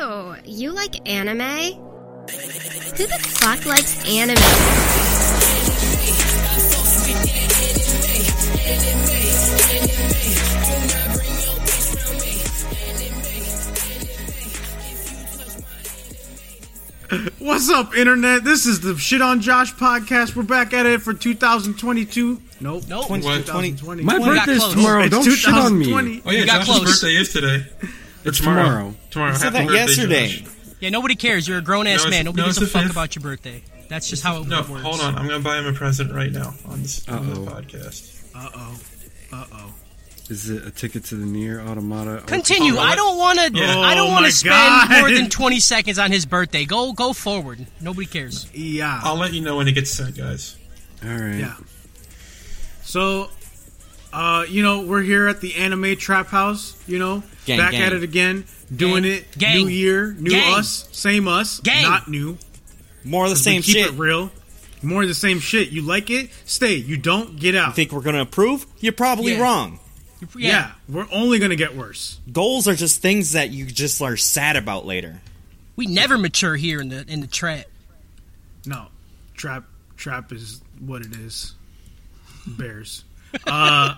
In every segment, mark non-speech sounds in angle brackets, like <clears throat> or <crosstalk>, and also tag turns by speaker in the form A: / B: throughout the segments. A: Oh, you like anime? Who the fuck likes anime?
B: What's up, internet? This is the Shit on Josh podcast. We're back at it for 2022. Nope.
C: Nope.
D: What?
B: 2020.
E: My
C: got
E: birthday's
C: close.
E: tomorrow.
B: It's
E: Don't shit on me.
B: 2020.
D: Oh yeah,
C: You got
D: Josh's
C: close.
D: birthday is today. Or
E: It's
D: tomorrow.
E: tomorrow.
D: Tomorrow. Happy
F: said that
D: birthday,
F: yesterday.
D: Josh.
C: Yeah, nobody cares. You're a grown ass
D: No, it's-
C: man. Nobody
D: no,
C: gives a
D: it's the
C: fuck
D: fifth.
C: about your birthday. That's just how it
D: No,
C: works.
D: hold on. I'm gonna buy him a present right now on this, on this
E: Uh-oh.
D: podcast.
B: Uh oh. Uh oh.
E: Is it a ticket to the near automata?
C: Continue.
D: Oh,
C: I don't want to.
D: Yeah.
C: I don't
B: Oh
C: want
B: my
C: to spend
B: God.
C: more than twenty seconds on his birthday. Go, go forward. Nobody cares.
B: Yeah.
D: I'll let you know when it gets sent, guys.
E: All right.
B: Yeah. So, uh, you know, we're here at the Anime Trap House. You know,
F: Gang,
B: back
F: gang.
B: at it again, doing
C: Gang.
B: it.
C: Gang.
B: New year, new
C: Gang.
B: us, same us,
C: Gang.
B: not new.
F: More of the same
B: we keep
F: shit.
B: it real. More of the same shit. You like it, stay. You don't, get out.
F: Think we're gonna approve? You're probably
C: Yeah.
F: wrong.
C: You're-
B: yeah.
C: Yeah.
B: we're only gonna get worse.
F: Goals are just things that you just are sad about later.
C: we never mature here in the in the trap.
B: No, trap, trap is what it is.
F: <laughs>
B: Bears. uh,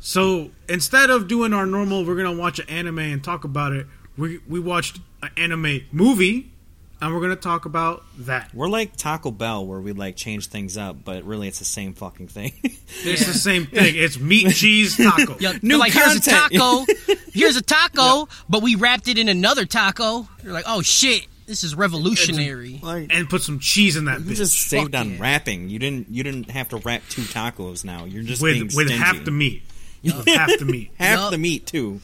B: so instead of doing our normal, we're gonna watch an anime and talk about it. We we watched an anime movie, and we're gonna talk about that.
F: We're like Taco Bell, where we like change things up, but really it's the same fucking thing. <laughs>
B: It's the same thing. It's meat, cheese, taco.
C: Yeah,
F: New
C: they're like
F: content.
C: here's a taco, here's a taco, but we wrapped it in another taco. You're like, oh shit, this is revolutionary.
F: like
B: And put some cheese in that
F: you
B: bitch
F: just saved
C: Fuck
F: on
C: yeah.
F: wrapping. You didn't. You didn't have to wrap two tacos now. You're just being
B: with with
F: stingy.
B: half the meat,
F: <laughs>
B: With half the meat,
F: half
C: Yup.
F: the meat too.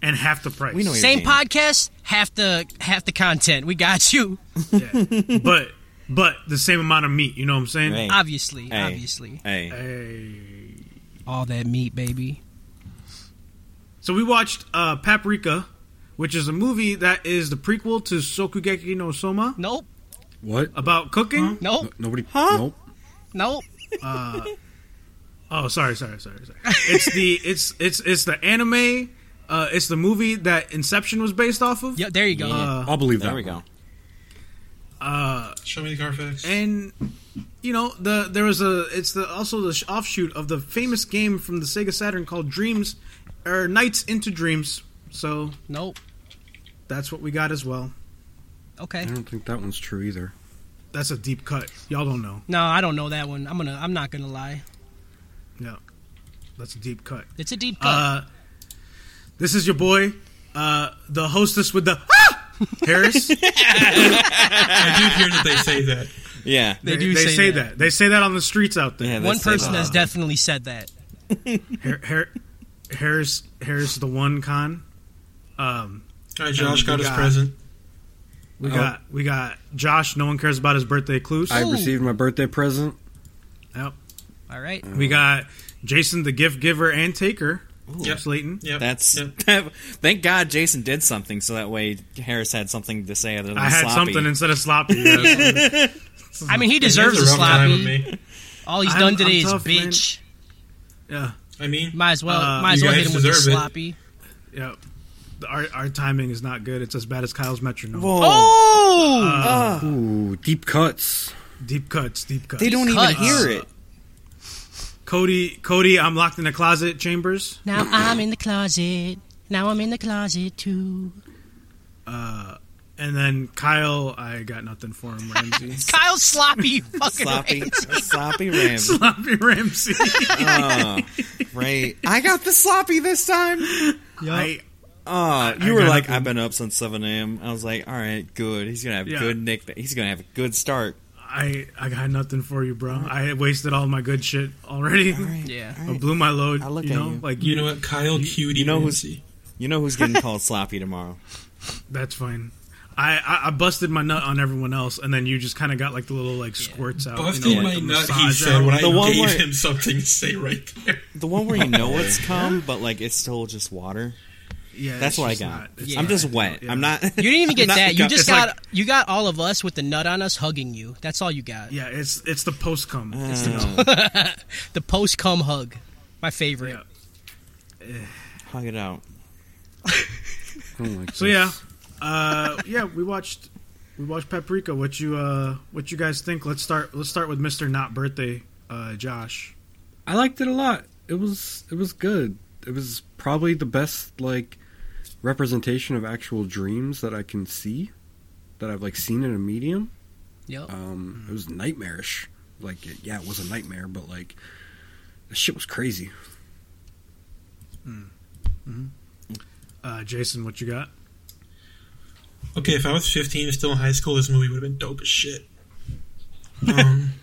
B: and half the price.
F: We know
C: Same
F: game.
C: podcast, half the half the content. We got you,
B: Yeah. but but the same amount of meat. You know what I'm saying?
F: Hey.
C: obviously,
F: Hey.
C: obviously,
F: Hey,
B: Hey.
C: all that meat, baby.
B: So we watched uh, Paprika, which is a movie that is the prequel to Sokugeki no Soma
C: Nope,
E: What?
B: about cooking.
E: No-
C: nope,
E: nobody.
F: Huh?
E: Nope.
C: nope.
B: Oh, sorry, sorry, sorry, sorry. it's the it's it's it's the anime. Uh, it's the movie that Inception was based off of.
C: Yep, there you go.
E: I'll believe that.
F: there we go.
D: Show me the Carfax.
B: And you know the there was a it's the also the sh- offshoot of the famous game from the Sega Saturn called Dreams or Nights into Dreams. So
C: Nope.
B: that's what we got as well.
C: Okay.
E: I don't think that one's true either.
B: That's a deep cut. Y'all don't know.
C: No, I don't know that one. I'm gonna. I'm not gonna lie.
B: No, that's a deep cut.
C: It's a deep cut.
B: Uh, this is your boy, uh, the hostess with the ah! Harris. they
D: I do hear that they say that.
F: Yeah,
C: They do
B: say,
C: say
B: that.
C: that.
B: They say that on the streets out
F: Yeah,
B: there.
F: they
C: one
F: say
C: person
F: that.
C: has definitely said that.
B: Har- Har- Harris, Harris, the one con. Um,
D: All right, Josh got his
B: God.
D: present.
B: we
E: Oh.
B: got we got Josh. No one cares about his birthday clues.
E: I
C: Ooh.
E: received my birthday present.
B: Yep.
C: All right.
B: We got Jason, the gift giver and taker.
D: Yep.
B: Slayton.
D: Yep.
F: That's <laughs>
D: Yep.
F: thank God Jason did something so that way Harris had something to say other than
B: I had
F: sloppy.
B: something instead of
F: <laughs>
B: sloppy. Yeah.
C: I mean, he
D: He has
C: deserves a
D: rough time with
C: sloppy.
D: me.
C: All he's
B: I'm-
C: done today
B: I'm
C: is
B: tough, man.
C: bitch.
B: yeah.
D: I mean,
C: Might as well.
B: Uh,
C: might as
D: you
C: well
D: guys
C: hit him with a
D: deserve it.
C: sloppy.
B: Yep. Our, our timing is not good. It's as bad as Kyle's metronome.
F: Whoa.
C: Oh,
E: Ooh, deep cuts.
B: Deep cuts, deep cuts.
F: they don't e-
C: cuts.
F: even hear it.
B: Cody, Cody, I'm locked in the closet chambers.
C: now I'm in the closet. Now I'm in the closet too.
B: And then Kyle, I got nothing for him,
D: <laughs>
B: Ramsey. <laughs>
C: Kyle sloppy, <laughs> you fucking
F: Sloppy,
C: right.
F: <laughs>
B: Sloppy
F: sloppy Ram. <laughs>
B: Ramsey.
F: Right. I got the sloppy this time.
B: I,
F: Uh, you were
B: got
F: like,
B: nothing.
F: I've been up since 7 a.m. I was like, all right, good. He's gonna have
B: Yeah.
F: good nick. He's gonna have a good start.
B: I, I got nothing for you, bro. I wasted all my good shit already.
C: Yeah.
B: I blew my load.
F: I'll look
B: you
F: at
B: know,
F: you.
B: like
D: you know what? Kyle Cutie.
F: you know who's-
D: Ramsey.
F: You know who's <laughs> getting called sloppy tomorrow?
B: That's fine. I, I, I busted my nut on everyone else, and then you just kind of got like the little like squirts out.
D: busted
B: you know,
D: Oh, my
B: like, the
D: nut. He
B: massage
D: said
B: out.
D: when I
F: The one
D: gave
F: where-
D: him something to say right there.
F: The one where you <laughs> know it's come, but like it's still just water.
B: yeah,
F: That's
B: it's
F: what I
B: just
F: got.
B: not- it's
F: I'm
B: not-
F: just wet.
B: yeah.
F: I'm not.
B: <laughs>
C: You didn't even get
F: I'm not
C: that. You
F: gu-
C: just
F: it's like-
C: got you got all of us with the nut on us hugging you. That's all you got.
B: Yeah, it's it's the post cum.
F: Ah.
B: It's the
C: The post cum hug, my favorite.
B: Yeah.
F: <laughs> hug it out.
E: I don't like
B: So
E: this.
B: yeah, Uh, yeah, we watched we watched Paprika. What you uh, what you guys think? Let's start. Let's start with Mister Not Birthday, uh, Josh.
E: I liked it a lot. It was it was good. It was probably the best like representation of actual dreams that I can see that I've like seen in a medium.
C: Yep.
E: Um, it was nightmarish. Like it, yeah, it was a nightmare, but like that shit was crazy.
B: Uh, Jason, what you got?
D: Okay, if I was 15 and still in high school, this movie would have been dope as shit. Um,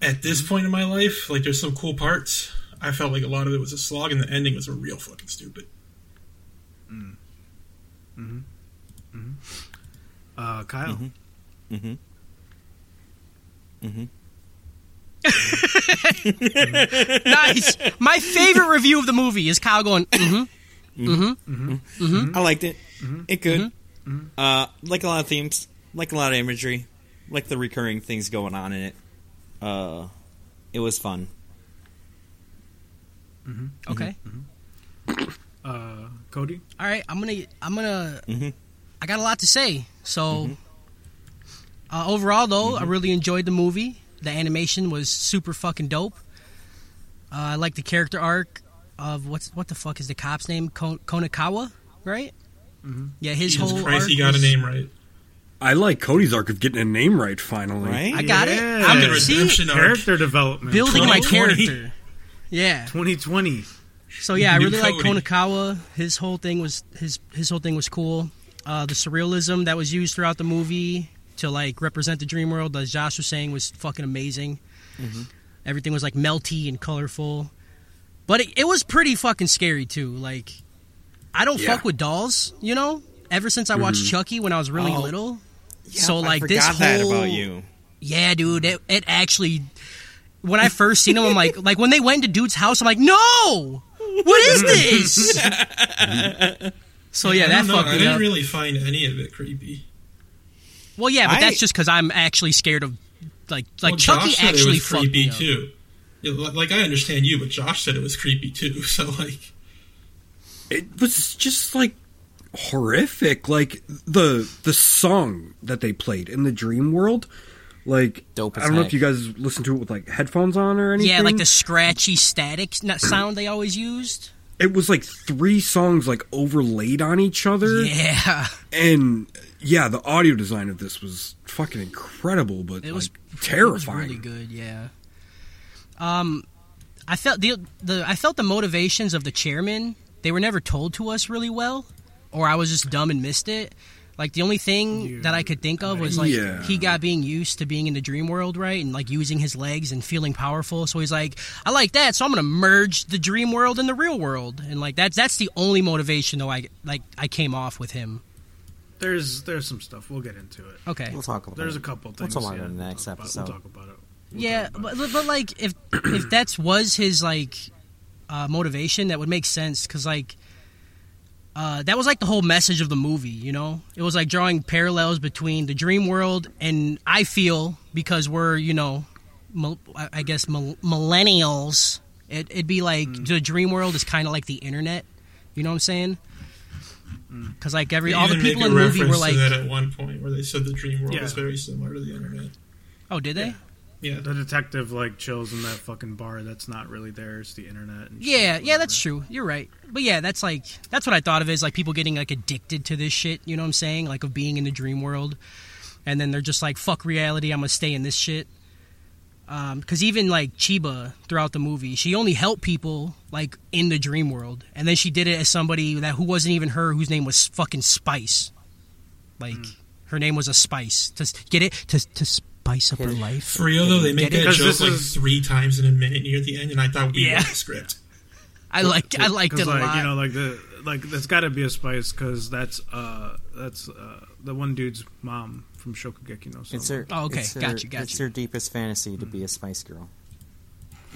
D: At this point in my life, like, there's some cool parts. I felt like a lot of it was a slog, and the ending was real fucking stupid.
B: Uh, Kyle.
F: Mm-hmm.
C: nice. My favorite review of the movie is Kyle going, mm-hmm.
B: Mm-hmm.
F: I liked it. It good. Uh, like a lot of themes, like a lot of imagery, like the recurring things going on in it. Uh, it was fun.
C: okay.
B: Uh, Cody.
C: All right, I'm gonna, I'm gonna, I got a lot to say. So, uh, overall, though, I really enjoyed the movie. The animation was super fucking dope. Uh, I like the character arc of what's what the fuck is the cop's name? Kon- Konakawa, right? Yeah, his
D: Mm-hmm. Jesus
C: whole
D: Christ,
C: arc
D: he got
C: was-
D: a name right.
E: I like Cody's arc of getting a name right finally.
F: Right?
C: I got it.
B: Yeah.
C: I'm
B: The
C: see,
D: redemption arc.
B: Character development.
C: building my
D: 2020.
C: character. Yeah.
B: Twenty twenty.
C: So yeah, I
D: New
C: really like
D: Cody.
C: Konakawa. His whole thing was his his whole thing was cool. Uh, the surrealism that was used throughout the movie to like represent the dream world, as Josh was saying, was fucking amazing.
F: Mm-hmm.
C: Everything was like melty and colorful, but it, it was pretty fucking scary too. Like, I don't
E: Yeah.
C: fuck with dolls, you know. Ever since I watched Chucky when I was really
F: Oh.
C: little, so like
F: I
C: this
F: forgot
C: whole
F: that about you.
C: yeah, dude, it, it actually. When I first seen him, I'm like, like when they went to dude's house, I'm like, no, what is this? so yeah,
D: I
C: that
D: don't know.
C: fucked
D: I
C: me
D: didn't
C: up.
D: really find any of it creepy.
C: well, yeah, but
F: I-
C: that's just because I'm actually scared of, like, like
D: Well,
C: Chucky
D: Josh said
C: actually
D: it was
C: fucked me
D: creepy
C: up.
D: too. Yeah, li- Like I understand you, but Josh said it was creepy too. <laughs> So like,
E: it was just like horrific like the the song that they played in the dream world like
F: Dope
E: i
F: as
E: don't know
F: heck.
E: if you guys listen to it with like headphones on or anything
C: Yeah, like the scratchy static s- not sound they always used.
E: it was like three songs like overlaid on each other
C: Yeah,
E: and yeah the audio design of this was fucking incredible but
C: it was
E: like,
C: It was
E: terrifying
C: really good, yeah. Um, I felt the the I felt the motivations of the chairman. They were never told to us really well, or I was just dumb and missed it. Like the only thing that I could think of was like
E: Yeah.
C: he got being used to being in the dream world, right, and like using his legs and feeling powerful. So he's like, I like that, so I'm gonna merge the dream world and the real world, and like that's that's the only motivation though. I like I came off with him.
B: There's there's some stuff we'll get into it.
C: Okay,
F: talk about
B: There's a couple things.
F: talk about it in the
B: we'll
F: next
B: talk about-
F: episode.
B: We'll talk about it. We'll
C: yeah,
B: talk about
C: but,
B: it.
C: but like if
B: <clears throat>
C: if that's was his like uh, motivation, that would make sense because like uh, that was like the whole message of the movie. You know, it was like drawing parallels between the dream world and I feel because we're you know, mil- I I guess mil- millennials. It, it'd be like
B: Mm.
C: the dream world is kind of like the internet. You know what I'm saying?
B: Mm.
C: Because like every
D: they
C: all the
D: even
C: people
D: make
C: in
D: a
C: the movie were
D: reference
C: like,
D: to that at one point where they said the dream world
B: Yeah.
D: is very similar to the internet.
C: oh, did they?
D: Yeah,
B: The detective like chills in that fucking bar that's not really there. It's the internet. And
C: Yeah,
B: shit,
C: yeah, that's true. You're right. But yeah, that's like that's what I thought of is like people getting like addicted to this shit, you know what I'm saying? Like of being in the dream world. And then they're just like fuck reality, I'm going to stay in this shit. Um, cuz even like Chiba throughout the movie, she only helped people like in the dream world. And then she did it as somebody that who wasn't even her whose name was fucking Spice. Like her name was a Spice. To s- get it to to spice up her
D: <laughs>
C: life.
D: for real though, they make
C: Get it?
D: that
B: 'Cause
D: joke
B: this
D: like
B: is-
D: three times in a minute near the end, and I thought we
C: Yeah.
D: wrote the script.
C: I like I liked
B: Because
C: it a
B: like
C: lot.
B: you know like the like there's got to be a spice because that's uh that's uh the one dude's mom from Shokugeki no Soma.
C: Oh, okay. it's her- Gotcha, gotcha. it's her
F: deepest fantasy to be a Spice Girl.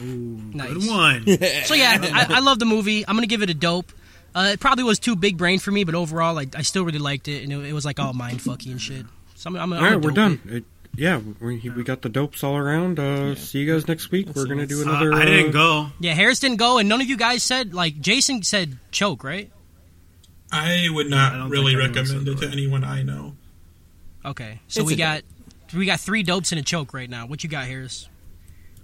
C: nice.
B: good one.
C: So yeah, I, I love the movie. I'm gonna give it a dope. Uh, it probably was too big brain for me, but overall, I, I still really liked it, and it, it was like all mind fucky and shit. So I'm, I'm, I'm
E: all right
C: gonna
E: we're
C: dope
E: done
C: it.
E: it, yeah we, we got the dopes all around uh see you guys next week we're gonna do
B: Uh,
E: another
B: I didn't
E: uh,
B: go.
C: Yeah, Harris didn't go, and none of you guys said like Jason said choke, right?
D: I would
B: I
D: not
B: don't
D: really
B: think anyone said
D: recommend it
B: that.
D: to anyone I know.
C: Okay, so
F: It's
C: we
F: a
C: got we got three dopes in a choke right now. What you got, Harris?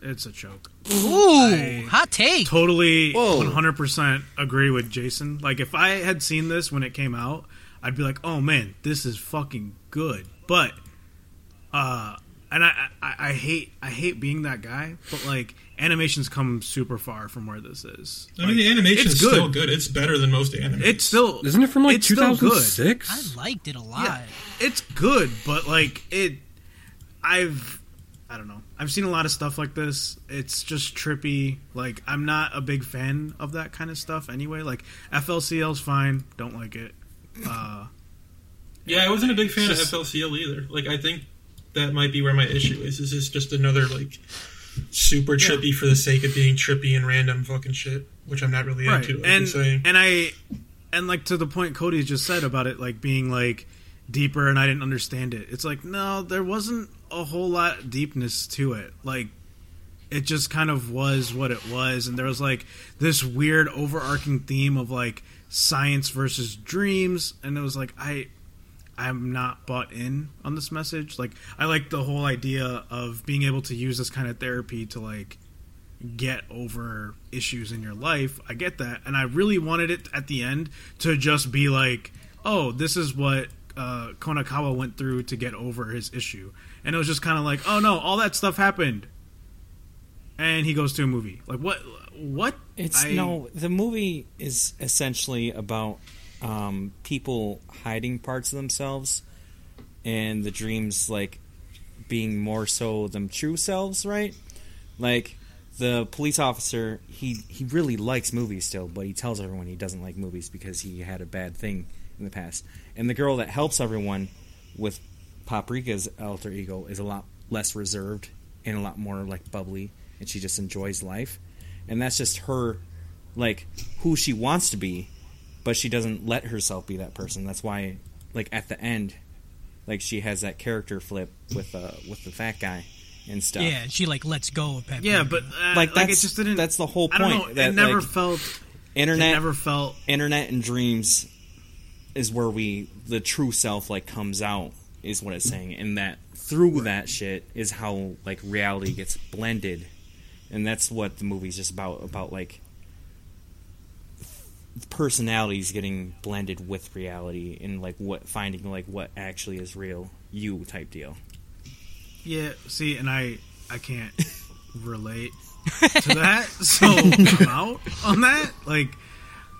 B: It's a choke.
C: Ooh, hot take.
B: Totally,
F: Whoa.
B: one hundred percent agree with Jason. Like if I had seen this when it came out, I'd be like, "Oh man, this is fucking good." But, uh, and I, I, I hate, I hate being that guy. But like, animations come super far from where this is.
D: I
B: Like,
D: mean, the animation's
B: it's
D: still good. It's better than most anime.
B: It's still
E: Isn't it from like
B: it's still good.
E: 2006?
C: I liked it a lot.
B: Yeah, it's good, but like it, I've, I don't know. I've seen a lot of stuff like this. It's just trippy. Like I'm not a big fan of that kind of stuff anyway. Like FLCL's fine. Don't like it. Uh,
D: yeah, I wasn't a big fan
B: It's just-
D: of FLCL either. Like, I think that might be where my issue is. This is just another like super trippy for the sake of being trippy and random fucking shit, which I'm not really
B: right.
D: into. Like you're
B: and
D: saying.
B: and I, and like to the point Cody just said about it, like being like deeper, and I didn't understand it. It's like no, there wasn't a whole lot of deepness to it. Like it just kind of was what it was and there was like this weird overarching theme of like science versus dreams and it was like i i'm not bought in on this message like i like the whole idea of being able to use this kind of therapy to like get over issues in your life i get that and i really wanted it at the end to just be like oh this is what uh, konakawa went through to get over his issue and it was just kind of like oh no all that stuff happened and he goes to a movie. Like what? What?
F: It's
B: I-
F: no. The movie is essentially about um, people hiding parts of themselves, and the dreams like being more so them true selves, right? Like the police officer, he he really likes movies still, but he tells everyone he doesn't like movies because he had a bad thing in the past. And the girl that helps everyone with Paprika's alter ego is a lot less reserved and a lot more like bubbly, and she just enjoys life. And that's just her, like who she wants to be, but she doesn't let herself be that person. That's why, like at the end, like she has that character flip with uh with the fat guy and stuff.
C: Yeah, she like lets go of Pepper.
B: Yeah, but uh,
F: Like,
B: like, it
F: that's-
B: just didn't.
F: that's the whole
B: I don't
F: point,
B: know.
F: that,
B: it never
F: like,
B: felt. It
F: internet
B: never felt.
F: internet and dreams is where we the true self like comes out is what it's saying and that through that shit is how like reality gets blended and that's what the movie's just about about like personalities getting blended with reality and like what finding like what actually is real you type deal
B: Yeah. See, and I I
D: <laughs>
B: can't relate to that, so I'm out on that. Like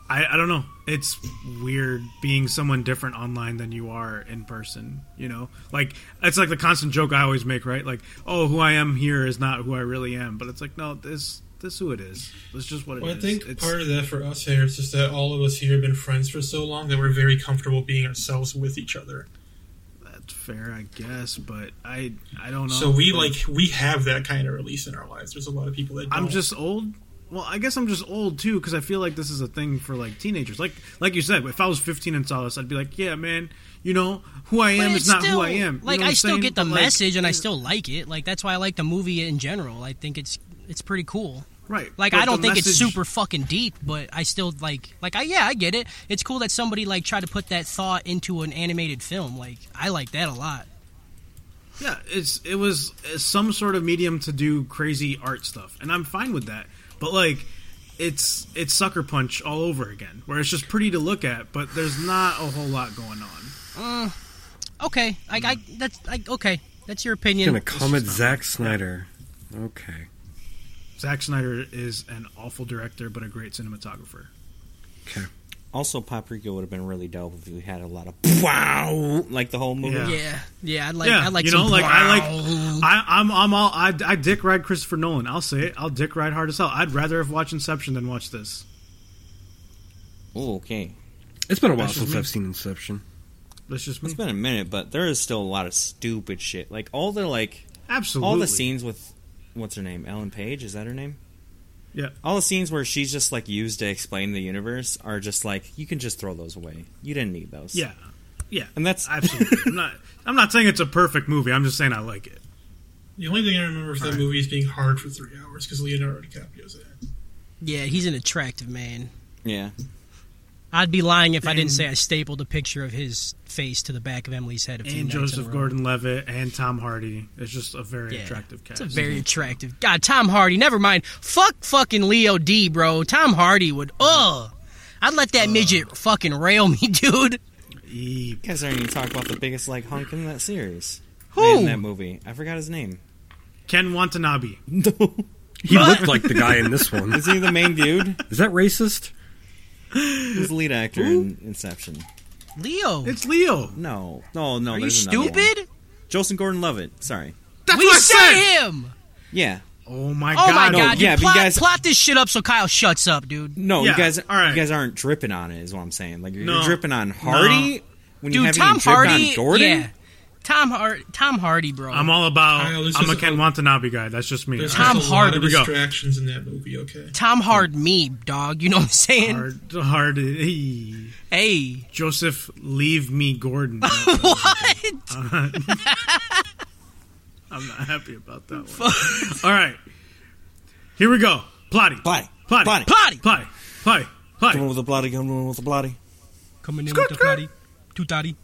B: I I don't know. It's weird being someone different online than you are in person. You know, like it's like the constant joke I always make, right? Like, oh, who I am here is not who I really am. But it's like, no, this this who it is. That's just what it is.
D: Well, I think
B: It's-
D: part of that for us here is just that all of us here have been friends for so long that we're very comfortable being ourselves with each other.
B: That's fair, I guess, but I I don't know.
D: So we like we have that kind of release in our lives. There's a lot of people that
B: I'm
C: Oh.
D: don't.
B: just old. Well, I guess I'm just old too because I feel like this is a thing for like teenagers. Like like you said, if I was 15 and saw this, I'd be like, yeah, man, you know who I
C: But
B: am
C: it's
B: is not
C: still-
B: who I am. You
C: Like
B: know what
C: I
B: I'm
C: still
B: saying?
C: get the
B: But, like,
C: message and I still like it. Like that's why I like the movie in general. I think it's it's pretty cool.
B: right.
C: Like
B: but
C: I don't
B: the
C: think it's
B: message-
C: super fucking deep, but I still like like I yeah, I get it. It's cool that somebody like tried to put that thought into an animated film. Like I like that a lot.
B: Yeah, it's it was uh, some sort of medium to do crazy art stuff, and I'm fine with that. But like, it's it's sucker punch all over again, where it's just pretty to look at, but there's not a whole lot going on.
C: Okay. I, I that's I, okay. That's your opinion.
E: gonna come at Zack Snyder. Okay.
B: Zack Snyder is an awful director, but a great cinematographer.
E: Okay.
F: also paprika would have been really dope if you had a lot of <laughs> wow like the whole movie
B: Yeah.
C: yeah. Yeah, I like
B: yeah,
C: I like
B: you know,
C: some
B: like I like,
C: growl.
B: I, I'm, I'm all, I, I dick ride Christopher Nolan. I'll say it. I'll dick ride hard as hell. I'd rather have watched Inception than watch this.
F: Ooh, okay
E: It's been a while
B: That's just
E: since
B: me.
E: I've
B: <laughs>
E: seen Inception.
B: That's just me.
F: It's been a minute, but there is still a lot of stupid shit. Like all the like
B: Absolutely,
F: all the scenes with what's her name? Ellen Page, is that her name?
B: Yeah.
F: All the scenes where she's just like used to explain the universe are just like you can just throw those away. You didn't need those.
B: Yeah, yeah,
F: And that's-
B: absolutely. I'm not, I'm not saying it's a perfect movie. I'm just saying I like it.
D: the only thing I remember from that movie is being hard for three hours because Leonardo DiCaprio's in it.
C: Yeah, he's an attractive man.
F: <laughs> Yeah.
C: I'd be lying if I didn't say I stapled a picture of his face to the back of Emily's head. A few
B: and
C: nights in a
B: Joseph
C: row.
B: Gordon-Levitt and Tom Hardy. It's just a very
C: Yeah.
B: attractive cast.
C: It's a very attractive. God, Tom Hardy. Never mind. Fuck fucking Leo D, bro. Tom Hardy would. Ugh. I'd let that midget fucking rail me, <laughs> dude.
B: E-
F: You guys aren't even talking about the biggest like hunk in that series.
C: Who?
F: in that movie? I forgot his name.
B: Ken Watanabe.
F: No.
E: He looked like the guy in this one.
F: Is he the main dude?
E: Is that racist?
F: He's the lead actor in Inception.
C: Leo.
B: It's Leo.
F: No, no, no.
C: Are you
F: there's another one.
C: stupid?
F: Joseph Gordon-Levitt. Sorry.
B: That's
C: We
B: what I said.
C: said him.
F: Yeah.
B: Oh my
C: Oh
B: god.
C: my
F: No,
C: god, dude.
F: yeah, but you
C: plot,
F: guys-
C: plot this shit up so Kyle shuts up, dude.
F: No,
B: Yeah,
F: you guys.
B: all right.
F: You guys aren't dripping on it. Is what I'm saying. Like you're,
B: No.
F: you're dripping on Hardy when you
C: Dude,
F: haven't
C: Tom
F: even dripped
C: Hardy.
F: on Gordon.
C: Yeah. Tom Hardy. Tom Hardy, bro.
B: I'm all about.
D: Kyle, this
B: I'm a
D: is
B: Ken
D: a-
B: Watanabe guy. That's just me.
D: There's
B: All right.
C: Tom
D: just a
C: Hardy,
D: lot of
B: here we go.
D: distractions in that movie. Okay,
C: Tom Hard me, dog. You know what I'm saying?
B: Hard, hard, e-
C: Hey. <laughs>
B: Joseph, leave me, Gordon.
C: What?
B: I'm not happy about that one. All right, here we go. Plotty,
F: Plotty.
B: plotty,
F: Plotty.
B: plotty,
C: Plotty.
B: plotty,
F: Come on
B: plotty.
F: with the bloody. Come on with the bloody.
C: Coming in
B: Skirt,
C: with the
B: skirt.
C: potty. Two toddy.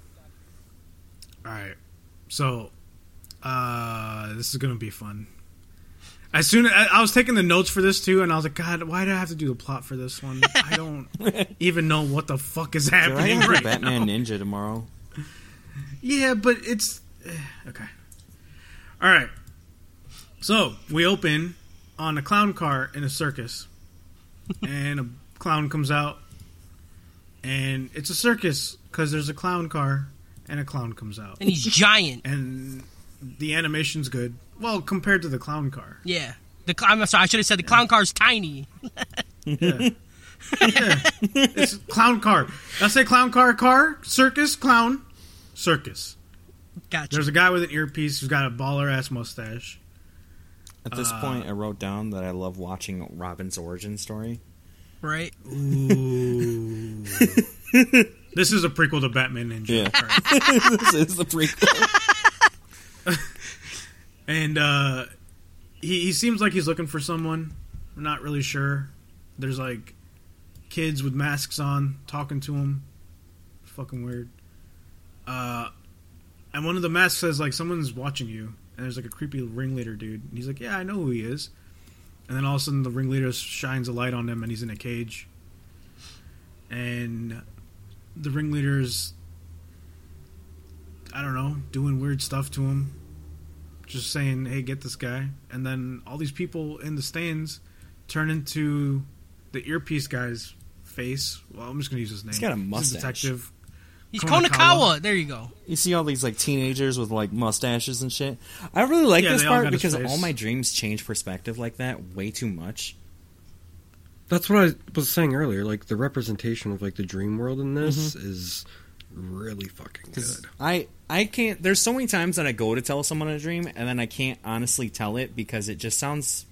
B: All right, so uh, this is gonna be fun. As soon I, I was taking the notes for this too, and I was like, God, why do I have to do the plot for this one? I
F: <laughs>
B: don't even know what the fuck is
F: Dude, I
B: happening
F: gotta
B: right
F: do Batman Ninja tomorrow.
B: Yeah, but it's eh, okay. All right. So we open on a clown car in a circus, and a clown comes out, and it's a circus because there's a clown car, and a clown comes out,
C: And he's giant.
B: and the animation's good. Well, compared to the clown
C: <laughs>
B: car,
C: Yeah. The cl- I'm sorry. I should have said the clown car's tiny.
B: it's clown car. I say clown car, car circus, clown circus.
C: Gotcha.
B: There's a guy with an earpiece who's got a baller ass mustache.
F: At this
B: Uh,
F: point, I wrote down that I love watching Robin's origin story. <laughs>
C: right.
B: Ooh. this is a prequel to Batman Ninja.
F: Yeah.
B: Right.
F: this is the prequel.
B: And uh, he, he seems like he's looking for someone. We're not really sure. There's like kids with masks on talking to him. Fucking weird. Uh, and one of the masks says like someone's watching you. And there's like a creepy ringleader dude. And he's like, yeah, I know who he is. And then all of a sudden the ringleader shines a light on him and he's in a cage. And the ringleader's I don't know, doing weird stuff to him. Just saying, "Hey, get this guy." And then all these people in the stands turn into the earpiece guy's face. Well, I'm just going to use his name.
F: got a
B: He's
F: mustache.
B: detective.
C: He's
B: Konakawa.
C: Konakawa. There you go.
F: <laughs> You see all these like teenagers with like mustaches and shit. I really like
B: Yeah,
F: this
B: they all
F: part
B: got his
F: because
B: face.
F: all my dreams change perspective like that way too much.
E: That's what I was saying earlier. Like the representation of like the dream world in this
B: Mm-hmm.
E: is really fucking
F: Because
E: good.
F: I I can't. There's so many times that I go to tell someone a dream and then I can't honestly tell it because it just sounds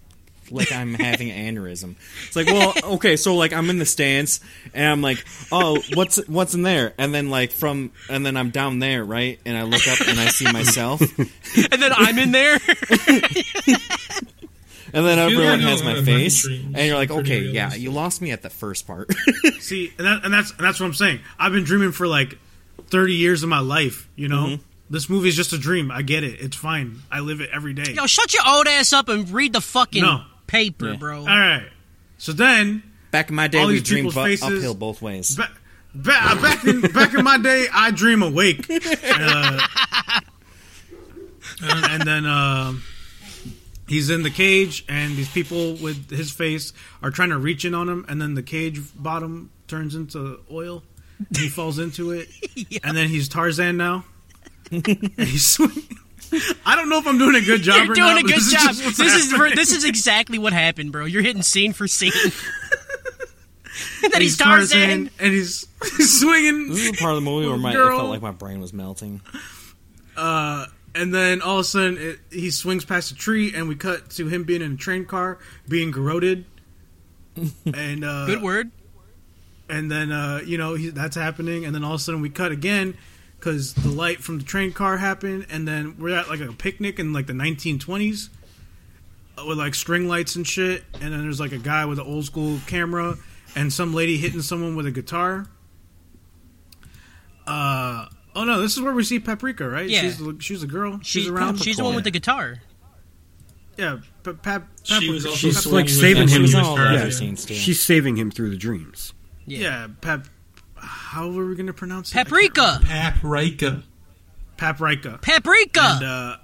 F: like <laughs> I'm having an aneurysm. It's like, well, okay, so like I'm in the stands and I'm like, oh, what's what's in there? And then like from and then I'm down there, right? And I look up and I see myself, and
C: And then I'm in there.
F: <laughs> then everyone
D: no,
F: has
D: no,
F: my
D: no,
F: face,
D: dreams
F: and you're like,
D: are pretty
F: okay, yeah,
D: realistic.
F: you lost me at the first part. <laughs>
B: See, and, that, and that's and that's what I'm saying. I've been dreaming for like 30 years of my life. You know, this movie is just a dream. I get it. It's fine. I live it every day.
C: <laughs> Yo, shut your old ass up and read the fucking
B: No.
C: paper, bro.
B: All right. So then
F: Back in my day,
B: All
F: we
B: these
F: dreamed
B: people's
F: bu-
B: faces-
F: uphill both ways.
B: Ba- ba- back in back in my day, I dream awake, uh, and then um he's in the cage, and these people with his face are trying to reach in on him, and then the cage bottom turns into oil, and he falls into
C: <laughs>
B: it, and then he's Tarzan now, and he's swinging. <laughs> I don't know if I'm doing a good job.
C: You're
B: or
C: doing
B: not,
C: a
B: but
C: good
B: this
C: job.
B: Is just what's
C: this is
B: happening.
C: this is exactly what happened, bro. You're hitting scene
B: <laughs>
C: for scene. <laughs> that
B: And
C: he's Tarzan.
B: and he's, <laughs> he's swinging.
F: This is the part of the movie where my, it
B: Girl.
F: felt like my brain was melting.
B: And then all of a sudden, it, he swings past a tree, and we cut to him being in a train car, being corroded. and uh,
C: Good word.
B: And then uh, you know he, that's happening, and then all of a sudden we cut again because the light from the train car happened, and then we're at like a picnic in like the 1920s uh, with like string lights and shit, and then there's like a guy with an old school camera and some lady hitting someone with a guitar, Uh, oh no, this is where we see Paprika, right?
C: Yeah.
B: she's the, she's a girl.
C: She-
B: she's around.
C: She's the one with the guitar.
B: yeah. Pa- Pa-
D: She was
B: Paprika.
D: also
E: She's
D: swinging
E: like
D: with him when
E: saving him.
F: She
D: he
F: was
D: was
F: all
D: hurt,
F: over
D: yeah.
F: the scene. too.
E: She's saving him through the dreams.
C: Yeah.
B: yeah. Pap. How are we gonna pronounce it? I can't
C: Paprika.
D: Paprika.
B: remember. Paprika.
C: Paprika.
B: And, uh,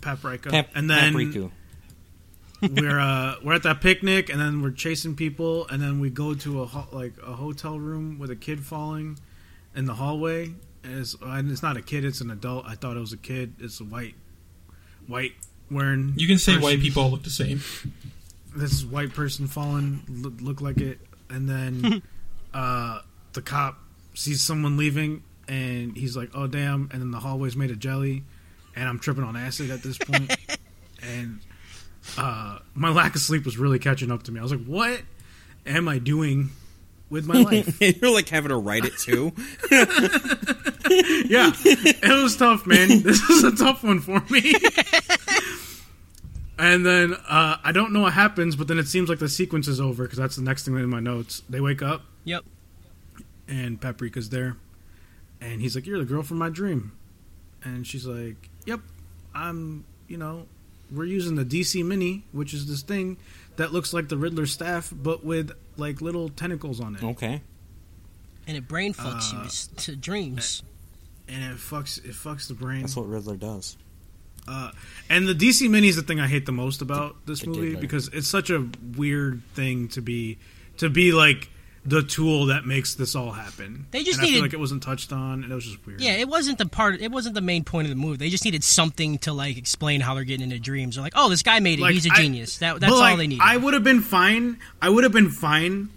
B: Paprika.
F: Pap-
B: and then
F: <laughs> Papriku.
B: we're uh, we're at that picnic, and then we're chasing people, and then we go to a ho- like a hotel room with a kid falling in the hallway. And it's, and it's not a kid; it's an adult. I thought it was a kid. It's a white, white wearing.
D: You can say
B: person.
D: white people all look the same.
B: This white person falling look, look like it, and then uh, the cop sees someone leaving, and he's like, "Oh damn!" And then the hallway's made of jelly, and I'm tripping on acid at this point, and uh, my lack of sleep was really catching up to me. I was like, "What am I doing with my life?"
F: You're like having to write it too.
B: yeah, it was tough, man. This is a tough one for me. and then uh, I don't know what happens, but then it seems like the sequence is over because that's the next thing in my notes. They wake up.
C: Yep.
B: and Paprika's there, and he's like, "You're the girl from my dream," and she's like, "Yep, I'm. You know, we're using the DC Mini, which is this thing that looks like the Riddler staff, but with like little tentacles on it,
F: <laughs> okay.
C: And it brain fucks
B: Uh,
C: you s- to dreams.
B: and it fucks it fucks the brain.
F: That's what Riddler does.
B: Uh, and the DC Mini is the thing I hate the most about this
F: The
B: movie
F: Diddler.
B: because it's such a weird thing to be to be like the tool that makes this all happen.
C: They just
B: and I feel
C: needed-
B: like it wasn't touched on, and it was just weird.
C: Yeah, it wasn't the part. It wasn't the main point of the movie. They just needed something to like explain how they're getting into dreams. They're like, oh, this guy made it.
B: Like,
C: He's a
B: I-
C: genius. that, that's
B: but,
C: all
B: like,
C: they needed.
B: I would have been fine. I would have been fine.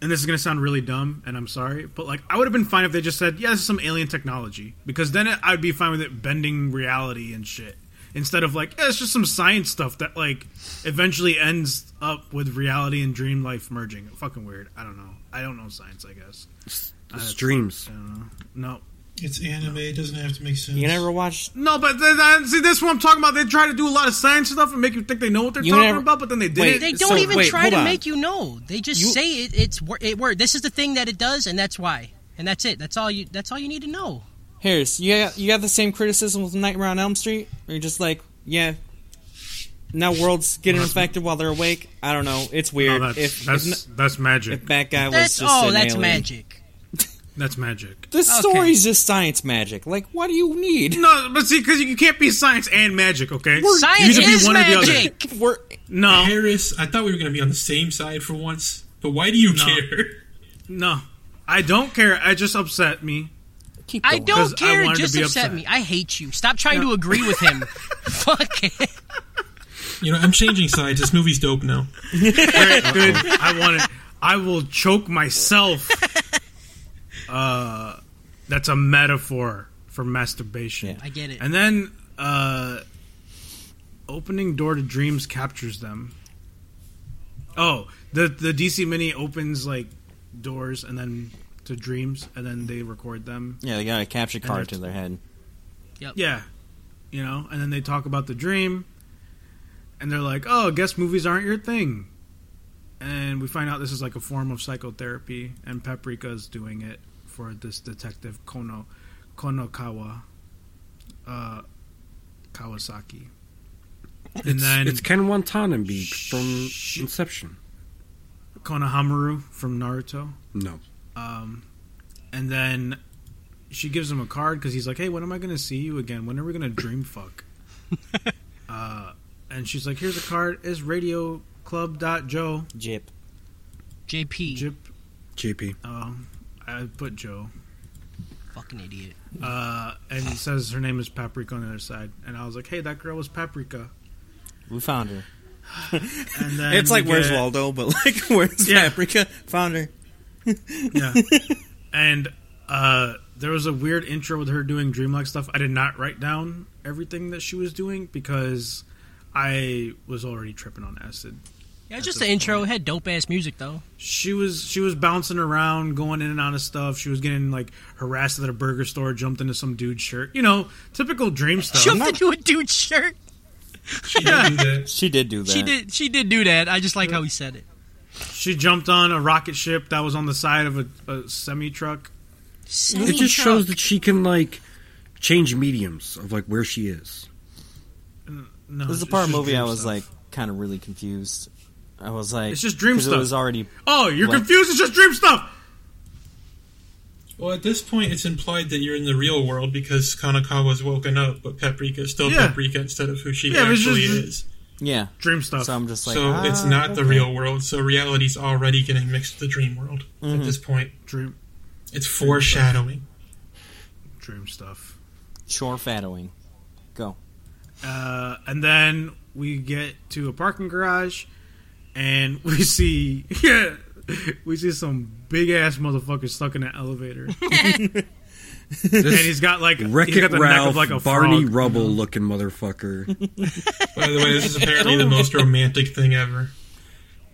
B: And this is gonna sound really dumb, and I'm sorry, but like I would have been fine if they just said, "Yeah, this is some alien technology," because then it, I'd be fine with it bending reality and shit. Instead of like, yeah, it's just some science stuff that like eventually ends up with reality and dream life merging. Fucking weird. I don't know. I don't know science. I guess.
E: It's,
B: That's-
E: it's dreams.
B: I don't know. No.
D: It's anime. It doesn't have to make sense.
F: You never watched.
B: No, but then, then- see, this is what I'm talking about. They try to do a lot of science stuff and make you think they know what they're
F: You
B: talking
F: never-
B: about, but then they did
F: Wait,
B: it.
C: they
F: so
C: don't even
F: wait,
C: try
F: hold
C: to
F: on.
C: make you know. They just
F: You-
C: say it. It's wor- it worked. This is the thing that it does, and that's why. And that's it. That's all you. That's all you need to
F: Oh,
C: know.
F: Harris, you got, you got the same criticism with Nightmare on Elm Street? Or you're just like, yeah. Now worlds getting infected while they're awake. I don't know. It's
B: No,
F: weird.
B: that's
F: if,
B: that's
F: if,
B: that's magic.
F: if that guy was
C: That's
F: just
C: oh,
F: an
C: that's
F: alien.
C: magic.
B: That's magic.
F: This
C: Okay.
F: story's just science magic. Like, what do you need? <laughs>
B: No, but see, because you can't be science and magic, okay?
C: Science
B: you
C: is
B: other.
C: magic.
F: We're,
B: No,
D: Harris, I thought we were going to be on the same side for once, but why do you
B: No.
D: care? <laughs>
B: no, I don't care. I just upset me.
F: keep
C: I
F: <laughs> going.
C: don't
B: 'Cause I
C: care.
B: wanted to
C: Just
B: be
C: upset
B: upset.
C: me. I hate you. Stop trying to agree with
F: <laughs>
C: him. Fuck it.
D: You know, I'm changing sides. This movie's dope now.
B: Very good. I want it. I will choke
C: <laughs>
B: myself. Uh, that's a metaphor for masturbation.
F: Yeah.
C: I get it.
B: And then, uh, opening door to dreams captures them. Oh, the the DC Mini opens like doors and then to dreams, and then they record them.
F: Yeah, they got a capture card
B: it's-
F: to their head.
B: Yeah. You know, and then they talk about the dream and they're like, "Oh, I guess movies aren't your thing." And we find out this is like a form of psychotherapy and Paprika's doing it for this detective Kono Konokawa uh Kawasaki. And then
E: It's Ken Watanabe from Inception.
B: Konohamaru from Naruto.
E: No.
B: Um, and then she gives him a card because he's like, "Hey, when am I going to see you again? When are we going to dream
F: <laughs>
B: fuck?" uh, and she's like, "Here's a card. It's Radio Club Joe
F: Jip.
C: JP,
B: Jip.
E: JP.
B: Um, I put Joe,
C: fucking idiot.
B: uh, and it says her name is Paprika on the other side. And I was like, "Hey, that girl was Paprika."
F: We found her.
B: And then
F: it's like
B: we
F: Where's
B: get-
F: Waldo, but like <laughs> Where's
B: Yeah.
F: Paprika? Found her.
B: Yeah. and uh, there was a weird intro with her doing dreamlike stuff. I did not write down everything that she was doing because I was already tripping on acid.
C: Yeah, it's just the intro. It had dope ass music though.
B: She was she was bouncing around, going in and out of stuff. She was getting like harassed at a burger store, jumped into some dude's shirt. You know, typical dream stuff.
C: Jumped into a dude's shirt.
D: She didn't do that.
F: She did do that.
C: She did. She did do that. I just like how he said it.
B: She jumped on a rocket ship that was on the side of a, a semi truck.
A: So
E: it just shows that she can like change mediums of like where she is.
B: No,
F: This is the
B: it's
F: part of
B: just
F: the movie
B: dream
F: I was
B: stuff.
F: like kind of really confused. I was like,
B: It's just dream
F: 'cause It
B: stuff.
F: was already
B: "Oh, you're
F: What?
B: confused. It's just dream stuff."
D: Well, at this point, it's implied that you're in the real world because Kanakawa's woken up, but Paprika is still
B: Yeah.
D: Paprika instead of who she
B: Yeah, it was
D: actually
B: just-
D: is.
F: yeah.
B: Dream stuff.
F: So I'm just like,
D: so it's
F: ah,
D: not the
F: okay.
D: real world. So reality's already getting mixed with the dream world
B: Mm-hmm.
D: at this point.
B: dream,
D: It's foreshadowing.
B: dream stuff.
F: Shore shorefadowing. Go.
B: Uh, and then we get to a parking garage, and <laughs> we see yeah, we see some big ass motherfucker stuck in an
F: <laughs>
B: elevator, and
E: This
B: he's got like
E: Wreck
B: he's
E: It
B: got the neck
E: Ralph,
B: of like a
E: Barney
B: frog. Mm-hmm.
E: Rubble
B: <laughs>
E: looking motherfucker.
D: By the way, this is apparently the most romantic thing ever.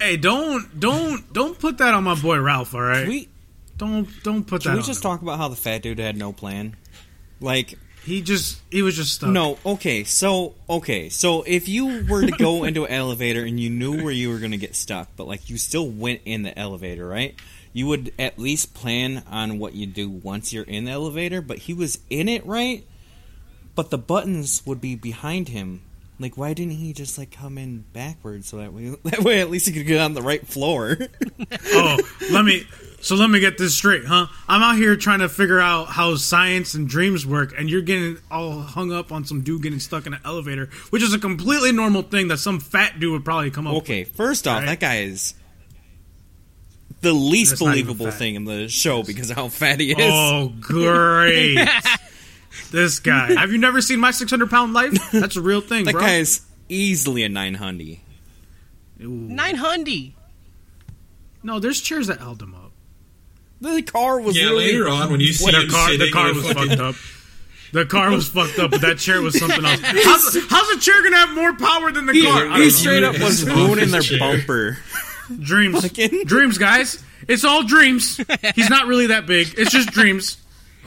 B: Hey, don't don't don't put that on my boy Ralph. All right,
F: Can we
B: don't don't put
F: can
B: that.
F: we
B: on
F: just
B: him.
F: talk about how the fat dude had no plan? Like
B: He just he was just stuck.
F: no, okay, so okay, so if you were to
B: <laughs>
F: go into an elevator and you knew where you were going to get stuck, but like you still went in the elevator, right? You would at least plan on what you do once you're in the elevator. But he was in it, right? But the buttons would be behind him. Like, why didn't he just like come in backwards so that way, <laughs> that way at least he could get on the right floor? <laughs>
B: oh, let me. So let me get this straight, huh? I'm out here trying to figure out how science and dreams work, and you're getting all hung up on some dude getting stuck in an elevator, which is a completely normal thing that some fat dude would probably come up. with.
F: Okay, first
B: Oh,
F: off,
B: Right.
F: that guy is the least
B: That's not even
F: believable
B: fat.
F: thing in the show because of how fat he is.
B: Oh, great!
F: <laughs>
B: this guy. Have you never seen my 600 pound life? That's a real thing,
F: that
B: bro.
F: guy is easily a nine hundy.
B: Ooh.
C: Nine hundy.
B: No, there's chairs that held him up.
F: The car was
D: Yeah,
F: really-
D: later on when you see
B: The
D: him
B: car,
D: sitting
B: the car
D: in a
B: was
D: fucking-
B: fucked up. <laughs> The car was fucked up, but that chair was
F: <laughs>
B: something else. How's, how's a chair gonna have more power than the
F: He,
B: car? I don't
F: he
B: know.
F: straight up was
D: His
F: ruining their
D: office chair.
F: bumper.
B: Dreams.
F: Fucking-
B: Dreams, guys. It's all dreams. He's not really that big. It's just dreams.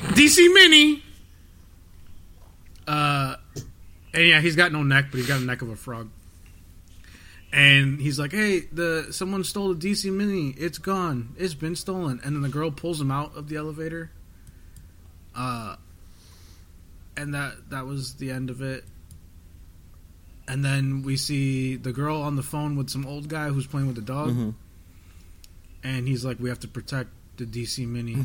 B: DC Mini. Uh, and yeah, he's got no neck, but he's got a neck of a frog. And he's like, "Hey, the someone stole the DC Mini. It's gone. It's been stolen." And then the girl pulls him out of the elevator. Uh, and that that was the end of it. And then we see the girl on the phone with some old guy who's playing with the dog.
F: Mhm.
B: And he's like, "We have to protect the DC <laughs> Mini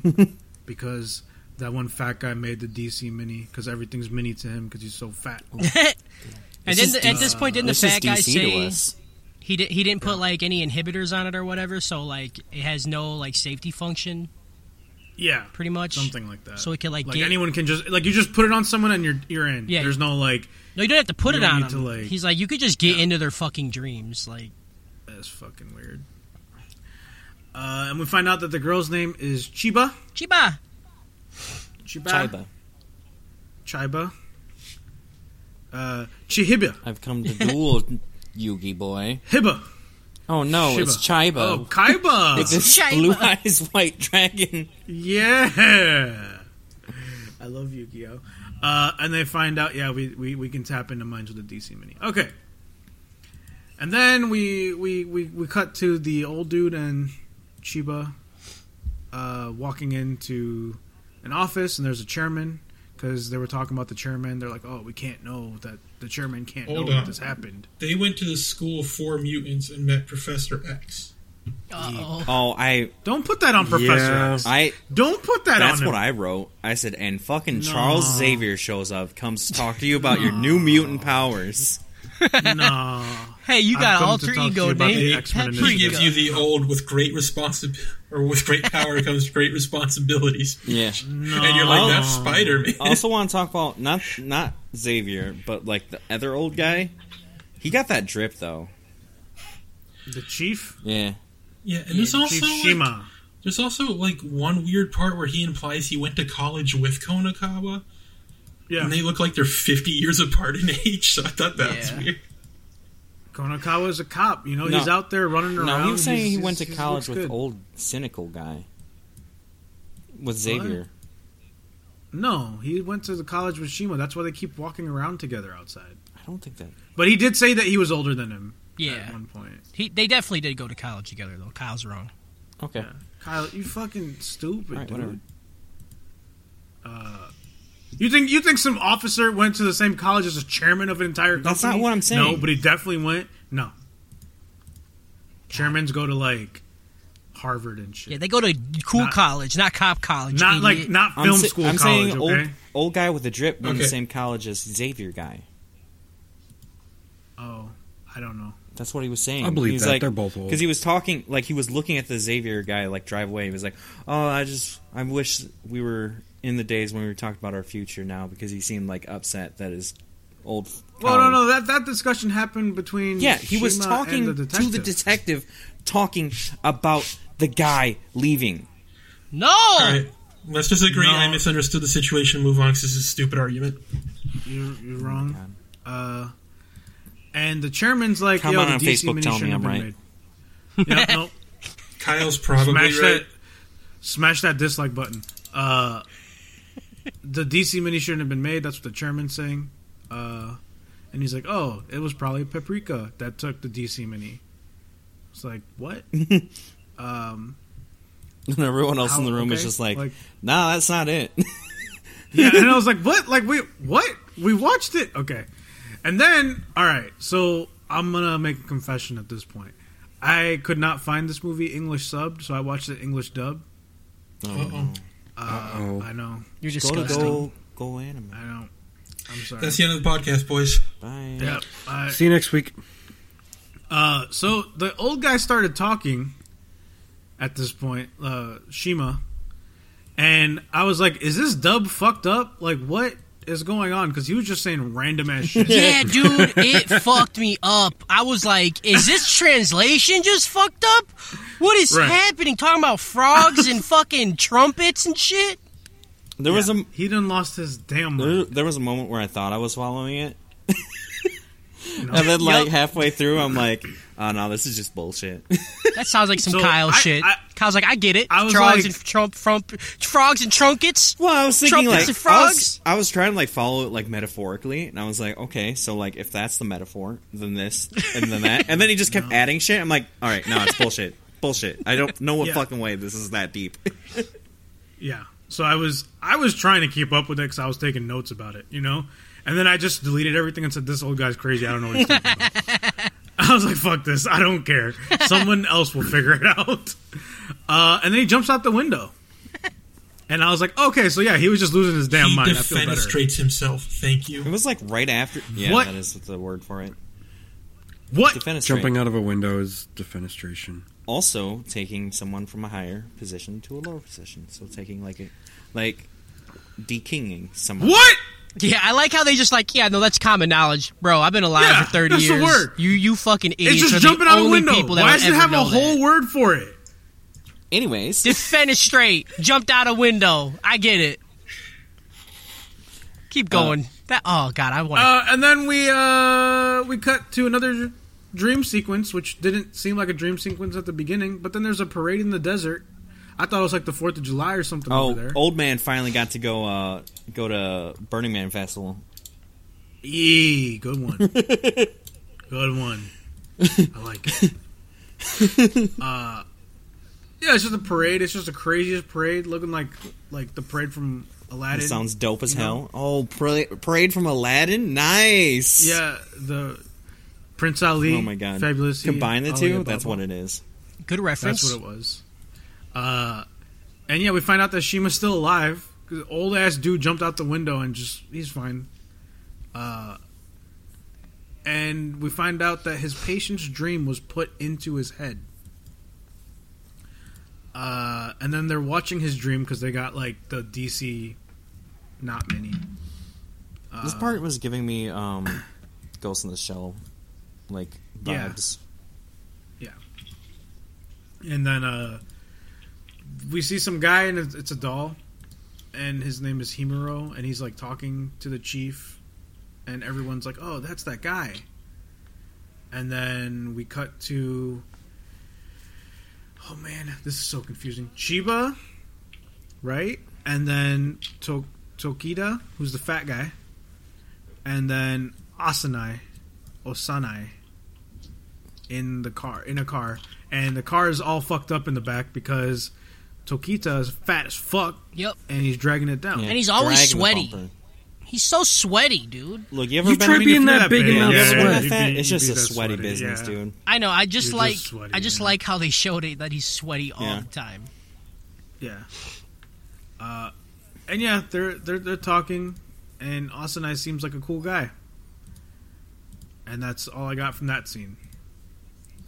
B: because that one fat guy made the DC Mini because everything's mini to him because he's so <laughs> fat."
C: And
F: This
C: then
F: is
C: the, at this point, didn't the
F: This is
C: fat guy
F: DC to
C: say
F: us.
C: he did, he didn't put like any inhibitors on it or whatever? So like it has no like safety function,
B: Yeah,
C: pretty much.
B: something like that.
C: So it could like,
B: like
C: get,
B: anyone can just like you just put it on someone and you're you're in.
C: Yeah.
B: There's no like
C: no, you don't have to put
B: you
C: it
B: don't
C: on
B: need to,
C: him.
B: like-
C: He's like you could just get into their fucking dreams. Like
B: that's fucking weird. Uh, and we find out that the girl's name is Chiba.
C: Chiba,
B: Chiba.
F: Chiba,
B: Chiba. Uh, Chihiba.
F: I've come to duel Yugi boy.
B: Hiba.
F: Oh no, it's Chiba.
B: Oh, <laughs> Kaiba.
F: It's this
C: Chiba.
F: blue eyes white dragon.
B: Yeah. <laughs> I love Yu Gi Oh! Uh, and they find out, yeah, we, we, we can tap into minds with the DC Mini. Okay. And then we, we, we, we cut to the old dude and Chiba uh, walking into an office, and there's a chairman because they were talking about the chairman. They're like, oh, we can't know that the chairman can't
D: Hold
B: know
D: on.
B: that this happened.
D: They went to the school for mutants and met Professor X.
C: Uh-oh.
F: Oh, I,
B: Don't put that on Professor
E: Yeah.
B: X.
F: I,
B: Don't put that
F: That's
B: on him.
F: what I wrote. I said, and fucking Charles Xavier shows up, comes to talk to you about your new mutant powers.
B: no.
C: hey, you
B: I've
C: got
B: come
C: an
B: to
C: alter
B: talk to you
C: ego
B: about the
C: named
B: X-Men
D: He
B: Pretty
D: gives
C: Paprika.
D: you the old with great responsibility <laughs> or with great power comes great responsibilities.
F: Yeah.
D: And you're like, that's Spider Man.
F: I also want to talk about not not Xavier, but like the other old guy. He got that drip though.
B: The chief?
F: Yeah.
D: Yeah, and there's also
B: chief
D: like,
B: Shima.
D: there's also like one weird part where he implies he went to college with Konakawa,
B: Yeah.
D: and they look like they're 50 years apart in age. So I thought that was
C: Yeah.
D: weird.
B: Konakawa's a cop. You know,
F: No.
B: he's out there running around.
F: No, he was saying
B: He's-
F: he went to
B: he's-
F: college
B: looks
F: with
B: good.
F: old cynical guy. With Xavier.
B: No, he went to the college with Shima. That's why they keep walking around together outside.
F: I don't think that.
B: But he did say that he was older than him at
C: Yeah,
B: one point.
C: he, they definitely did go to college together though. Kyle's wrong.
F: Okay.
B: Kyle, you fucking stupid,
F: Alright,
B: dude. Uh,
F: whatever.
B: You think you think some officer went to the same college as a chairman of an entire company?
F: That's not what I'm
B: No,
F: saying.
B: but he definitely went. No. Chairmans go to like Harvard and shit.
C: Yeah, they go to cool
B: Not-
C: college, not cop college.
B: not
C: idiot.
B: like not film
F: I'm, sa-
B: school
F: I'm
B: college,
F: saying
B: okay?
F: old, old guy with a drip went to the
D: Okay.
F: same college as Xavier guy.
B: Oh, I don't know.
F: That's what he was saying.
E: I believe
F: He's
E: that.
F: Like,
E: They're both old.
F: Because he was talking, like he was looking at the Xavier guy, like drive away. He was like, "Oh, I just, I wish we were in the days when we were talking about our future now." Because he seemed like upset that his old.
B: Well, no,
F: colleague-
B: no, that that discussion happened between
F: Yeah, he was
B: Shima
F: talking
B: and the
F: to the
B: detective.
F: detective, talking about the guy leaving. <laughs>
C: no.
D: All right. Let's just agree
B: No.
D: I misunderstood the situation and move on because this is a stupid argument.
B: You're, you're
F: Oh
B: wrong. uh, and the chairman's like,
F: Come
B: Yo,
F: on
B: the
F: on
B: DC
F: Facebook,
B: mini
F: tell me
B: shouldn't have
F: I'm
B: been made. Yep, nope.
D: Kyle's <laughs> probably
B: smash
D: right.
B: that smash that dislike button uh the dc mini shouldn't have been made that's what the chairman's saying uh and he's like oh it was probably paprika that took the dc mini it's like what um
F: And everyone else in
B: How-
F: the room is
B: okay,
F: just like,
B: like-
F: "No, that's not it." <laughs>
B: yeah and i was like what like we what we watched it okay and then all right so i'm gonna make a confession at this point i could not find this movie english subbed so i watched it english dub Uh,
D: Uh-oh.
E: Uh-oh.
B: i know
C: You're
F: go to
C: disgusting.
F: go, go anime.
B: i know i'm sorry
D: That's the end of the podcast, boys.
F: Bye.
B: Yep, I-
E: See you next week.
B: Uh, so the old guy started talking at this point, uh, Shima, and I was like, "Is this dub fucked up? Like, what is going on?" Because he was just saying random ass shit. <laughs>
C: Yeah, dude, it fucked me up. I was like, is this translation just fucked up? What is
B: Right.
C: happening? Talking about frogs and fucking trumpets and shit?
F: There was a
B: He done lost his damn
F: There,
B: mind.
F: there was a moment where I thought I was following it. and then, like,
C: Yep.
F: halfway through, I'm like, oh, no, this is
B: <laughs>
F: just bullshit.
C: That sounds like some
B: So,
C: Kyle
B: I-
C: shit.
B: I-
C: Kyle's like, I get it.
B: I was
C: frogs
B: like-
C: and trump, frump, frogs and trunkets.
F: well, I was thinking,
C: Trumpets and
F: like, I,
C: frogs?
F: was, I was trying to, like, follow it, like, metaphorically, and I was like, okay, so, like, if that's the metaphor, then this, and then that. And then he just kept adding shit. I'm like, all right, no, it's bullshit. bullshit. I don't know what
B: Yeah.
F: fucking way this is that deep. <laughs>
B: Yeah. So I was I was trying to keep up with it because I was taking notes about it, you know. And then I just deleted everything and said, "This old guy's crazy. I don't know what he's talking about."
C: <laughs>
B: I was like, "Fuck this. I don't care. Someone else will figure it out." Uh, and then he jumps out the window, and I was like, "Okay, so yeah, he was just losing his damn
D: he
B: mind." I feel better.
D: defenestrates himself. Thank you.
F: It was, like, right after. Yeah,
B: What?
F: that is the word for it.
B: What?
F: Defenestrate.
E: Jumping out of a window is defenestration.
F: also taking someone from a higher position to a lower position. So taking like a like dekinging someone.
B: What?
C: Yeah, I like how they just like, yeah, no, that's common knowledge, bro. I've been alive
B: Yeah,
C: for thirty
B: that's the
C: years.
B: word.
C: You, you fucking idiots
B: It's
C: are
B: just
C: the
B: jumping out a
C: only
B: window.
C: people that
B: Why
C: would
B: does it
C: ever
B: have a
C: know
B: whole
C: that.
B: word for it?
F: Anyways,
C: Defenestrate jumped out a window. I get it. Keep going. that oh god, I want. to
B: Uh, and then we uh, we cut to another dream sequence, which didn't seem like a dream sequence at the beginning. But then there's a parade in the desert. I thought it was like the Fourth of July or something over
F: oh,
B: there.
F: old man finally got to go uh go to Burning Man festival.
B: Yee, good
F: <laughs>
B: one, good one. I like Uh, it. Uh,
F: <laughs>
B: yeah, it's just a parade. It's just the craziest parade, looking like like the parade from
F: That
B: Aladdin.
F: sounds dope as
B: you know?
F: hell. Oh, pra- parade from Aladdin. Nice.
B: Yeah, the Prince Ali.
F: Oh my god.
B: fabulous.
F: Combine the two. That's what it is.
C: Good reference.
B: That's what it was. Uh, and yeah, we find out that Shima's still alive. Cause old ass dude jumped out the window and just he's fine. Uh, and we find out that his patient's dream was put into his head. Uh, and then they're watching his dream because they got like the DC, not many.
F: this part was giving me um <coughs> Ghost in the Shell like
B: Yeah.
F: vibes.
B: And then uh, we see some guy, and it's, it's a doll, and his name is Himuro, and he's like talking to the chief, and everyone's like, "Oh, that's that guy." And then we cut to. Oh man, this is so confusing. Chiba, right? And then to- Tokida, who's the fat guy, and then Asanai, Osanai, in the car, in a car, and the car is all fucked up in the back because Tokita is fat as fuck,
C: Yep.
B: and he's dragging it down.
C: And he's always
F: dragging the
C: sweaty.
F: bumper.
C: He's so sweaty, dude.
F: Look, you ever
E: You
F: been?
E: try
F: I mean,
E: being
B: if you're
E: that
B: that
E: big
B: big,
E: and
B: yeah,
E: that
F: if you're
E: sweaty.
F: that
B: you'd
F: fat,
B: be-
F: it's
B: you'd
F: just
B: be
F: a
B: that
F: sweaty,
B: sweaty,
F: business,
B: yeah.
F: dude.
C: I know. I just
B: You're just
C: like
B: sweaty,
C: I just
B: yeah.
C: like how they showed it that he's sweaty all
F: Yeah.
C: the time.
B: Yeah. Uh, and yeah, they're they're they're talking, and Austin I seems like a cool guy. And that's all I got from that scene.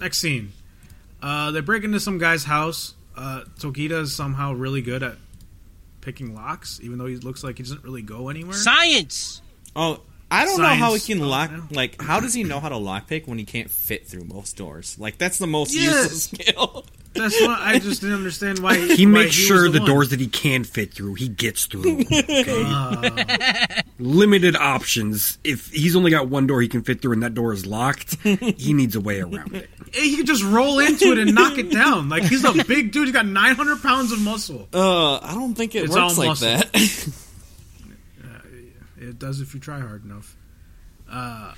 B: Next scene, uh, they break into some guy's house. Uh, Tokita is somehow really good at picking locks, even though he looks like he doesn't really go anywhere.
C: Science.
F: Oh, I don't know how he
B: Science.
F: can lock.
B: Oh, yeah.
F: Like, how does he know how to lockpick when he can't fit through most doors? Like, that's the most
B: Yeah.
F: useless <laughs> skill.
B: That's what I just didn't understand why
E: <laughs>
B: <laughs>
E: He
B: why
E: makes
B: was
E: sure the
B: one.
E: doors that he can fit through, he gets through. okay? Limited options. If he's only got one door he can fit through and that door is locked, he needs a way around it.
B: He could just roll into it and knock it <laughs> down. Like he's a big dude. He's got 900 pounds of muscle.
F: Uh, I don't think it
B: It's all
F: works like
B: muscle.
F: that.
B: It does if you try hard enough. Uh,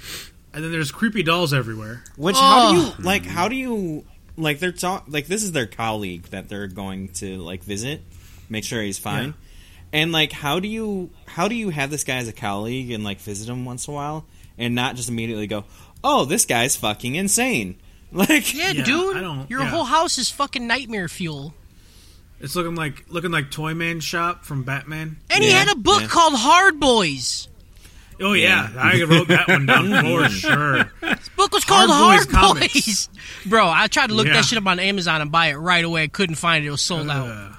B: and then there's creepy dolls everywhere.
F: Which how do you like? How do you like? They're talk like this is their colleague that they're going to like visit, make sure he's fine, and like how do you how do you have this guy as a colleague and like visit him once in a while and not just immediately go, oh, this guy's fucking insane. <laughs> Like,
C: Yeah,
B: Yeah,
C: dude.
B: I don't-
C: Your
B: yeah.
C: whole house is fucking nightmare fuel.
B: It's looking like looking like Toy Man Shop from Batman.
C: And he
F: Yeah,
C: had a book
F: yeah.
C: called Hard Boys.
B: Oh yeah, I wrote that one down for sure.
C: This book was called Hard
B: Hard Boys
C: Boys. <laughs>
B: comics.
C: Bro, I tried to look
B: Yeah.
C: that shit up on Amazon and buy it right away. I couldn't find it. It was sold out.
B: Uh,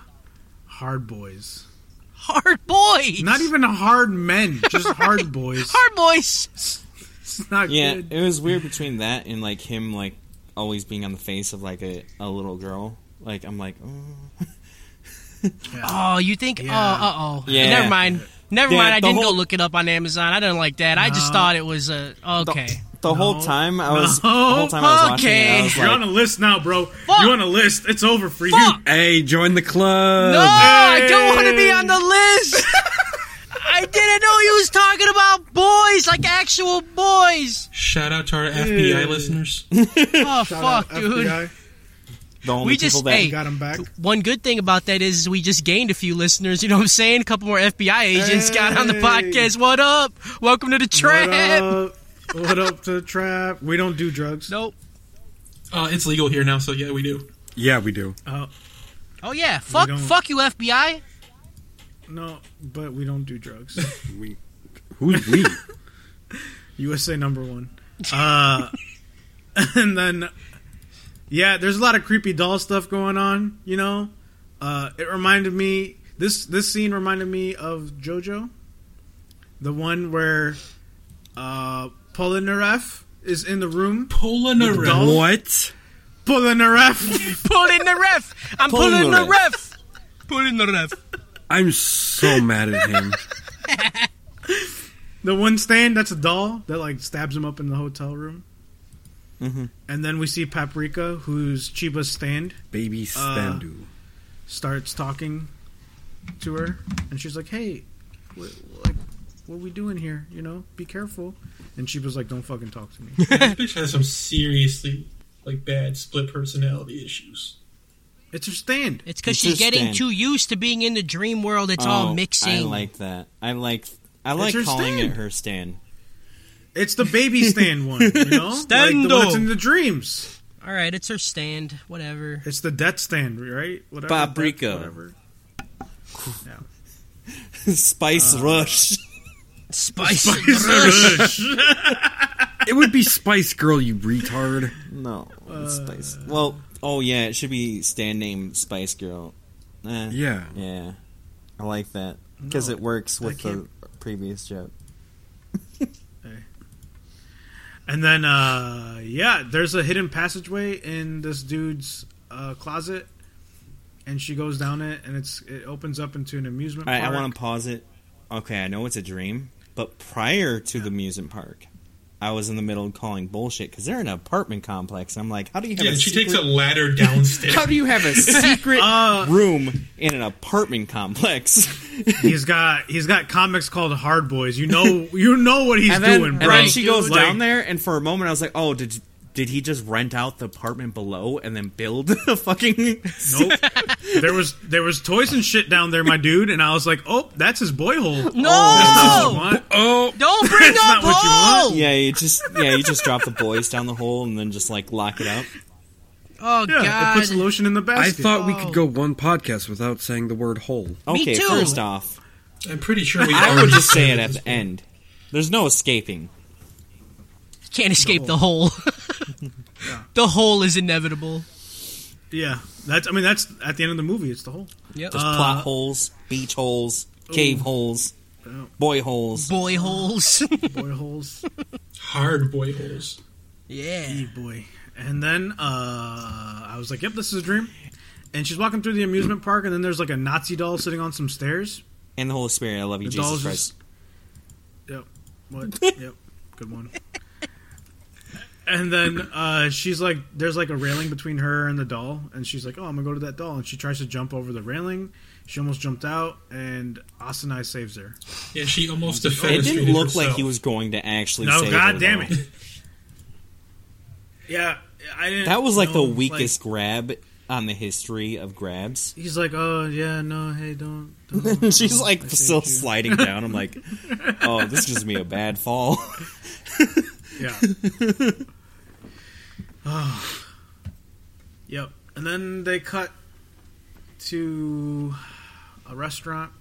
B: hard boys.
C: Hard Boys.
B: Not even hard men, just hard boys.
C: Hard Boys.
B: It's not
F: yeah,
B: good.
F: it was weird between that and like him like always being on the face of like a, a little girl. Like I'm like, oh.
C: Oh, you think?
B: Yeah.
C: Oh, uh oh.
F: Yeah.
C: Never mind. Never
F: Yeah,
C: mind. I
F: the
C: didn't go
F: whole-
C: look it up on Amazon. I didn't like that. I just thought it was a okay.
F: the whole
B: No.
F: time I was
B: No.
F: the whole time I was watching it, I
C: Okay.
F: was
B: You're
F: like,
B: on a list now, bro.
C: Fuck.
B: You're on a list. It's over for you.
C: Fuck.
E: Hey, join the club.
C: No, I don't want to be on the list. <laughs> I didn't know you was talking about boys, like actual boys.
D: Shout out to our FBI listeners.
C: Oh fuck, dude.
B: FBI,
F: the only
C: We
F: people
C: just-
F: that
C: hey.
B: got him back.
C: One good thing about that is we just gained a few listeners. You know what I'm saying? A couple more FBI agents got on the
B: Hey.
C: podcast. What up? Welcome to the
B: What
C: trap.
B: up? What up to the trap? We don't do drugs.
C: Nope.
D: Uh, it's legal here now, so yeah, we do.
E: Yeah, we do.
C: Oh yeah. Fuck.
B: don't-
C: Fuck you, FBI.
B: No, but we don't do drugs.
E: We Who's we?
B: USA number one. Uh, <laughs> and then, yeah, there's a lot of creepy doll stuff going on. You know, uh, it reminded me this this scene reminded me of JoJo, the one where uh, Polnareff is in the room.
D: Pola Naref.
B: Doll?
E: what?
C: <laughs>
B: Polnareff,
C: Pull in the ref. I'm
F: Pull in
C: pulling
F: the
C: the ref. Pull in the ref.
E: I'm so mad at him.
B: the one stand that's a doll that like stabs him up in the hotel room. And then we see Paprika, who's Chiba's stand.
E: Baby Standu.
B: starts talking to her, and she's like, "Hey, what, like, what we doing here? You know, be careful." And she was like, "Don't fucking talk to me."
D: This bitch has some seriously like bad split personality issues.
B: it's her stand.
C: It's because she's getting
F: Interesting.
C: too used to being in the dream world. It's all
F: Oh,
C: mixing.
F: I like that. I like I like
B: her
F: calling
B: stand.
F: it her stand.
B: It's the baby stand one, you know, like the one that's
C: Stando.
B: in the dreams.
C: all right, it's her stand. Whatever.
B: It's the death stand, right? Whatever.
F: Paprika.
B: death- whatever.
F: Spice Rush.
C: Spice.
E: It would be Spice Girl, you retard.
F: <laughs> No, it's Spice. Well, oh yeah, it should be stand name Spice Girl. Eh,
E: Yeah.
F: yeah. I like that because it works with the previous joke.
B: And then, uh, yeah, there's a hidden passageway in this dude's uh, closet, and she goes down it, and it's it opens up into an amusement.
F: All right, I
B: park.
F: want to pause it. Okay, I know it's a dream, but prior to the amusement park, I was in the middle of calling bullshit because they're in an apartment complex. I'm like, how do you have
D: Yeah,
F: a
D: she
F: secret-
D: takes a ladder downstairs.
F: <laughs> How do you
B: <laughs> Uh,
F: have a secret room in an apartment complex? <laughs>
B: He's got he's got comics called Hard Boys. You know
F: <laughs>
B: you know what he's
F: and then,
B: doing,
F: and
B: bro.
F: then she goes
B: Like,
F: down there, and for a moment, I was like, "Oh, did <laughs> did he just rent out the apartment below and then build the fucking?"
B: Nope. there was there was toys and shit down there, my dude, and I was like, oh, that's his boy hole.
C: No!
B: That's not what you want.
E: Oh,
C: Don't bring
B: That's
C: up
B: not what you want.
C: hole.
F: Yeah, you just yeah, you just drop the boys down the hole and then just like lock it up.
C: Oh
B: Yeah, it
C: god.
B: puts lotion in the
E: I
B: basket.
E: thought we could go one podcast without saying the word hole.
C: Me
F: Okay,
C: too.
F: first off,
D: I'm pretty sure we.
F: I would
D: already
F: just say
D: said
F: it at
D: this.
F: the end. There's no escaping.
C: Can't escape the hole. The hole is inevitable.
B: yeah, that's. I mean, that's at the end of the movie. It's the hole.
C: Yep.
B: Uh,
E: Uh,
F: There's plot holes, beach holes, cave holes, boy holes.
C: Boy
B: <laughs>
C: holes.
B: Boy holes.
D: Hard boy holes.
C: yeah.
B: Hey, boy. And then uh, I was like, yep, this is a dream. And she's walking through the amusement park, and then there's like a Nazi doll sitting on some stairs.
F: And the Holy Spirit, I love you,
B: The
F: Jesus
B: doll's
F: Christ.
B: just- Yep. What? <laughs> yep. Good one. And then uh, she's like, there's like a railing between her and the doll, and she's like, oh, I'm gonna go to that doll, and she tries to jump over the railing. She almost jumped out, and Asanai saves her.
D: Yeah, she almost
F: It
D: defeated.
F: didn't look like he was going to actually
B: No,
F: save
B: God
F: her,
B: damn
F: though.
B: it. Yeah, I didn't.
F: <laughs> That was like
B: know,
F: the weakest grab on the history
E: <laughs>
F: of grabs.
B: like, he's like, oh yeah, no, hey, don't.
F: <laughs>
B: don't
F: She's like
B: I
F: still
B: saved you.
F: sliding down.
E: <laughs>
F: I'm like, oh, this is just gonna be a bad fall.
B: <laughs> Yeah. Ah. Yep. And then they cut to a restaurant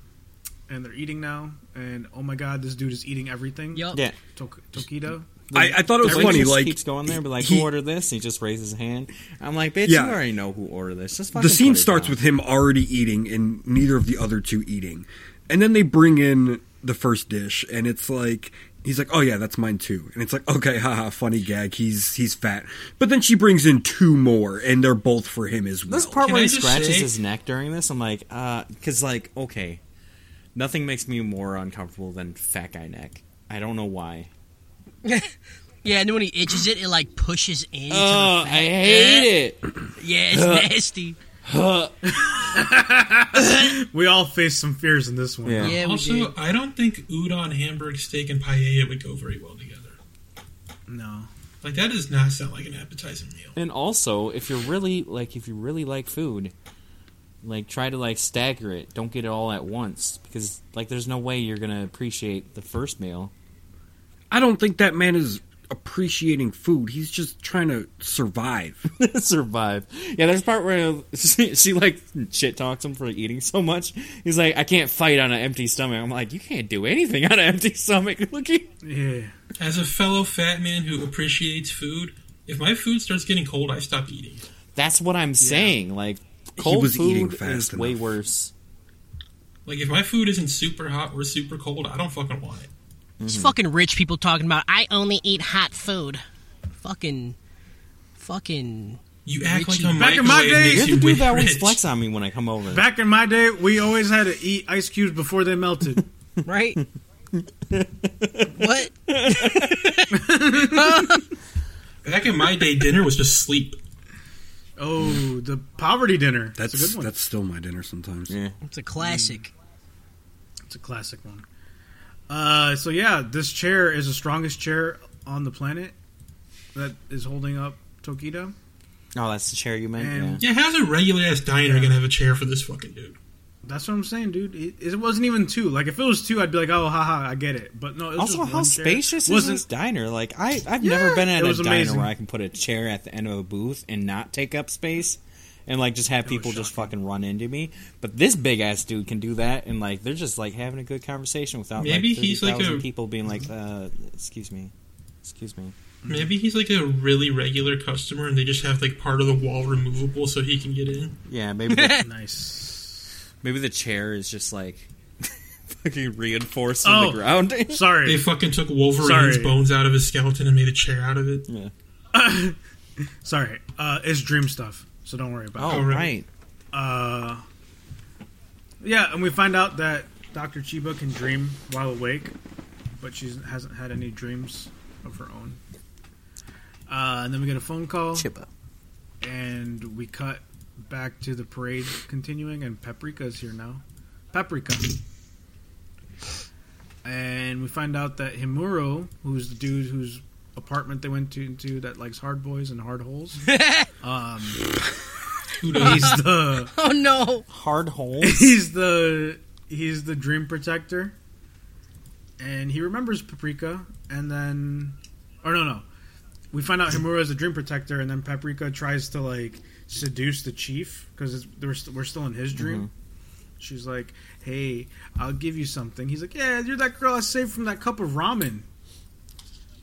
B: and they're eating now. And oh my god, this dude is eating everything.
C: Yep.
F: Yeah.
B: Tok- Tokido. <laughs>
E: I, I thought it was
F: Everyone
E: funny.
F: just
E: Like
F: keeps going there, but like,
E: he-
F: who ordered this? And he just raises his hand. I'm like, bitch,
E: Yeah.
F: you already know who ordered this. Just fucking
E: the scene
F: put it
E: starts
F: down.
E: with him already eating and neither of the other two eating. And then they bring in the first dish and it's like he's like, "Oh yeah, that's mine too." And it's like, "Okay, <laughs> haha, funny gag. He's he's fat." But then she brings in two more and they're both for him as well.
F: This part
D: Can
F: where
D: I
F: he
D: just
F: scratches
D: say-
F: his neck during this, I'm like, uh, because like, okay, nothing makes me more uncomfortable than fat guy neck. I don't know why.
C: Yeah, and then when he itches it, it like pushes in.
F: Oh, I hate it.
C: Yeah, it's nasty.
B: We all face some fears in this one.
F: Yeah.
C: Yeah, we did.
D: Also, I don't think udon, hamburg steak, and paella would go very well together.
B: No.
D: Like that does not sound like an appetizing meal.
F: And also, if you're really like, if you really like food, like try to like stagger it. Don't get it all at once because like, there's no way you're gonna appreciate the first meal. <laughs>
E: I don't think that man is appreciating food. He's just trying to survive.
F: survive. Yeah, there's a part where <laughs> she, she like shit talks him for eating so much. He's like, I can't fight on an empty stomach. I'm like, you can't do anything on an empty stomach. <laughs> Look, at
B: Yeah.
D: As a fellow fat man who appreciates food, if my food starts getting cold, I stop eating.
F: that's what I'm saying. Like, cold
E: was
F: food
E: eating
F: is
E: fast
F: way
E: enough.
F: worse.
D: Like if my food isn't super hot or super cold, I don't fucking want it.
C: It's fucking rich people talking about I only eat hot food. Fucking, fucking.
D: You act
C: Richie.
D: like a
B: Back in my
D: microwave
B: day-
D: makes
F: You're
D: you
F: the dude
D: rich.
F: that always flex on me when I come over.
B: Back in my day, we always had to eat ice cubes before they
E: <laughs>
B: melted.
C: right? what?
D: Back in my day, dinner was just sleep.
B: oh, the poverty dinner.
E: That's
B: a good one.
E: that's still my dinner sometimes.
F: Yeah.
C: It's a classic.
B: It's a classic one. Uh, so yeah, this chair is the strongest chair on the planet that is holding up Tokido.
F: Oh, that's the chair you meant.
B: And-
F: yeah.
D: Yeah, how's a regular ass diner
B: Yeah.
D: gonna have a chair for this fucking dude?
B: That's what I'm saying, dude. It, it wasn't even two. Like if it was two, I'd be like, oh, haha, I get it. But no, it was
F: Also,
B: just
F: how
B: one chair.
F: spacious is
B: Wasn't-
F: this diner? Like, I I've
B: Yeah,
F: never been at
B: it
F: a
B: was
F: diner
B: amazing.
F: where I can put a chair at the end of a booth and not take up space, and like just have
B: was
F: people just fucking run into me. But this big ass dude can do that, and like they're just like having a good conversation without
D: Maybe
F: like thirty
D: he's like
F: thousand
D: a-
F: people being like,
B: Mm-hmm.
F: uh, "Excuse me, excuse me."
D: Maybe he's like a really regular customer, and they just have like part of the wall removable so he can get in.
F: Yeah,
B: <laughs>
F: maybe the,
B: Nice.
F: maybe the chair is just like <laughs> fucking reinforced in
B: Oh.
F: the <laughs> ground.
D: They
B: Sorry.
D: fucking took Wolverine's
B: Sorry.
D: bones out of his skeleton and made a chair out of it.
F: yeah.
B: Sorry. Uh, it's dream stuff, so don't worry about
F: Oh
D: Oh,
B: it.
D: really?
F: right.
B: Uh,
F: Oh.
B: yeah, and we find out that Dr. Chiba can dream while awake, but she hasn't had any dreams of her own. Uh, and then we get a phone call.
F: Chippa.
B: and we cut back to the parade continuing, and Paprika is here now. Paprika. And we find out that Himuro, who's the dude whose apartment they went to, to that likes hard boys and hard holes, um, He's the
C: Oh no!
F: Hard hole.
B: <laughs> he's the he's the dream protector, and he remembers Paprika, and then or no no, we find out Himura is the dream protector, and then Paprika tries to like seduce the chief because we're st- we're still in his dream. She's like, "Hey, I'll give you something." He's like, "Yeah, you're that girl I saved from that cup of ramen."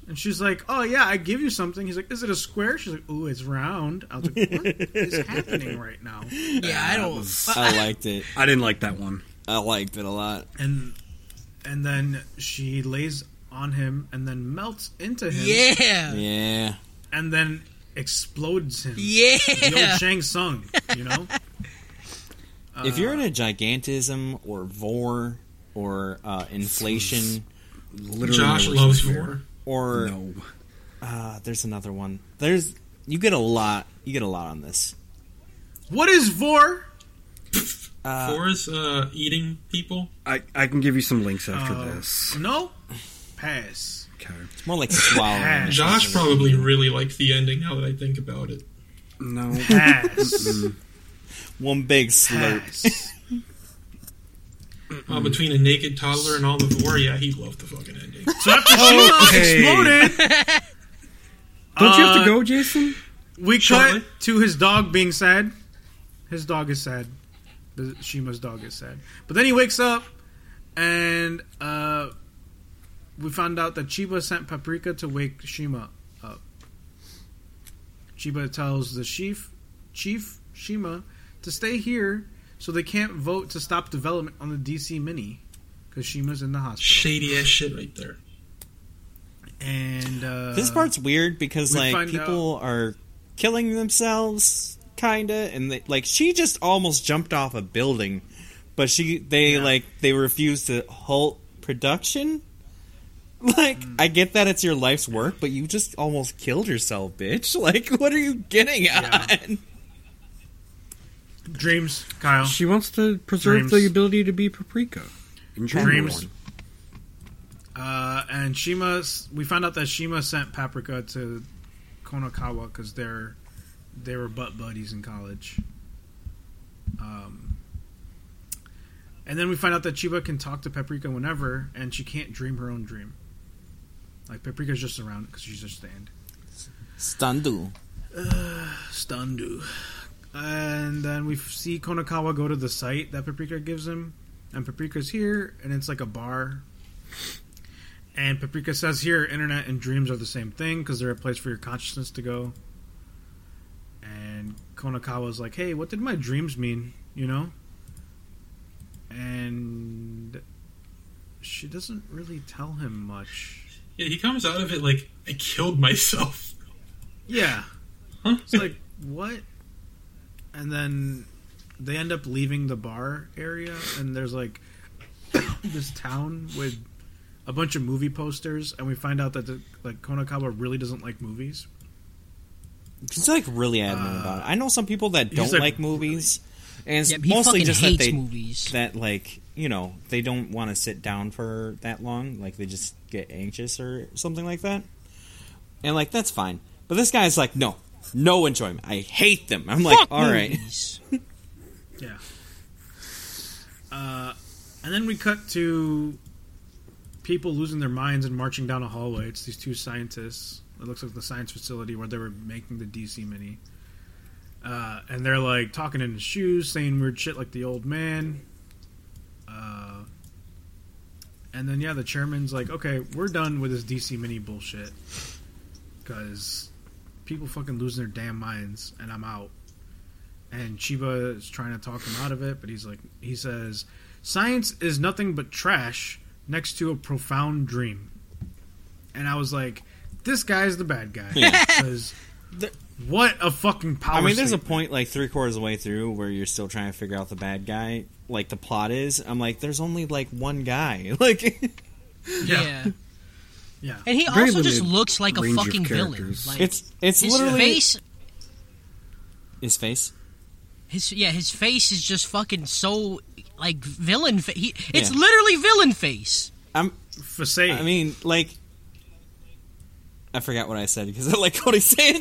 B: And she's like, "Oh yeah, I give you something." He's like, "Is it a square?" She's like, "Ooh, it's round." I was like, "What is happening right now?"
C: Yeah, I don't.
F: I liked it.
E: I didn't like that one.
F: I liked it a lot.
B: and and then she lays on him and then melts into him
F: Uh,
C: Yeah,
F: Yeah.
B: and then explodes him. The
C: yeah.
B: old Shang Tsung, you know?
F: if you're in a gigantism or vor or uh, inflation
E: Literally,
D: Josh
E: my worst
D: loves
E: nightmare.
D: war.
F: or
E: No,
F: uh, there's another one. There's you get a lot. You get a lot on this.
B: what is Vor?
D: Four is uh, eating people.
E: I I can give you some links after
B: Uh,
E: this.
B: No? Pass.
E: Okay.
F: It's <laughs> more like swallowing.
D: Josh probably really liked the ending. Now that I think about it,
E: <laughs> No.
B: Pass.
F: One big slurp.
B: Pass. Hmm.
D: uh, between a naked toddler and all the war, yeah, he loved the fucking
B: <laughs>
D: ending.
B: So after she
E: Okay.
B: exploded,
E: Don't you have to go, Jason?
B: we
D: Shortly.
B: cut to his dog being sad. His dog is sad. The Shima's dog is sad. But then he wakes up and uh, we found out that Chiba sent Paprika to wake Shima up. Chiba tells the chief, Chief Shima, to stay here so they can't vote to stop development on the DC Mini because Shima's in the hospital.
D: Shady ass shit right there.
B: And uh,
F: This part's weird because
B: we
F: like
B: find
F: people are killing themselves, kinda, and they, like she just almost jumped off a building, but she they like they refused to halt production. <laughs> Like I get that it's your life's work, but you just almost killed yourself, bitch. <laughs> Like what are you getting
B: Yeah.
F: at?
B: dreams, Kyle.
E: She wants to preserve
B: Dreams.
E: the ability to be paprika. Enjoy
B: Dreams.
E: one.
B: Uh, and Shima, we found out that Shima sent Paprika to Konokawa because they're they were butt buddies in college. Um, and then we find out that Chiba can talk to Paprika whenever, and she can't dream her own dream. Like Paprika's just around because she's a stand.
F: Standu.
B: Stundu. And then we f- see Konokawa go to the site that Paprika gives him. And Paprika's here, and it's like a bar. And Paprika says here, internet and dreams are the same thing because they're a place for your consciousness to go. And Konokawa's like, hey, what did my dreams mean? You know? And she doesn't really tell him much.
D: Yeah, he comes out of it like I killed myself. <laughs>
B: Yeah.
D: Huh?
B: It's like what? And then they end up leaving the bar area, and there's like <coughs> this town with a bunch of movie posters, and we find out that the, like Konokawa really doesn't like movies.
F: He's like really adamant about it. I know some people that don't
B: like,
F: like, movies, and it's
C: Yeah, he
F: mostly
C: fucking
F: just that
C: hates
F: they
C: movies.
F: that like you know they don't want to sit down for that long, like they just get anxious or something like that. And like that's fine, but this guy's like, no, no enjoyment. I hate them. I'm like,
C: Fuck
F: all right,
C: movies.
B: Yeah. Uh, and then we cut to people losing their minds and marching down a hallway. It's these two scientists. It looks like the science facility where they were making the DC Mini. Uh, and they're like talking in his shoes, saying weird shit like the old man. Uh, and then, yeah, the chairman's like, okay, we're done with this DC Mini bullshit. Because people fucking losing their damn minds, and I'm out and Chiba is trying to talk him out of it, but he's like, he says, "Science is nothing but trash next to a profound dream." And I was like, "This guy's the bad guy." <laughs> Because what a fucking power!
F: I mean, there's a
B: statement.
F: point like three quarters of the way through where you're still trying to figure out the bad guy, like the plot is. I'm like, there's only like one guy, <laughs> like.
C: yeah.
B: yeah.
C: and he
E: Very
C: also just
E: limited
C: looks like a
E: range of
C: fucking villain.
E: characters.
C: Like
F: It's it's
C: his
F: literally
C: face.
F: his face.
C: His yeah, his face is just fucking so like villain. Fa- he, it's
F: Yeah.
C: literally villain face.
F: I'm
B: Facade.
F: I mean, like, <laughs> I forgot what I said because I like what I said.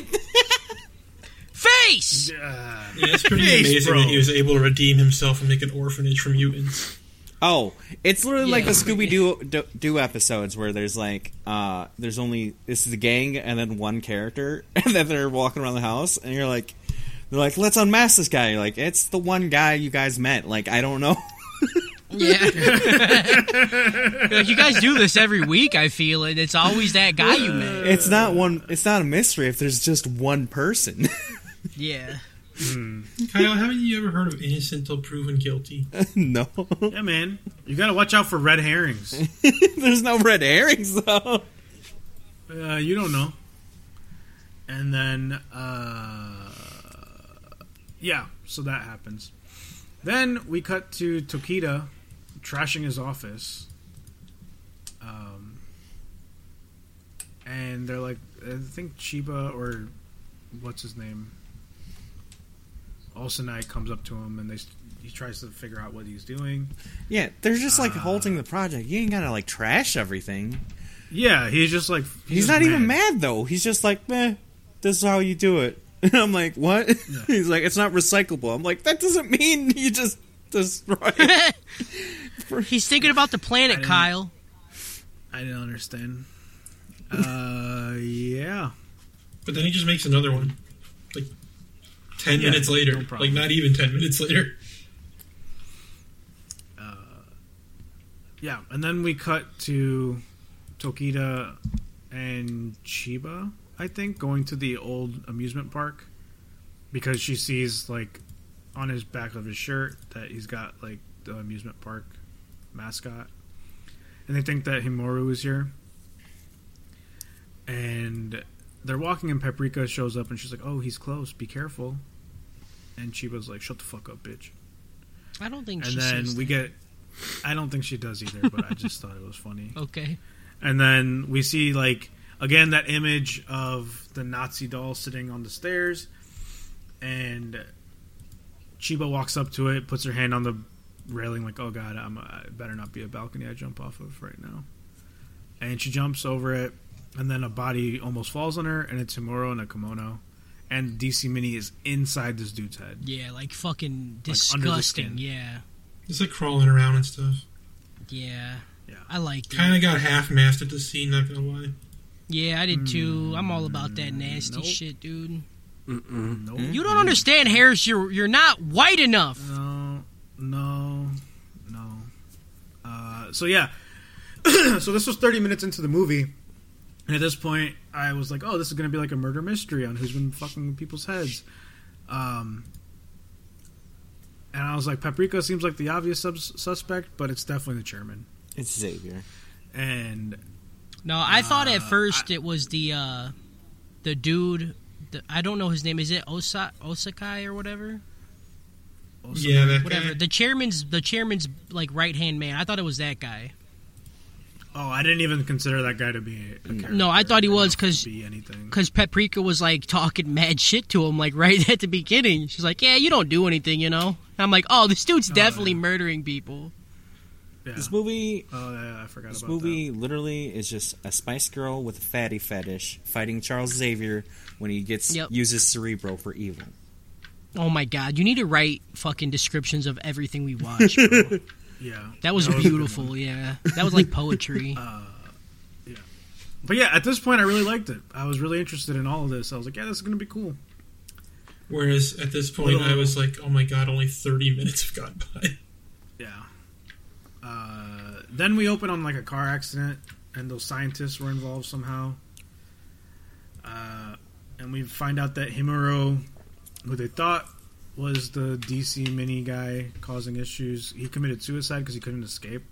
C: face!
B: Yeah.
D: Yeah, it's pretty
B: <laughs> Jeez,
D: amazing
B: bro.
D: that he was able to redeem himself and make an orphanage for mutants.
F: Oh, it's literally like
C: Yeah.
F: the Scooby Doo Doo episodes where there's like uh there's only this is the gang and then one character <laughs> and then they're walking around the house and you're like they're like let's unmask this guy. You're like it's the one guy you guys met. Like I don't know. <laughs>
C: Yeah. <laughs> like, you guys do this every week, I feel, and it's always that guy you met.
F: It's not one. It's not a mystery if there's just one person. <laughs>
C: Yeah.
D: Kyle, haven't you ever heard of innocent till proven guilty?
F: no, <laughs>
B: Yeah, man. You gotta watch out for red herrings.
F: there's no red herrings though. <laughs>
B: Uh, you don't know. And then, uh, yeah, so that happens. Then we cut to Tokita trashing his office. Um, and they're like, I think Chiba or what's his name? Olsenai comes up to him and they, he tries to figure out what he's doing.
F: Yeah, they're just like halting the project. You ain't gotta like trash everything.
B: Yeah, he's just like
F: He's,
B: just
F: not even mad though. He's just like, meh, this is how you do it. <laughs> And I'm like, what? <laughs> He's like, it's not recyclable. I'm like, that doesn't mean <laughs> you just destroy it.
B: <laughs>
C: He's thinking about the planet,
B: didn't-
C: Kyle.
B: I didn't understand. Uh, <laughs> yeah.
D: But then he just makes another one. Like, 10
B: Yeah,
D: minutes later.
B: no problem.
D: like, not even 10 minutes later.
B: Yeah, and then we cut to Tokita and Chiba, I think, going to the old amusement park because she sees like on his back of his shirt that he's got like the amusement park mascot. And they think that Himoru is here. And they're walking and Paprika shows up and she's like, "Oh, he's close. Be careful." And Chiba's like, "Shut the fuck up, bitch."
C: I don't think
B: and
C: she
B: then
C: says
B: we
C: that.
B: get i don't think she does either but i just thought it was funny <laughs>
C: Okay.
B: and then we see like again that image of the nazi doll sitting on the stairs and chiba walks up to it puts her hand on the railing like oh god i'm I better not be a balcony i jump off of right now and she jumps over it and then a body almost falls on her and it's Himuro in a kimono and dc mini is inside this dude's head
C: Yeah, like fucking
B: under the
C: disgusting.
B: skin.
C: yeah.
D: Just like crawling around and stuff.
C: Yeah.
B: Yeah.
C: I liked it.
D: Kind of got half mastered the scene, not gonna lie.
C: Yeah, I did too. I'm all about that
B: Mm,
C: nasty
B: nope.
C: shit, dude.
B: no
C: You don't understand, Harris. You're you're not white enough.
B: No, no, no. Uh, so yeah, <clears throat> so this was 30 minutes into the movie, and at this point, I was like, "Oh, this is gonna be like a murder mystery on who's been fucking people's heads." Um, and I was like, "Paprika seems like the obvious subs- suspect, but it's definitely the chairman."
F: It's Xavier.
B: And
C: No, I thought at first it was the uh the dude. The, I don't know his name. Is it Osa, Osakai or whatever?
B: also,
D: Yeah, that
C: Whatever.
D: guy.
C: The chairman's the chairman's like right hand man. I thought it was that guy.
B: oh, I didn't even consider that guy to be a character.
C: No, I thought he
B: enough
C: was
B: to
C: because
B: be anything.
C: because Paprika was like talking mad shit to him like <laughs> right at the beginning. She's like, "Yeah, you don't do anything, you know." I'm like, "Oh, this dude's definitely murdering people."
B: Yeah.
F: This movie,
B: Oh yeah, I forgot
F: this
B: about
F: movie literally is just a Spice Girl with a fatty fetish fighting Charles Xavier when he gets
C: Yep.
F: uses Cerebro for evil.
C: Oh my god, you need to write fucking descriptions of everything we
G: <laughs>
C: watch. Bro.
B: that. Yeah,
C: That was
B: a good one.
C: beautiful. Yeah, that was
G: <laughs>
C: like poetry.
G: Uh,
B: But yeah, at this point, I really liked it. I was really interested in all of this. I was like, yeah, this is gonna be cool.
D: Whereas at this point, I was like, oh my god, only 30 minutes have gone by.
B: Yeah. Uh, then we open on like a car accident, and those scientists were involved somehow. Uh, and we find out that Himuro, who they thought was the DC mini guy causing issues, he committed suicide because he couldn't escape,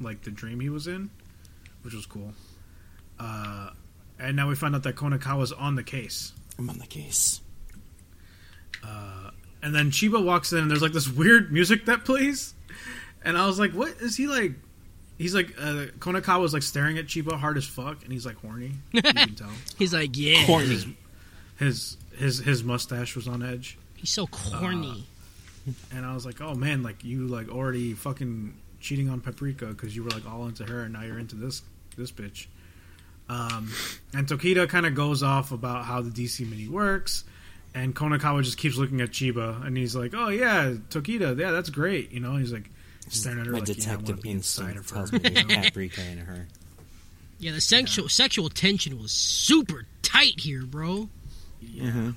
B: like the dream he was in, which was cool. Uh, and now we find out that Konakawa's on the case.
F: I'm on the case.
B: and then Chiba walks in and there's like this weird music that plays, and I was like, "What is he like?" He's like uh, Konakawa's like staring at Chiba hard as fuck, and he's like horny. You can tell
C: He's like, yeah,
F: Corny.
B: his his his mustache was on edge,
C: he's so
G: Uh,
C: corny.
B: and I was like, "Oh man, like you like already fucking cheating on Paprika because you were like all into her, and now you're into this this bitch." Um, and Tokita kind of goes off about how the DC mini works, And Konakawa just keeps looking at Chiba, and he's like, "Oh yeah, Tokita, yeah, that's great." You know, he's like staring at her
F: My
B: like, "Yeah, I wanna
F: detective
B: be inside
F: instinct
B: of her." <laughs>
F: tells me there's paprika in her.
G: Yeah, the sexual sexual tension was super tight here, bro.
B: yeah,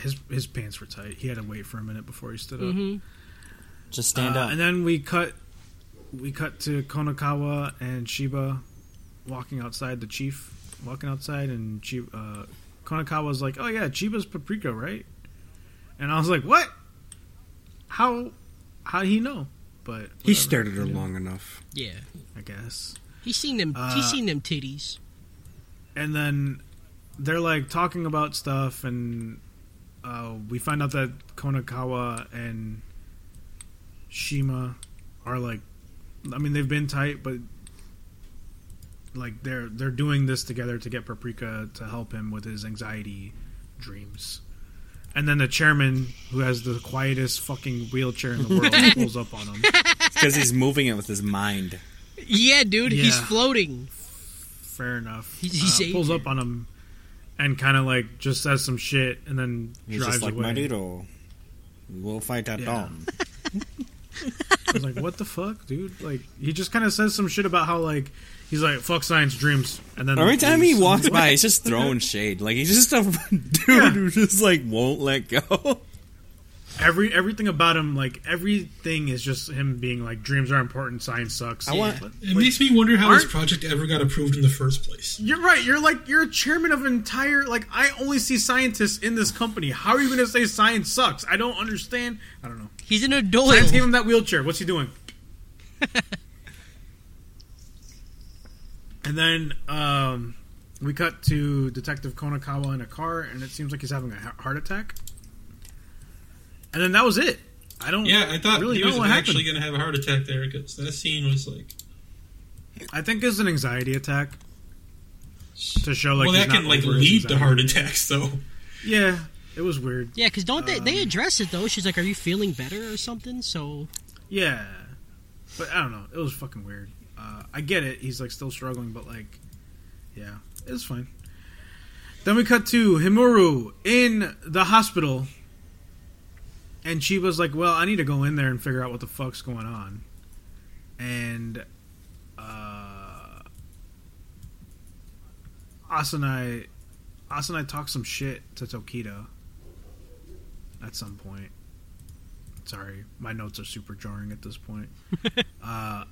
B: his his pants were tight. He had to wait for a minute before he stood up.
F: Just stand
B: Uh,
F: up.
B: And then we cut we cut to Konakawa and Shiba walking outside the chief walking outside and Chi uh, Konakawa's like, "Oh yeah, Chiba's paprika, right?" And I was like, "What? How how he know?" But
E: He
B: whatever,
E: stared at her
B: you know,
E: long enough.
G: Yeah,
B: I guess.
G: he seen them. he seen them titties.
B: and then they're like talking about stuff and uh, we find out that konakawa and shima are like i mean they've been tight but like they're they're doing this together to get paprika to help him with his anxiety dreams and then the chairman who has the quietest fucking wheelchair in the world pulls up on him
F: Because he's moving it with his mind.
G: Yeah, dude, he's
B: Yeah.
G: floating.
B: fair enough.
G: He's- he's
B: uh, pulls
G: Asian.
B: up on him and kind of like just says some shit and then
F: He's
B: drives
F: just like,
B: away.
F: Naruto, we will fight at
B: Yeah.
F: dawn.
B: I was like, what the fuck, dude? Like, he just kind of says some shit about how like he's like fuck science dreams, and then
F: Every time he
B: leaves.
F: walks by, he's just throwing shade. Like, he's just a <laughs> dude who just, like, won't let go.
B: every everything about him, like everything is just him being like dreams are important, science sucks.
F: I want-
B: But-
D: It makes me wonder how
B: aren't-
D: this project ever got approved in the first place.
B: You're right. You're like you're a chairman of an entire like I only see scientists in this company. How are you going to say science sucks? I don't understand. I don't know.
G: He's an adult.
B: Science gave him that wheelchair. What's he doing?
D: <laughs>
B: and then um, we cut to Detective Konakawa in a car, and it seems like he's having a ha- heart attack. And then that was it. I don't.
D: Yeah, I thought
B: really
D: he
B: know
D: was
B: what
D: actually
B: happened.
D: going to have a heart attack there because that scene was like.
B: I think it's an anxiety attack to show like.
D: well,
B: he's
D: that can
B: not
D: like
B: over his
D: lead to
B: anxiety.
D: heart attacks though.
B: Yeah, it was weird.
G: Yeah, because don't they
C: Um,
G: they address it though? She's like, "Are you feeling better or something?" So
B: Yeah, but I don't know. It was fucking weird. Uh, I get it. He's like still struggling, but like, yeah, it was fine. Then we cut to Himuru in the hospital, and she was like, "Well, I need to go in there and figure out what the fuck's going on," and uh, Asanai Asanai talks some shit to Tokita at some point sorry my notes are super jarring at this point uh,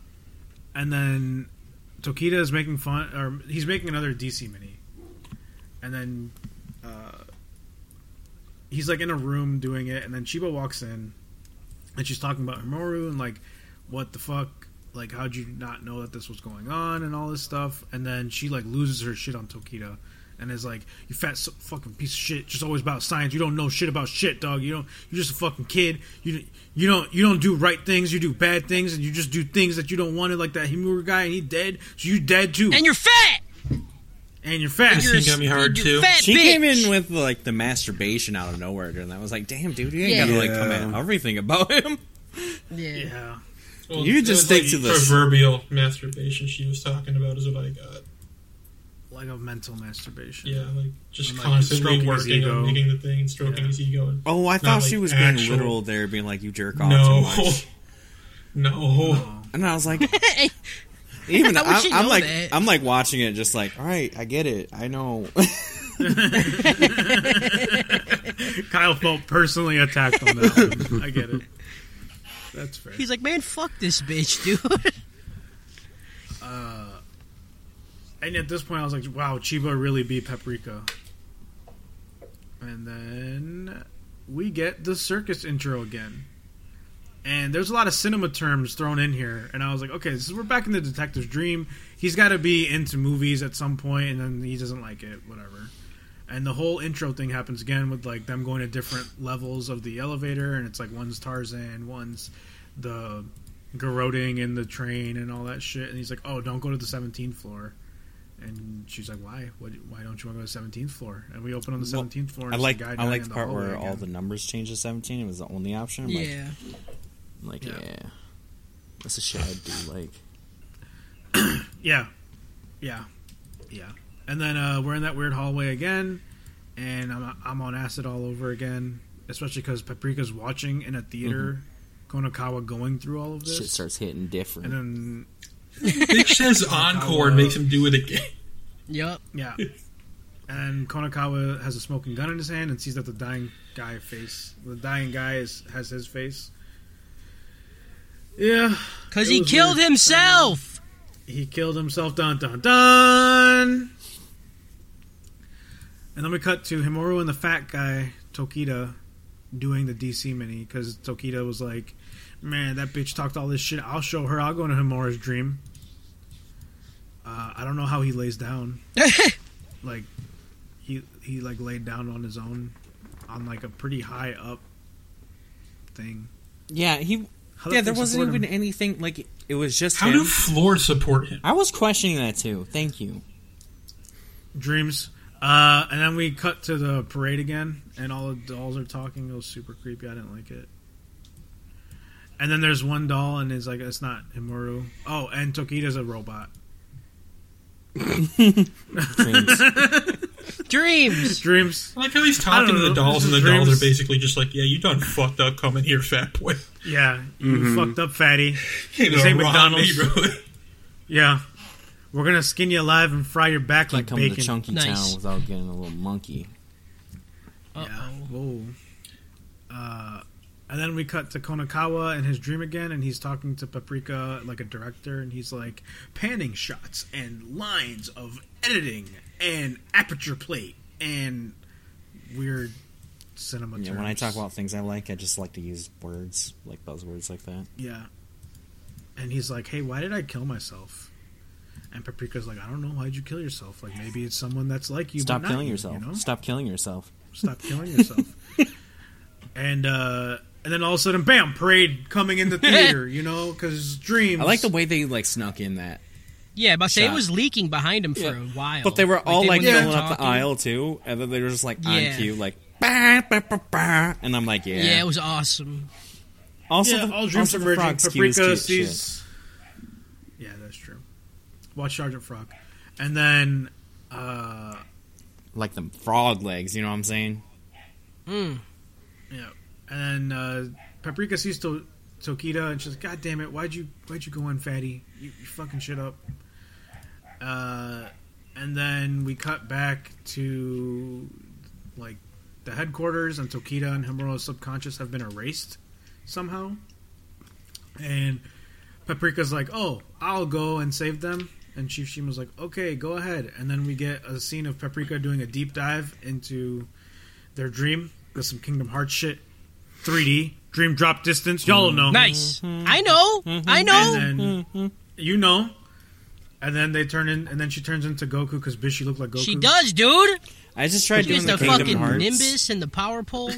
B: and then tokita is making fun or he's making another dc mini and then uh, he's like in a room doing it and then chiba walks in and she's talking about Himoru and like what the fuck like how'd you not know that this was going on and all this stuff and then she like loses her shit on tokita and is like you fat s fucking piece of shit just always about science you don't know shit about shit dog you don't you're just a fucking kid you you don't you don't do right things you do bad things and you just do things that you don't want to like that himura guy and he dead so you dead too
G: and you're fat.
B: and you're fast
G: You're
D: She got me hard,
G: you
D: too.
G: Fat
F: She
G: bitch.
F: came in with, like, the masturbation out of nowhere, and I was like, damn, dude, you ain't
G: Yeah.
F: gotta, like,
E: Yeah.
F: come at everything about him.
G: yeah.
B: yeah
D: Well,
F: You
D: it
F: just
D: was,
F: stick
D: like,
F: to the-
D: proverbial masturbation she was talking about is what I got.
B: like a mental masturbation
D: Yeah, like just
B: And, like,
D: constantly
B: stroking his
D: working
B: ego.
D: on making the thing, stroking his ego. And
F: Oh, I thought
D: like
F: she was being
D: actual-
F: literal there, being like, you jerk off too
D: no,
F: much.
D: <laughs> no,
F: <laughs> And I was
G: <laughs>
F: like, even
G: I wish
F: I'm,
G: you'd
F: I'm
G: know
F: like,
G: that.
F: I'm like watching it, just like, all right, I get it, I know.
B: <laughs>
F: <laughs>
B: kyle felt personally attacked on that one. <laughs> i get it that's fair
G: He's like, "Man, fuck this bitch, dude." <laughs>
B: And at this point, I was like, "Wow, Chiba really beat Paprika." And then we get the circus intro again, and there's a lot of cinema terms thrown in here. And I was like, "Okay, this is, we're back in the detective's dream. He's got to be into movies at some point, and then he doesn't like it, whatever." And the whole intro thing happens again with like them going to different levels of the elevator, and it's like one's Tarzan, one's the garroting in the train and all that shit. And he's like, "Oh, don't go to the 17th floor." And she's like, "Why? What, why don't you want to go to the 17th floor?" And we open on the 17th floor. And
F: I
B: it's
F: like,
B: the guy
F: I
B: dying
F: like
B: in
F: the part
B: hallway
F: where all the
B: again.
F: numbers change to 17. It was the only option. I'm like,
G: yeah.
F: I'm like,
B: Yeah.
F: yeah. that's a shit I do like.
B: yeah, yeah, yeah. And then uh, we're in that weird hallway again, and I'm I'm on acid all over again. Especially because Paprika's watching in a theater, Konokawa going through all of this,
F: Shit starts hitting different.
B: and then
D: Bitch
B: <laughs>
D: says encore and makes him do it again.
G: Yup.
B: yeah, and Konokawa has a smoking gun in his hand and sees that the dying guy face, the dying guy is, has his face. Yeah,
G: Because
B: It
G: he
B: was
G: killed
B: weird.
G: himself.
B: He killed himself. Dun dun dun. And then we cut to Himuro and the fat guy Tokita doing the DC mini because Tokita was like, "Man, that bitch talked all this shit. I'll show her. I'll go into Himura's dream." Uh, I don't know how he lays
F: <laughs>
B: down. like he he like laid down on his own on like a pretty high up thing.
F: Yeah, he.
B: How the
F: Yeah, there
B: fuck
F: wasn't
B: support
F: even
B: him?
F: anything like it was just
D: How
F: him.
D: do floors support him?
F: I was questioning that too. Thank you.
B: dreams. Uh, and then we cut to the parade again, and all the dolls are talking. It was super creepy. I didn't like it. And then there's one doll, and it's like it's not Himuru. Oh, and Tokita's a robot.
G: Dreams.
F: Dreams.
B: Dreams.
D: I like how he's
B: I don't
D: talking to the
B: know. This
D: dolls, and the
B: is
D: dolls
B: dreams.
D: are basically just like, "Yeah, you done fucked up. Coming here, fat
B: <laughs>
D: boy."
B: Yeah, you fucked up, fatty.
D: In
B: This
D: the
B: ain't
D: wrong
B: McDonald's. <laughs>
D: neighborhood.
B: Yeah, we're gonna skin you alive and fry your back
F: Can't
B: like
F: come to
B: bacon.
F: Chunky
G: Nice.
F: Town without getting a little monkey.
B: <laughs> Yeah. Whoa. Uh, and then we cut to Konakawa in his dream again, and he's talking to Paprika like a director, and he's like, panning shots and lines of editing and aperture plate and weird cinema.
F: Yeah, when I
B: terms.
F: talk about things I like, I just like to use words like buzzwords like that.
B: yeah, and he's like, hey, why did I kill myself? And Paprika's like, I don't know. Why'd you kill yourself? Like maybe it's someone that's like you.
F: Stop
B: but not
F: killing
B: you,"
F: yourself.
B: You know?
F: Stop killing yourself.
B: stop killing
F: <laughs>
B: yourself. and uh, and then all of a sudden, bam! Parade coming
F: <laughs>
B: in the theater, you know, because dreams.
F: I like the way they like snuck in that.
G: Yeah, but say it
F: Shot.
G: was leaking behind him for
F: Yeah.
G: a while.
F: But they were all like,
G: when they were
F: filling up the
G: talking-
F: aisle too, and then they were just like
G: Yeah.
F: on cue, like bah, bah, bah, bah, and I'm like, yeah.
G: Yeah. it was awesome.
F: also,
B: yeah,
F: the,
B: all dreams
F: also
B: are
F: the
B: merging.
F: frog skew is
B: Paprika
F: cute shit.
B: sees. Yeah, that's true. Watch Sergeant Frog, and then uh,
F: like the frog legs. You know what I'm saying?
B: yeah, and then uh, Paprika sees to- Tokita, and she's like, "God damn it! Why'd you why'd you go in, fatty? You, you fucking shit up." Uh, and then we cut back to like the headquarters, and Tokita and Himuro's subconscious have been erased somehow. And Paprika's like, "Oh, I'll go and save them." And Chief Shima's like, "Okay, go ahead." And then we get a scene of Paprika doing a deep dive into their dream. Got some Kingdom Hearts shit, 3D dream drop distance. Y'all know,
G: Nice. I know. I
C: Oh.
G: know.
B: and uh, then you know, and then they turn in, and then she turns into Goku because Bishi looked like Goku.
G: she does, dude.
F: I just tried
G: She
F: doing
G: gets
F: the,
G: the,
F: Kingdom
G: fucking
F: Hearts.
G: Nimbus and the power pole.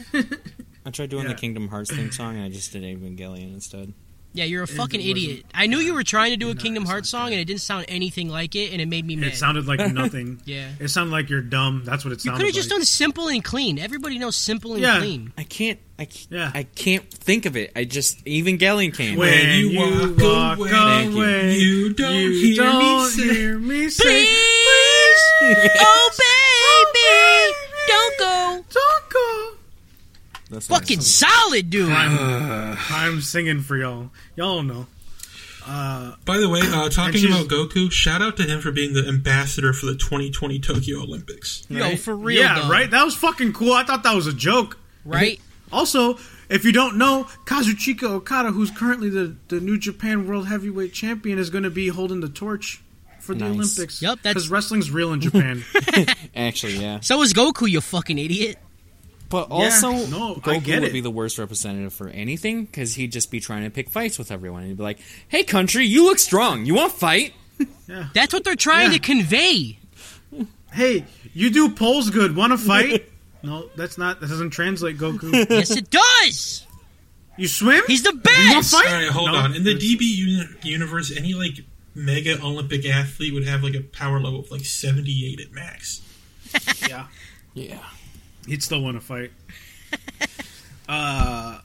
F: I tried doing
B: Yeah.
F: the Kingdom Hearts theme song, and I just did Evangelion instead.
G: Yeah, you're a fucking
B: wasn't-
G: idiot. I knew you were trying to do a
B: No,
G: Kingdom
B: it's
G: Hearts
B: not
G: song, and it didn't sound anything like it, and it made me mad.
B: It sounded like nothing.
G: Yeah.
B: it sounded like you're dumb. That's what it
G: you
B: sounded
G: could have just
B: like.
G: done simple and clean. Everybody knows simple and
B: Yeah.
F: <laughs>
G: clean.
F: I can't. I can't,
B: Yeah.
F: I can't think of it. I just Evangelion came.
B: when you walk, away,
F: Thank you.
D: you don't hear me say-
B: hear me say,
G: Please, oh baby, don't go.
B: don't go.
F: That's what I
G: Fucking
F: said.
G: solid, dude.
B: I'm singing for y'all. Y'all don't know.
D: By the way, uh, talking
B: she's-
D: about Goku, shout out to him for being the ambassador for the 2020 Tokyo Olympics.
G: Yo, for real,
B: yeah,
G: though.
B: right. That was fucking cool. I thought that was a joke.
G: Right?
B: Also, if you don't know, Kazuchika Okada, who's currently the, the New Japan World Heavyweight Champion, is going to be holding the torch for the
F: Nice.
B: Olympics.
G: Yup, that's-
B: because wrestling's real
G: <laughs>
B: in Japan.
F: Actually, yeah.
G: So is Goku, you fucking idiot.
F: But also,
B: no, I
F: Goku
B: get
F: would
B: it.
F: be the worst representative for anything because he'd just be trying to pick fights with everyone. He'd be like, "Hey, country, you look strong. You want fight?
G: That's what they're trying
B: Yeah.
G: to convey.
B: hey, you do polls good. Want to fight? no, that's not. That doesn't translate, Goku.
G: <laughs> Yes, it does.
B: you swim?
G: He's the
B: wanna
G: best.
B: fight?
D: All right, hold
B: No,
D: on. In the
B: it's-
D: DB uni- universe, any like mega Olympic athlete would have like a power level of like 78 at max.
B: yeah.
F: Yeah.
B: He'd still want to fight. <laughs> uh,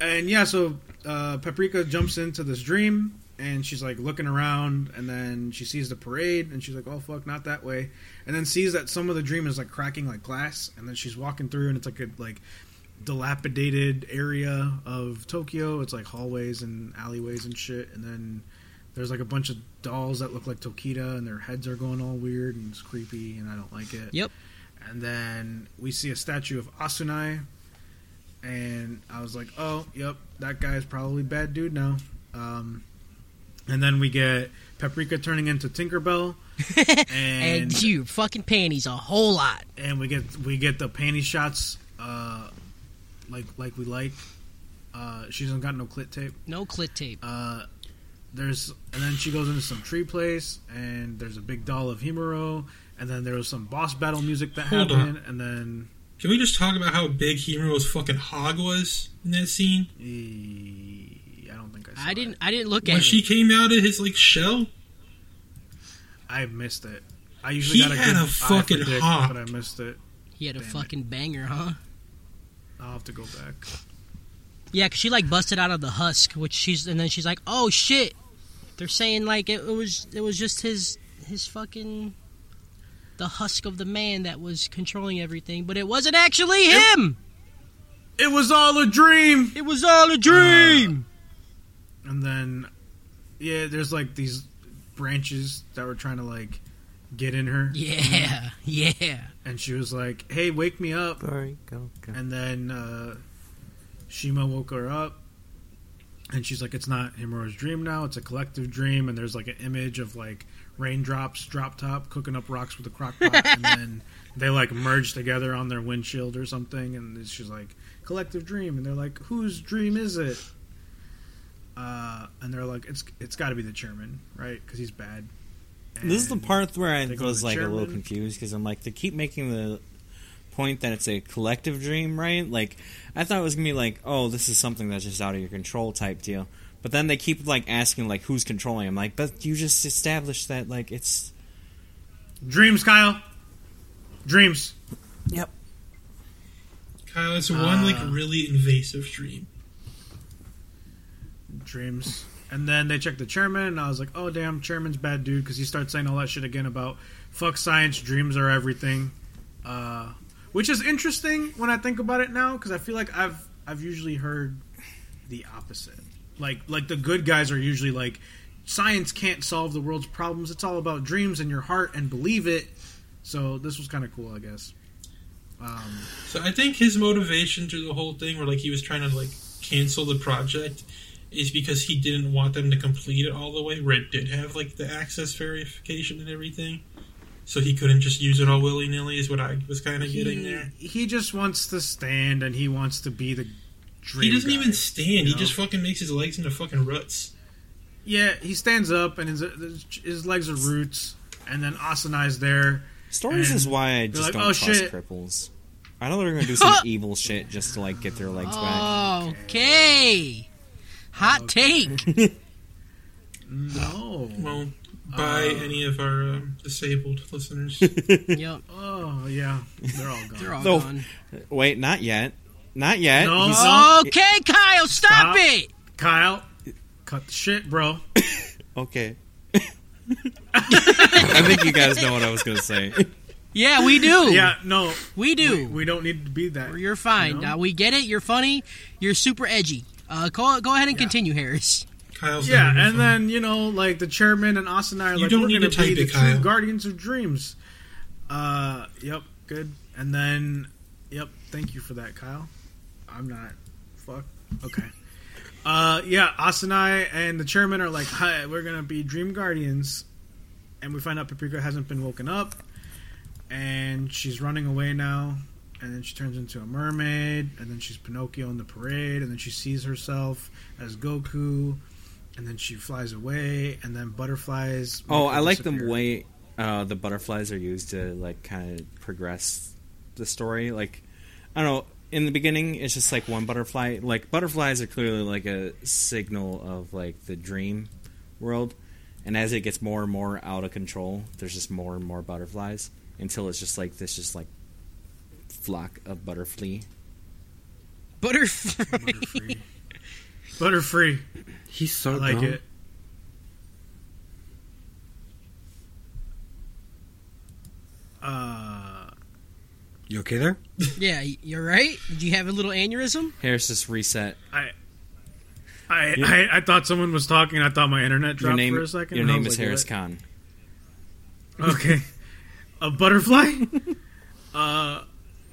B: and yeah, so uh, Paprika jumps into this dream, and she's like looking around and then she sees the parade and she's like oh fuck not that way and then sees that some of the dream is like cracking like glass and then she's walking through and it's like a like dilapidated area of Tokyo it's like hallways and alleyways and shit and then there's like a bunch of dolls that look like Tokita and their heads are going all weird and it's creepy and I don't like it
C: Yep.
B: and then we see a statue of Asunai and I was like, "Oh, yep, that guy's probably bad dude now." Um, and then we get Paprika turning into Tinkerbell,
G: And,
B: and
G: you fucking panties a whole lot.
B: and we get we get the panty shots, uh, like like we like. Uh, she doesn't got no clit tape.
G: No clit tape.
B: Uh, there's and then she goes into some tree place, and there's a big doll of Himuro, and then there was some boss battle music that
D: Hold on.
B: happened, and then
D: Can we just talk about how big Himuro's fucking hog was in that scene?
B: eh, I don't think I. Saw
G: I
B: it.
G: didn't. I didn't look
D: When
G: at
D: she
G: it.
D: came out of his like shell,
B: I missed it. I usually
D: He
B: got a
D: had
B: good
D: a
B: eye for
D: fucking
B: dick,
D: hawk.
B: but I missed it.
G: He had a
B: Damn it.
G: fucking banger, huh?
B: I'll have to go back.
G: Yeah, 'cause she like busted out of the husk, which she's and then she's like, "Oh shit!" They're saying like it, it was it was just his his fucking the husk of the man that was controlling everything, but it wasn't actually him.
B: It was all a dream.
G: It was all a dream.
B: And then, yeah, there's like these branches that were trying to like get in her,
G: yeah, <laughs> yeah.
B: and she was like, "Hey, wake me up!"
F: Sorry, go, go.
B: And then uh, Shima woke her up, and she's like, "It's not Himuro's dream now. It's a collective dream." And there's like an image of like raindrops, drop top, cooking up rocks with a crock pot,
F: <laughs>
B: and then they like merge together on their windshield or something. And it's- she's like, "Collective dream," and they're like, "Whose dream is it?" Uh, and they're like, "It's it's got to be the chairman, right? Because he's bad."
F: This is the
B: And-
F: part where I
B: They go to
F: was
B: the
F: like a little
B: chairman.
F: confused because I'm like they keep making the point that it's a collective dream, right? Like I thought it was gonna be like, oh, this is something that's just out of your control type deal. But then they keep like asking like who's controlling. I'm like, but you just established that like it's
B: dreams, Kyle. Dreams.
F: yep.
D: Kyle, it's one like really invasive dream.
B: dreams. And then they checked the chairman, and I was like, "Oh damn, chairman's bad dude," because he starts saying all that shit again about fuck science, dreams are everything, uh, which is interesting when I think about it now, because I feel like I've I've usually heard the opposite. Like like the good guys are usually like, science can't solve the world's problems. It's all about dreams and your heart and believe it. So this was kind of cool, I guess. Um,
D: So I think his motivation through the whole thing, where like he was trying to like cancel the project, is because he didn't want them to complete it all the way. Red did have like the access verification and everything, so he couldn't just use it all willy nilly. Is what I was kind of getting there.
B: he, he just wants to stand and he wants to be the. Dream
D: He doesn't
B: guy.
D: even stand. He
B: know?
D: just fucking makes his legs into fucking ruts.
B: Yeah, he stands up and his his legs are roots, and then Asanai's there.
F: Stories
B: And
F: is why I
B: they're
F: just
B: like,
F: don't
B: "Oh,
F: trust
B: shit."
F: cripples. I know they're gonna
B: <laughs>
F: do some evil shit just to like get their legs
B: Oh.
F: back.
G: Okay. Hot <laughs> take.
B: No.
D: Well, by any of our um, disabled listeners,
G: yep.
B: Oh yeah, they're all gone.
G: They're all
F: No.
G: gone.
F: <laughs> Wait, not yet. Not yet.
B: No.
F: He's-
G: Okay, Kyle, stop,
B: Stop.
G: it.
B: Kyle, cut the shit, bro.
F: Okay. <laughs> I think you guys know what I was gonna say.
G: Yeah, we
F: <laughs>
G: do.
B: Yeah, no,
G: we do.
B: we don't need to be that.
G: You're fine.
B: You know?
G: Now we get it. You're funny. You're super edgy. Uh, go, go ahead and continue, <laughs> Harris.
D: Kyle's
B: Yeah,
D: never
B: and
D: fun.
B: then you know, like the chairman and Asanai are
D: You
B: like,
D: don't
B: we're
D: need
B: going to
D: to type
B: be the
D: it, Kyle.
B: true guardians of dreams. Uh, yep, good. And then, yep, thank you for that, Kyle. I'm not. Fuck. Okay. Uh, yeah, Asanai and the chairman are like, hi, we're gonna be dream guardians, and we find out Paprika hasn't been woken up, and she's running away now. And then she turns into a mermaid, and then she's Pinocchio in the parade, and then she sees herself as Goku, and then she flies away, and then butterflies.
F: Oh,
B: make her
F: I like the
B: disappear.
F: way uh, the butterflies are used to like kind of progress the story. Like, I don't know. In the beginning, it's just like one butterfly. Like butterflies are clearly like a signal of like the dream world, and as it gets more and more out of control, there's just more and more butterflies until it's just like this, just like flock of butterfly.
G: Butterfly.
B: Butterfree. Butterfree.
E: He's so
B: I like
F: Uh-huh.
E: dumb.
B: it. Uh,
E: You okay there?
G: <laughs> Yeah, y- you're right. Did you have a little aneurysm?
F: Here's this reset.
B: I. I, I, I thought someone was talking. I thought my internet dropped
F: Your name,
B: for a second.
F: your
B: and I
F: name
B: was
F: is
B: like,
F: Harris
B: what?
F: Khan.
B: Okay. A butterfly? <laughs> uh,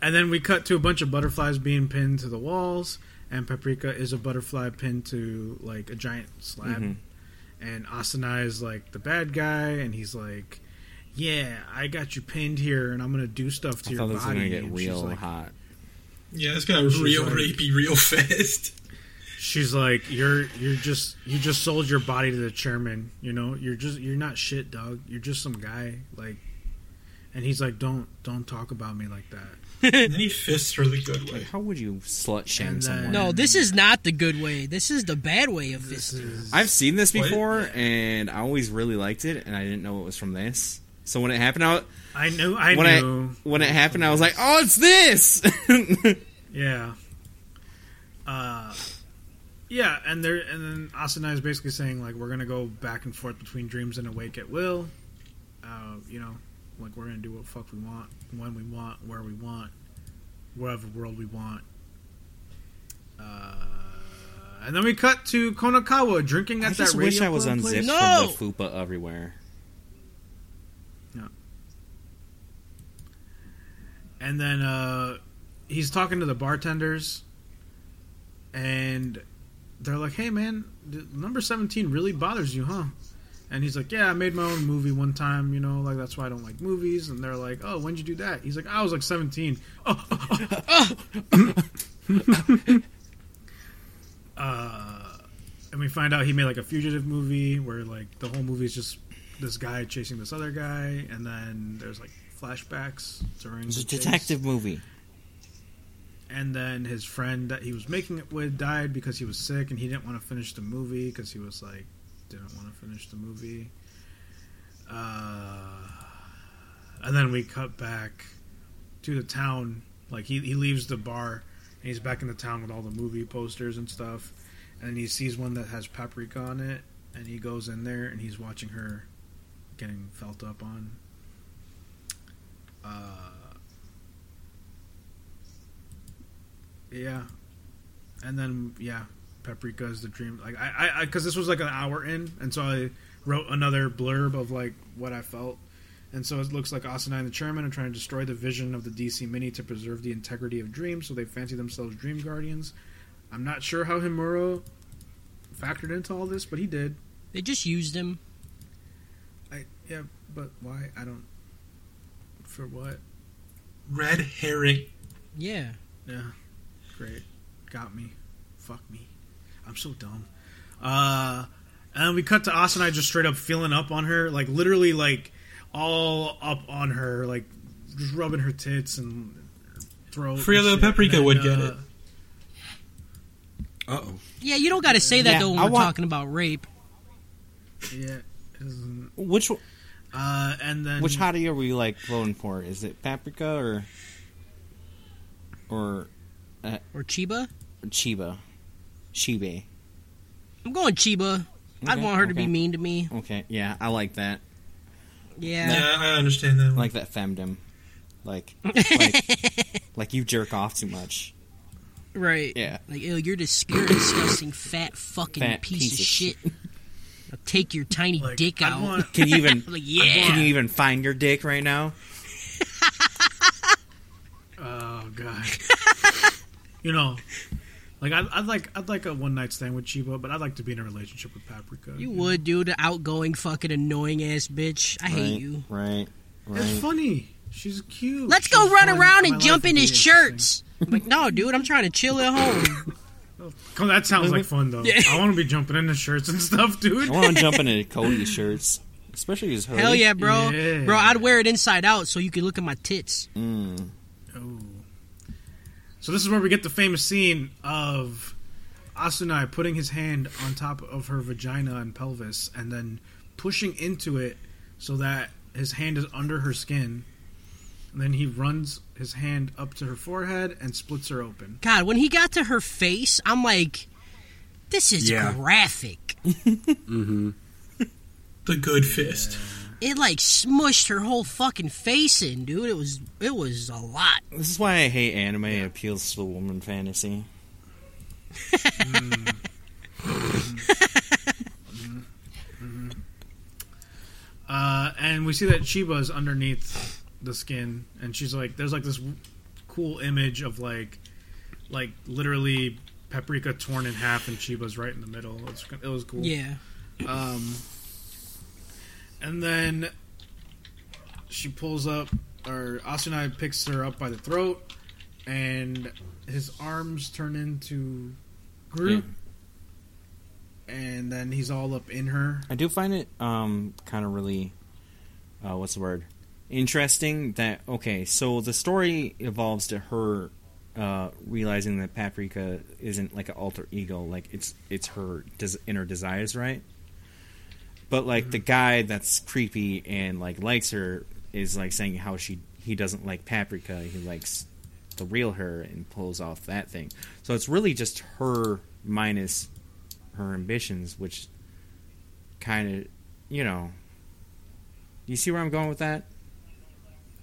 B: and then we cut to a bunch of butterflies being pinned to the walls, and Paprika is a butterfly pinned to, like, a giant slab.
F: Mm-hmm.
B: And Asana is, like, the bad guy, and he's like, Yeah, I got you pinned here, and I'm going to do stuff to
F: I
B: your
F: thought
B: body.
F: this was gonna get
B: And she's
F: real
B: like-
F: hot.
D: Yeah, this got real
B: like-
D: rapey real fast.
B: She's like, you're you're just you just sold your body to the chairman. You know, you're just you're not shit, dog. You're just some guy. Like, and he's like, don't don't talk about me like that.
D: and then he fists her the good
F: <laughs>
D: way.
F: How would you slut shame
B: And
F: someone?
B: then-
G: No, this is not the good way. This is the bad way of this.
F: I've seen this
D: What?
F: before, and I always really liked it, and I didn't know it was from this. So when it happened, I
B: I knew. I
F: when I
B: knew.
F: when it happened, I was like, "Oh, it's this." <laughs>
B: Yeah. Uh, yeah, and there, and then Asana is basically saying like, we're gonna go back and forth between dreams and awake at will. Uh, you know, like we're gonna do what fuck we want, when we want, where we want, wherever world we want. Uh, and then we cut to Konakawa drinking at
F: I
B: that
F: just
B: radio
F: wish I was
B: club place.
F: unzipped
G: No!
F: from the fupa everywhere.
B: and then uh, he's talking to the bartenders, and they're like, "Hey, man, the- number seventeen really bothers you, huh?" And he's like, "Yeah, I made my own movie one time, you know, like that's why I don't like movies." And they're like, "Oh, when'd you do that?" He's like, "I was like <laughs> 17. Oh, oh, oh, oh. uh, and we find out he made like a fugitive movie where like the whole movie is just this guy chasing this other guy, and then there's like flashbacks during
F: It's a
B: the chase.
F: detective movie.
B: And then his friend that he was making it with died because he was sick and he didn't want to finish the movie because he was like, didn't want to finish the movie. Uh, and then we cut back to the town. Like, he, he leaves the bar and he's back in the town with all the movie posters and stuff. And he sees one that has paprika on it and he goes in there and he's watching her getting felt up on. Uh, Yeah, and then yeah, Paprika is the dream. Like I, I, because this was like an hour in, and so I wrote another blurb of like what I felt, and so it looks like Asana and the chairman are trying to destroy the vision of the DC Mini to preserve the integrity of dreams, so they fancy themselves dream guardians. I'm not sure how Himuro factored into all this, but he did.
G: They just used him.
B: I yeah, but why? I don't. For what?
D: Red herring.
G: Yeah.
B: Yeah. Great. Got me. Fuck me. I'm so dumb. Uh and we cut to Asana just straight up feeling up on her, like literally like all up on her, like just rubbing her tits and her throat.
D: Free
B: and
D: Little
B: shit.
D: Paprika
B: And then,
D: would get
B: uh,
D: it.
E: Uh oh.
G: Yeah, you don't got to say that
F: Yeah,
G: though when
F: I
G: we're
F: want-
G: talking about rape.
B: Yeah. Isn't-
F: Which
B: Uh, and then
F: which hottie are we like voting for? Is it Paprika or or
G: Or Chiba?
F: Chiba? Chibe.
G: I'm going Chiba. I'd
F: Okay,
G: want her to be
F: okay.
G: mean to me.
F: Okay, yeah, I like that.
G: Yeah.
D: Yeah, I understand that.
F: I
D: One.
F: like that femdom. Like, like, <laughs> like you jerk off too much.
G: Right.
F: Yeah.
G: Like, ew, you're this you're a disgusting fat fucking
F: Fat
G: piece,
F: piece
G: of,
F: of
G: shit.
F: <laughs>
G: Now take your tiny
B: like,
G: dick
B: I
G: out. <laughs>
B: want-
F: Can you even?
G: like, yeah.
F: Can you even find your dick right now?
B: Oh god. you know, like I'd, I'd like I'd like a one night stand with Chiba, but I'd like to be in a relationship with Paprika.
G: You would, dude. An outgoing, fucking annoying ass bitch. I hate
F: right,
G: you. <laughs>
F: Right.
B: It's
F: Right.
B: funny. She's cute.
G: Let's go
B: She's
G: run
B: fun.
G: around
B: My
G: and jump
B: life
G: in
B: would
G: his
B: be interesting.
G: shirts. I'm like, no, dude, I'm trying to chill at
B: <laughs>
G: home.
B: Oh, that sounds like fun though. I want to be jumping into shirts and <laughs> stuff,
F: I
B: dude.
F: want to jump into Cody's shirts, especially his hoodie.
G: Hell yeah, bro.
B: Yeah.
G: Bro, I'd wear it inside out so you could look at my tits.
F: Mm.
B: Ooh. So this is where we get the famous scene of Asunai putting his hand on top of her vagina and pelvis, and then pushing into it so that his hand is under her skin. And then he runs his hand up to her forehead and splits her open.
G: God, when he got to her face, I'm like, this is
E: Yeah.
G: graphic.
D: The good fist.
G: it like smushed her whole fucking face in, dude. It was it was a lot.
F: This is why I hate anime. It appeals to the woman fantasy.
B: Uh, and we see that Chiba's underneath the skin, and she's like, there's like this w- cool image of like, like literally paprika torn in half, and Chiba's right in the middle. It was, it was cool.
G: Yeah.
B: Um, and then she pulls up, or Asunai picks her up by the throat, and his arms turn into Groot. And then he's all up in her.
F: I do find it um kind of really uh what's the word? Interesting that okay, so the story evolves to her uh realizing that Paprika isn't like an alter ego, like it's it's her des- inner desires, right? But like the guy that's creepy and like likes her is like saying how she he doesn't like Paprika, he likes the real her and pulls off that thing. So it's really just her minus her ambitions, which kind of, you know. You see where I'm going with that?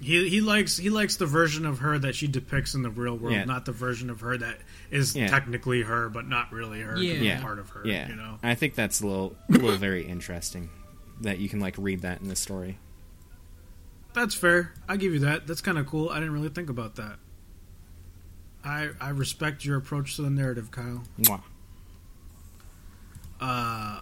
B: He he likes he likes the version of her that she depicts in the real world,
F: Yeah.
B: not the version of her that is
F: Yeah.
B: technically her but not really her,
G: Yeah.
B: yeah.
F: Yeah,
B: part of her.
F: Yeah,
B: you know.
F: I think that's
B: <laughs>
F: a little, a little very interesting that you can like read that in the story.
B: That's fair. I give you that. That's kind of cool. I didn't really think about that. I I respect your approach to the narrative, Kyle.
F: Mwah.
B: Uh,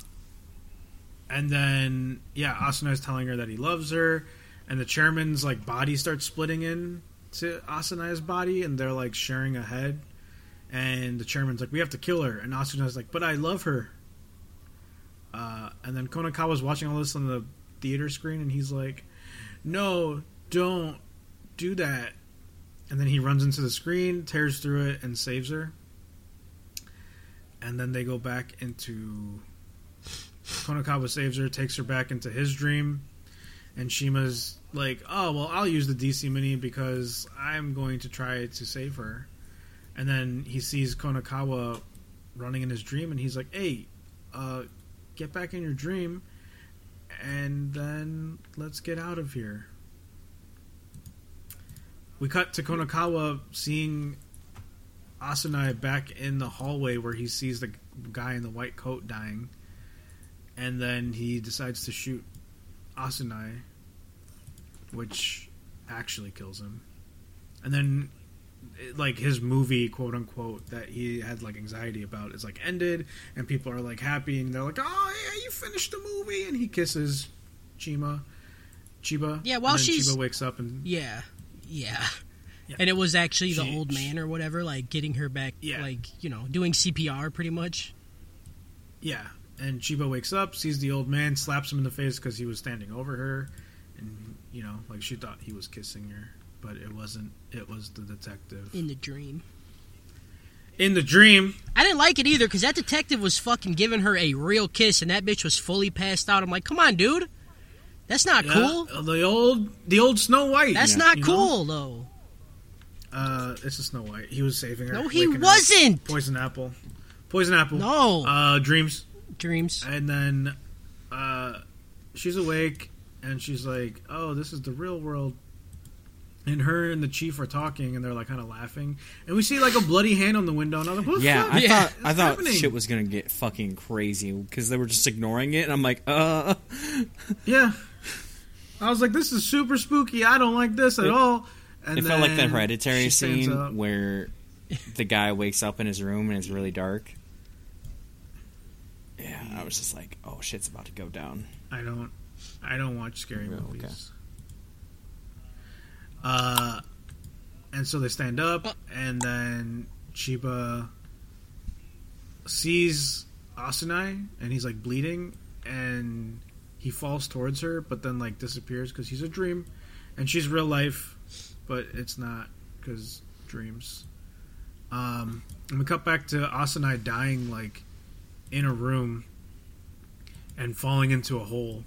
B: and then yeah, Asanai's telling her that he loves her, and the chairman's like body starts splitting in to Asanai's body, and they're like sharing a head. And the chairman's like, "We have to kill her," and Asanai's like, "But I love her." Uh, and then Konakawa's watching all this on the theater screen, and he's like, "No, don't do that." And then he runs into the screen, tears through it, and saves her and then they go back into Konokawa saves her, takes her back into his dream, and Shima's like, "Oh well, I'll use the DC mini because I'm going to try to save her." And then he sees Konokawa running in his dream, and he's like, "Hey, uh, get back in your dream, and then let's get out of here." We cut to Konokawa seeing Asanai back in the hallway where he sees the guy in the white coat dying, and then he decides to shoot Asanai, which actually kills him. And then, it- like his movie, quote unquote, that he had like anxiety about is like ended, and people are like happy, and they're like, "Oh yeah, you finished the movie!" And he kisses Chima, Chiba.
G: Yeah, while
B: and then
G: she's-
B: Chiba wakes up and
G: Yeah. Yeah. And it was actually the
B: She-
G: old man or whatever, like getting her back,
B: Yeah.
G: like you know, doing CPR pretty much.
B: Yeah, and Chiba wakes up, sees the old man, slaps him in the face because he was standing over her, and you know, like she thought he was kissing her, but it wasn't. It was the detective
G: in the dream.
B: in the dream.
G: I didn't like it either because that detective was fucking giving her a real kiss and that bitch was fully passed out. I'm like, come on, dude. That's not
B: Yeah, uh,
G: cool.
B: The old, the old Snow White.
G: That's
B: you
G: not
B: know?
G: cool,
B: Uh, it's a Snow White. He was saving her.
G: No, he
B: waking her up.
G: wasn't.
B: Poison apple. Poison apple.
G: No.
B: Uh, dreams.
G: though. Dreams.
B: And then uh, she's awake and she's like, "Oh, this is the real world." And her and the chief are talking, and they're like kind of laughing. And we see like a bloody hand on the window, and I'm like, "What the
F: Yeah,
B: fuck?"
F: I
G: Yeah.
F: thought I
B: It's
F: thought
B: happening.
F: shit was gonna get fucking crazy because they were just ignoring it, and I'm like, uh,
B: yeah." I was like, "This is super spooky. I don't like this at all." And
F: it felt like the
B: then
F: hereditary
B: she stands up.
F: scene where the guy wakes up in his room and it's really dark. Yeah, I was just like, oh shit's about to go down.
B: I don't. I don't watch scary
F: Yeah,
B: movies.
F: okay.
B: Uh, and so they stand up, and then Chiba sees Asunai, and he's like bleeding, and he falls towards her, but then like disappears because he's a dream, and she's real life, but it's not because dreams. Um, and we cut back to Asunai dying like in a room and falling into a hole.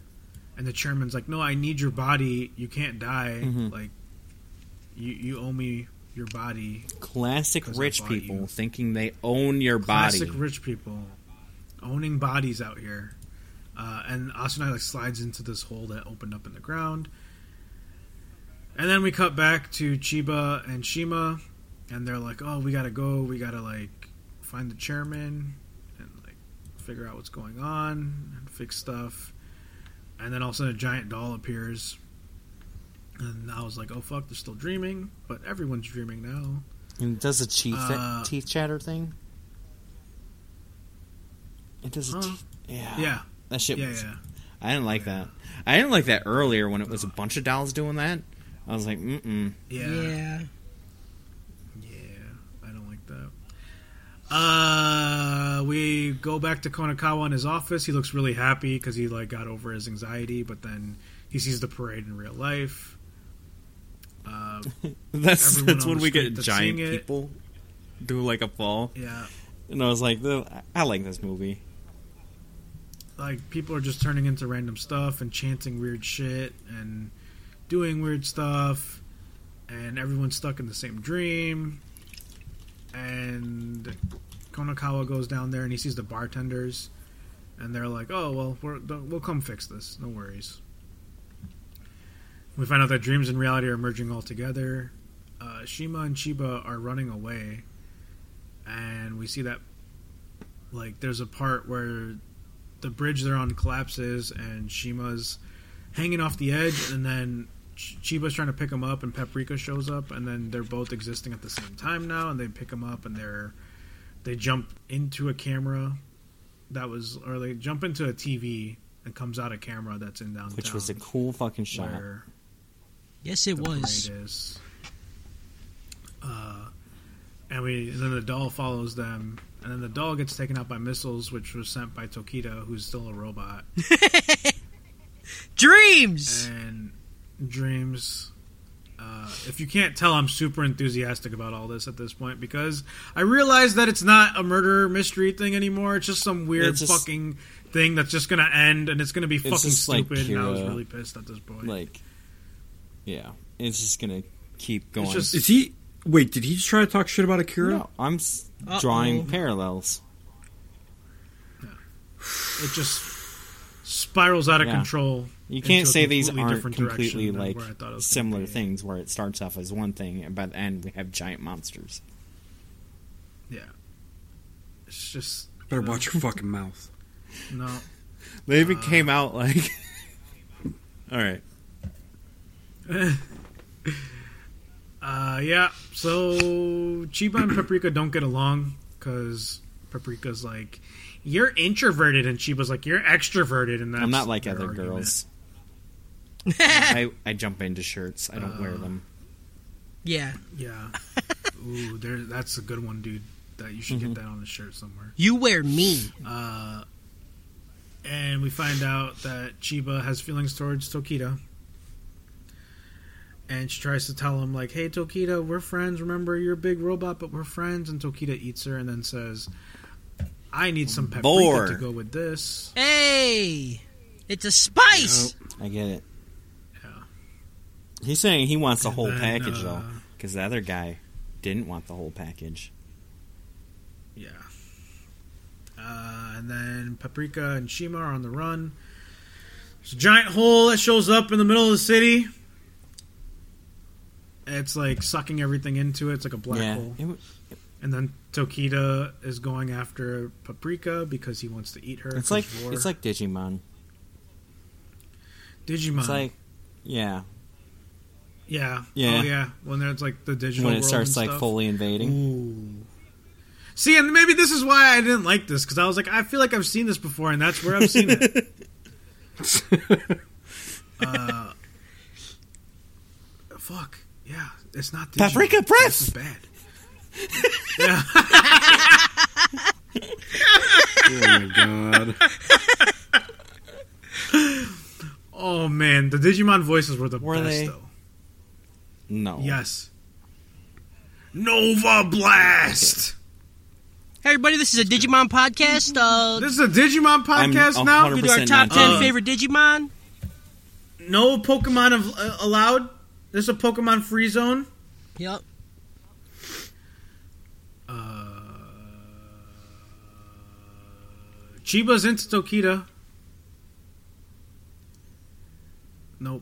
B: And the chairman's like, "No, I need your body. You can't die.
F: Mhm.
B: Like, you you owe me your body."
F: Classic
B: 'Cause I
F: rich
B: bought
F: people
B: you.
F: thinking they own your body.
B: Classic rich people owning bodies out here. Uh, and Asunai like slides into this hole that opened up in the ground. And then we cut back to Chiba and Shima, and they're like, "Oh, we gotta go. We gotta like find the chairman and like figure out what's going on and fix stuff." And then all of a sudden, a giant doll appears, and I was like, "Oh fuck, they're still dreaming." But everyone's dreaming now.
F: And does a teeth
B: Uh,
F: teeth chatter thing? It does. A
B: Huh?
F: teeth- yeah.
B: Yeah,
F: That shit.
B: yeah,
F: Ah, was,
B: yeah.
F: I didn't like that. I didn't like that earlier when it was a bunch of dolls doing that. I was like, mm mm.
B: Yeah.
G: Yeah.
B: Yeah. I don't like that. Uh, we go back to Konakawa in his office. He looks really happy because he like got over his anxiety, but then he sees the parade in real life. Uh,
F: <laughs> That's
B: Everyone
F: that's
B: on
F: when
B: the
F: we get
B: street that's
F: giant
B: seeing it.
F: people do like a fall,
B: yeah,
F: and I was like, "The- I I like this movie.
B: like people are just turning into random stuff and chanting weird shit and doing weird stuff, and everyone's stuck in the same dream. And Konakawa goes down there and he sees the bartenders, and they're like, "Oh well, we're, th- we'll come fix this. No worries." We find out that dreams and reality are merging all together. Uh, Shima and Chiba are running away, and we see that like there's a part where the bridge they're on collapses and Shima's hanging off the edge and then Ch- Chiba's trying to pick him up and Paprika shows up and then they're both existing at the same time now and they pick him up and they're they jump into a camera that was or they jump into a TV and comes out a camera that's in downtown
F: Which was a cool fucking shot.
B: where
G: Yes, it
B: the
G: was.
B: parade is. Uh, and we then the doll follows them, and then the doll gets taken out by missiles, which was sent by Tokita, who's still a
F: <laughs>
B: robot,
G: Dreams.
B: and dreams. Uh, if you can't tell, I'm super enthusiastic about all this at this point because I realize that it's not a murder mystery thing anymore. It's just some weird
F: It's just-
B: fucking thing that's just gonna end, and it's gonna be fucking
F: just, like,
B: stupid. and I was
F: pure-
B: really pissed at this point.
F: Like, yeah, it's just gonna keep going.
B: just-
E: Is he? Wait, did he just try to talk shit about Akira?
F: no, I'm s-
G: Uh-oh.
F: drawing parallels.
B: it just spirals out of
F: Yeah.
B: control.
F: You can't
B: into a
F: say these
B: completely
F: aren't
B: different
F: completely
B: direction than
F: like
B: where I thought it was gonna
F: similar
B: be.
F: things where it starts off as one thing and by the end we have giant monsters.
B: Yeah, it's just
E: Better watch your fucking mouth.
B: no.
F: They even came out like <laughs> All right.
B: Uh, yeah. So Chiba and Paprika don't get along because Paprika's like, "You're introverted," and Chiba's like, "You're extroverted," and that's
F: I'm not like
B: their
F: other
B: argument. <laughs>
F: girls. I, I jump into shirts. I don't wear
B: Uh,
F: them.
G: Yeah.
B: Yeah. Ooh, there. That's a good one, dude. That you
F: Mm-hmm.
B: should get that on the shirt somewhere.
G: You wear me.
B: Uh, and we find out that Chiba has feelings towards Tokita. And she tries to tell him, like, hey, Tokita, we're friends. Remember, you're a big robot, but we're friends. And Tokita eats her and then says, I need some paprika
F: Boar.
B: to go with this.
G: Hey, it's a spice.
F: I get it.
B: Yeah.
F: He's saying he wants the whole
B: then,
F: package though,
B: uh,
F: because the other guy didn't want the whole package.
B: Yeah. Uh, and then Paprika and Shima are on the run. There's a giant hole that shows up in the middle of the city. It's like sucking everything into it. It's like a black
F: yeah,
B: hole.
F: It w-
B: And then Tokita is going after Paprika because he wants to eat her.
F: it's
B: 'cause
F: like
B: war.
F: it's like Digimon.
B: Digimon.
F: It's like yeah,
B: yeah,
F: Yeah.
B: oh yeah. When there's like the digital
F: when it
B: world
F: starts
B: and
F: like
B: stuff.
F: fully invading.
B: Ooh. See, and maybe this is why I didn't like this because I was like, I feel like I've seen this before, and that's where I've seen it.
F: <laughs>
B: uh, fuck yeah, it's not Digimon.
F: Paprika Press!
B: This is bad. yeah,
E: Oh my god.
B: Oh man, the Digimon voices were the
F: Were
B: best
F: they?
B: though.
F: No.
B: Yes. Nova Blast.
G: Hey, everybody, this is a Digimon podcast. Uh,
B: This is a Digimon
F: I'm
B: podcast now.
G: we do our
F: 100%
G: top
F: not
G: ten
F: Digimon.
G: favorite Digimon.
B: No Pokemon of, uh, allowed. This is a Pokemon free zone.
G: Yep.
B: Uh, Chiba's into Tokita. Nope.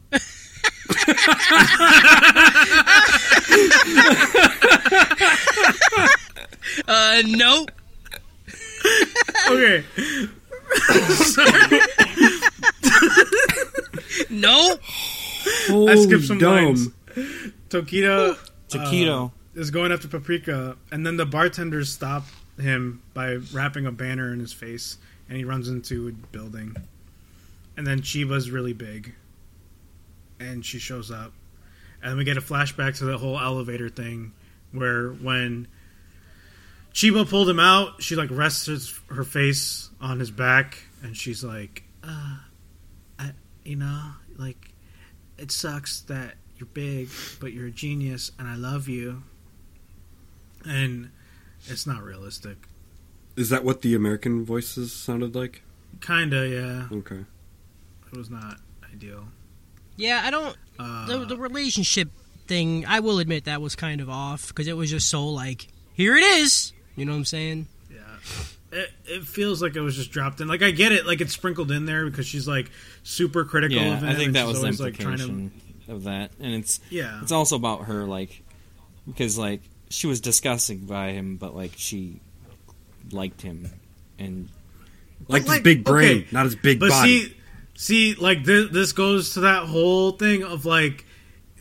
G: Uh, nope.
B: <laughs> Okay.
G: Nope.
B: I
E: Holy
B: skipped some
E: dumb.
B: lines. Tokita
F: Taquito.
B: is going after Paprika, and then the bartenders stop him by wrapping a banner in his face, and he runs into a building. And then Chiba's really big, and she shows up, and then we get a flashback to the whole elevator thing, where when Chiba pulled him out, she like rests his, her face on his back, and she's like, uh, I, you know, like it sucks that you're big, but you're a genius, and I love you. And it's not realistic.
E: Is that what the American voices sounded like?
B: Kinda, yeah.
E: Okay.
B: It was not ideal.
G: Yeah, I don't.
B: Uh,
G: The, the relationship thing, I will admit that was kind of off because it was just so like, here it is. You know what I'm saying?
B: yeah. It, it feels like it was just dropped in. Like I get it, like it's sprinkled in there because she's like super critical
F: Yeah,
B: of him.
F: I think
B: and
F: that
B: she's
F: was the
B: always, like, trying to- Oh.
F: implication of that, and it's
B: yeah,
F: it's also about her like because like she was disgusted by him, but like she liked him, and
E: Like his
B: like-
E: big brain,
B: okay.
E: not his big
B: but
E: body.
B: see, see, like this, this goes to that whole thing of like,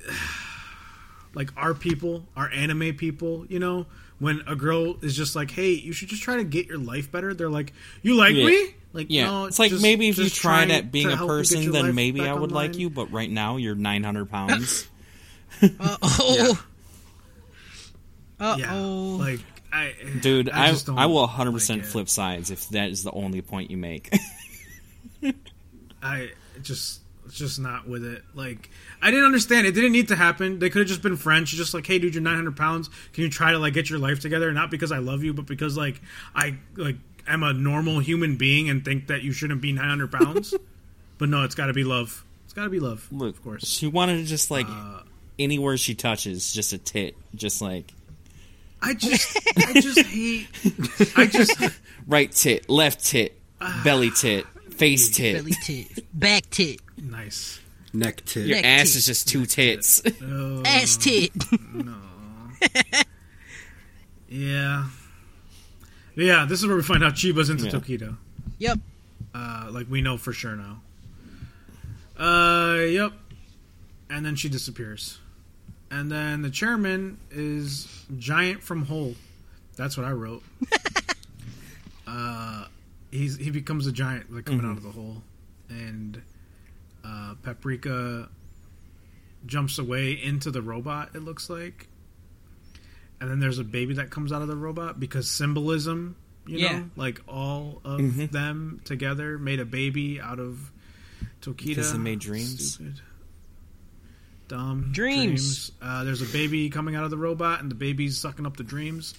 B: <sighs> like our people, our anime people. You know, when a girl is just like, "Hey, you should just try to get your life better," they're like, "You like
F: Yeah.
B: me?" Like,
F: yeah,
B: no,
F: it's like
B: just-
F: maybe if you
B: just
F: tried
B: trying
F: at being
B: to
F: a
B: help you get
F: person,
B: your
F: then
B: life
F: maybe I
B: back
F: would like
B: online.
F: you, but right now
B: <laughs>
F: you're 900 pounds.
G: Uh oh. Uh
B: Yeah,
G: oh.
B: like I,
F: Dude, I
B: just don't
F: I, will 100%
B: like it.
F: flip sides if that is the only point you make. <laughs>
B: I just just not with it. Like I didn't understand. It didn't need to happen. They could have just been friends. She's just like, hey, dude, you're 900 pounds. Can you try to like get your life together? Not because I love you, but because like I like am a normal human being and think that you shouldn't be 900
F: <laughs>
B: pounds. but no, it's got to be love. It's got to be love.
F: Look,
B: of course. Uh,
F: she wanted to just like anywhere she touches, just a tit, just like
B: I just I
F: <laughs>
B: just hate. I just
F: right tit, left tit, belly
B: <sighs>
F: tit, face tit.
G: Belly tit. Back tit.
B: nice.
E: Neck tip.
F: Your
G: Neck
F: ass
G: tit.
F: is just two <laughs> tits.
B: Uh.
G: Ass
B: <laughs>
G: tit.
B: Yeah. Yeah, this is where we find out Chiba's into
F: Yeah.
B: Tokido.
G: Yep.
B: Uh, like we know for sure now. Uh, yep. And then she disappears. And then the chairman is giant from hole. That's what I wrote. uh, he's he becomes a giant like coming out of the hole, and uh, Paprika jumps away into the robot. It looks like. And then there's a baby that comes out of the robot because symbolism, you
G: Yeah.
B: know, like all of them together made a baby out of Tokita.
F: Because they made dreams.
B: Stupid. Dumb
G: Dreams.
B: dreams. Uh, there's a baby coming out of the robot, and the baby's sucking up the dreams,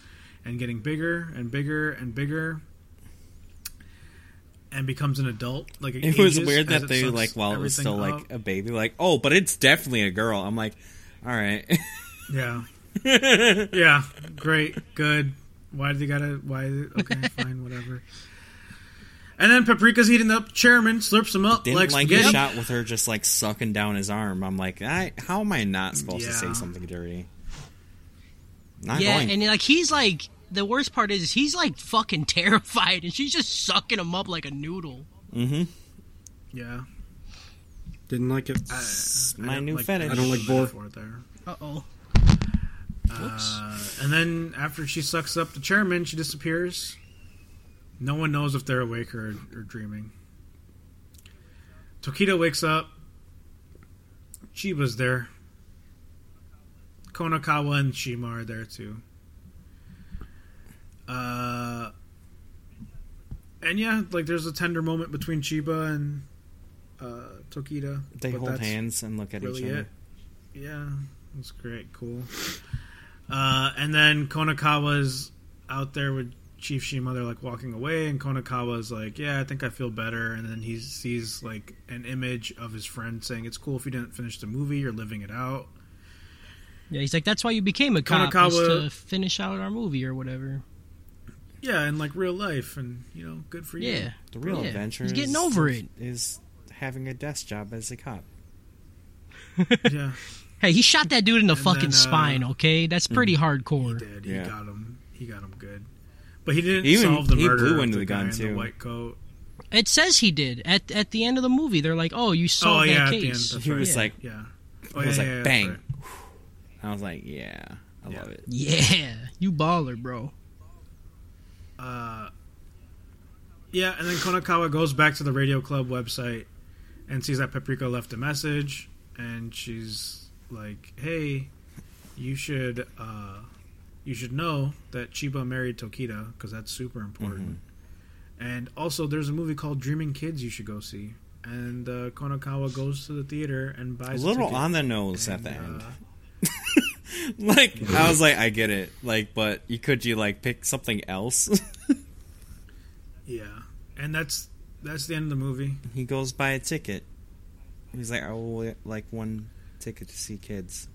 B: and getting bigger and bigger and bigger, and becomes an adult. Like
F: It was
B: ages
F: weird
B: as
F: that
B: it
F: they
B: sucks
F: like while it was
B: everything
F: still like
B: up.
F: a baby, like oh, but it's definitely a girl. I'm like, all right, <laughs>
B: yeah, yeah, great, good. Why do they gotta? Why?
F: <laughs>
B: Okay, fine, whatever. And then Paprika's eating up Chairman, slurps him up
F: didn't
B: like
F: like the
B: spaghetti.
F: shot with her just like sucking down his arm. I'm like, I, how am I not supposed to
B: Yeah.
F: say something dirty? Not
G: yeah,
F: going.
G: and like he's like the worst part is, is he's like fucking <laughs> terrified, and she's just sucking him up like a noodle.
B: Yeah,
E: Didn't like it.
F: It's
B: I
F: my
B: don't
F: new
B: like-
F: fetish.
E: I don't like boar.
B: for it there.
G: Uh oh.
B: Uh, and then after she sucks up the chairman, she disappears. No one knows if they're awake or, or dreaming. Tokita wakes up. Chiba's there. Konakawa and Shima are there too. Uh, and yeah, like there's a tender moment between Chiba and uh, Tokita.
F: They
B: but
F: hold
B: that's-
F: hands and look at
B: really
F: each other.
B: it. Yeah, that's great. Cool. Uh, and then Konakawa's out there with Chief Shima. They're like walking away, and Konakawa's like, "Yeah, I think I feel better." And then he sees like an image of his friend saying, "It's cool if you didn't finish the movie. You're living it out."
G: Yeah, he's like, that's why you became a cop was
B: Konakawa-
G: to finish out our movie or whatever.
B: Yeah, in like real life, and you know, good for you.
G: Yeah,
F: The real
G: Yeah.
F: adventure
G: He's getting
F: is-
G: over it.
F: is having a desk job as a cop.
B: <laughs>
F: <laughs>
B: yeah,
C: Hey, he shot that dude in the
B: then,
C: fucking
B: uh,
C: spine. Okay, that's pretty
B: he
C: hardcore.
B: did. He
F: Yeah.
B: got him. He got him good. But he didn't
F: He even-
B: solve the
F: he
B: murder.
F: blew
B: of
F: into the
B: guy
F: gun,
B: in The
F: too.
B: white coat.
C: It says he did at at the end of the movie. They're like, "Oh, you
B: Oh,
C: solved that
B: yeah, at the end.
C: case."
B: That's
F: He
B: right.
F: was like,
B: yeah.
F: he
B: Oh,
F: was
B: yeah,
F: like,
B: yeah, that's
F: bang.
B: right.
F: I was like, yeah, I love it.
C: Yeah, you baller, bro.
B: Yeah, and then Konakawa goes back to the radio club website and sees that Paprika left a message, and she's like, "Hey, you should, uh, you should know that Chiba married Tokita because that's super important."
F: Mm-hmm.
B: And also, there's a movie called Dreaming Kids you should go see. And uh, Konakawa goes to the theater and
F: A
B: buys
F: little
B: ticket.
F: on the nose at the
B: And,
F: end.
B: uh,
F: Like I was like, I get it. Like, but you could you like pick something else? <laughs>
B: yeah, and that's that's the end of the movie.
F: he goes buy a ticket. He's like, I will like one ticket to see kids.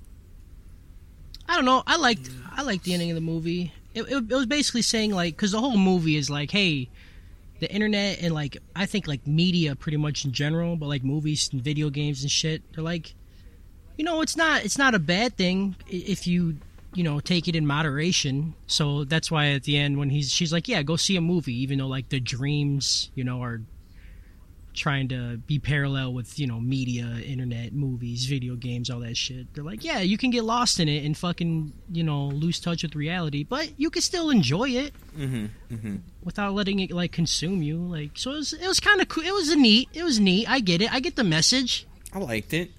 C: I don't know. I liked I liked the ending of the movie. It, it, it was basically saying like because the whole movie is like, hey, the internet and like I think like media pretty much in general, but like movies and video games and shit. They're like, you know, it's not it's not a bad thing i- if you you know take it in moderation. So that's why at the end when he's she's like, yeah, go see a movie, even though like the dreams you know are trying to be parallel with you know media internet movies video games all that shit they're like yeah you can get lost in it and fucking you know lose touch with reality but you can still enjoy it
F: Mm-hmm,
C: without letting it like consume you like so it was, it was kind of cool it was a neat it was neat i get it i get the message
F: I liked it.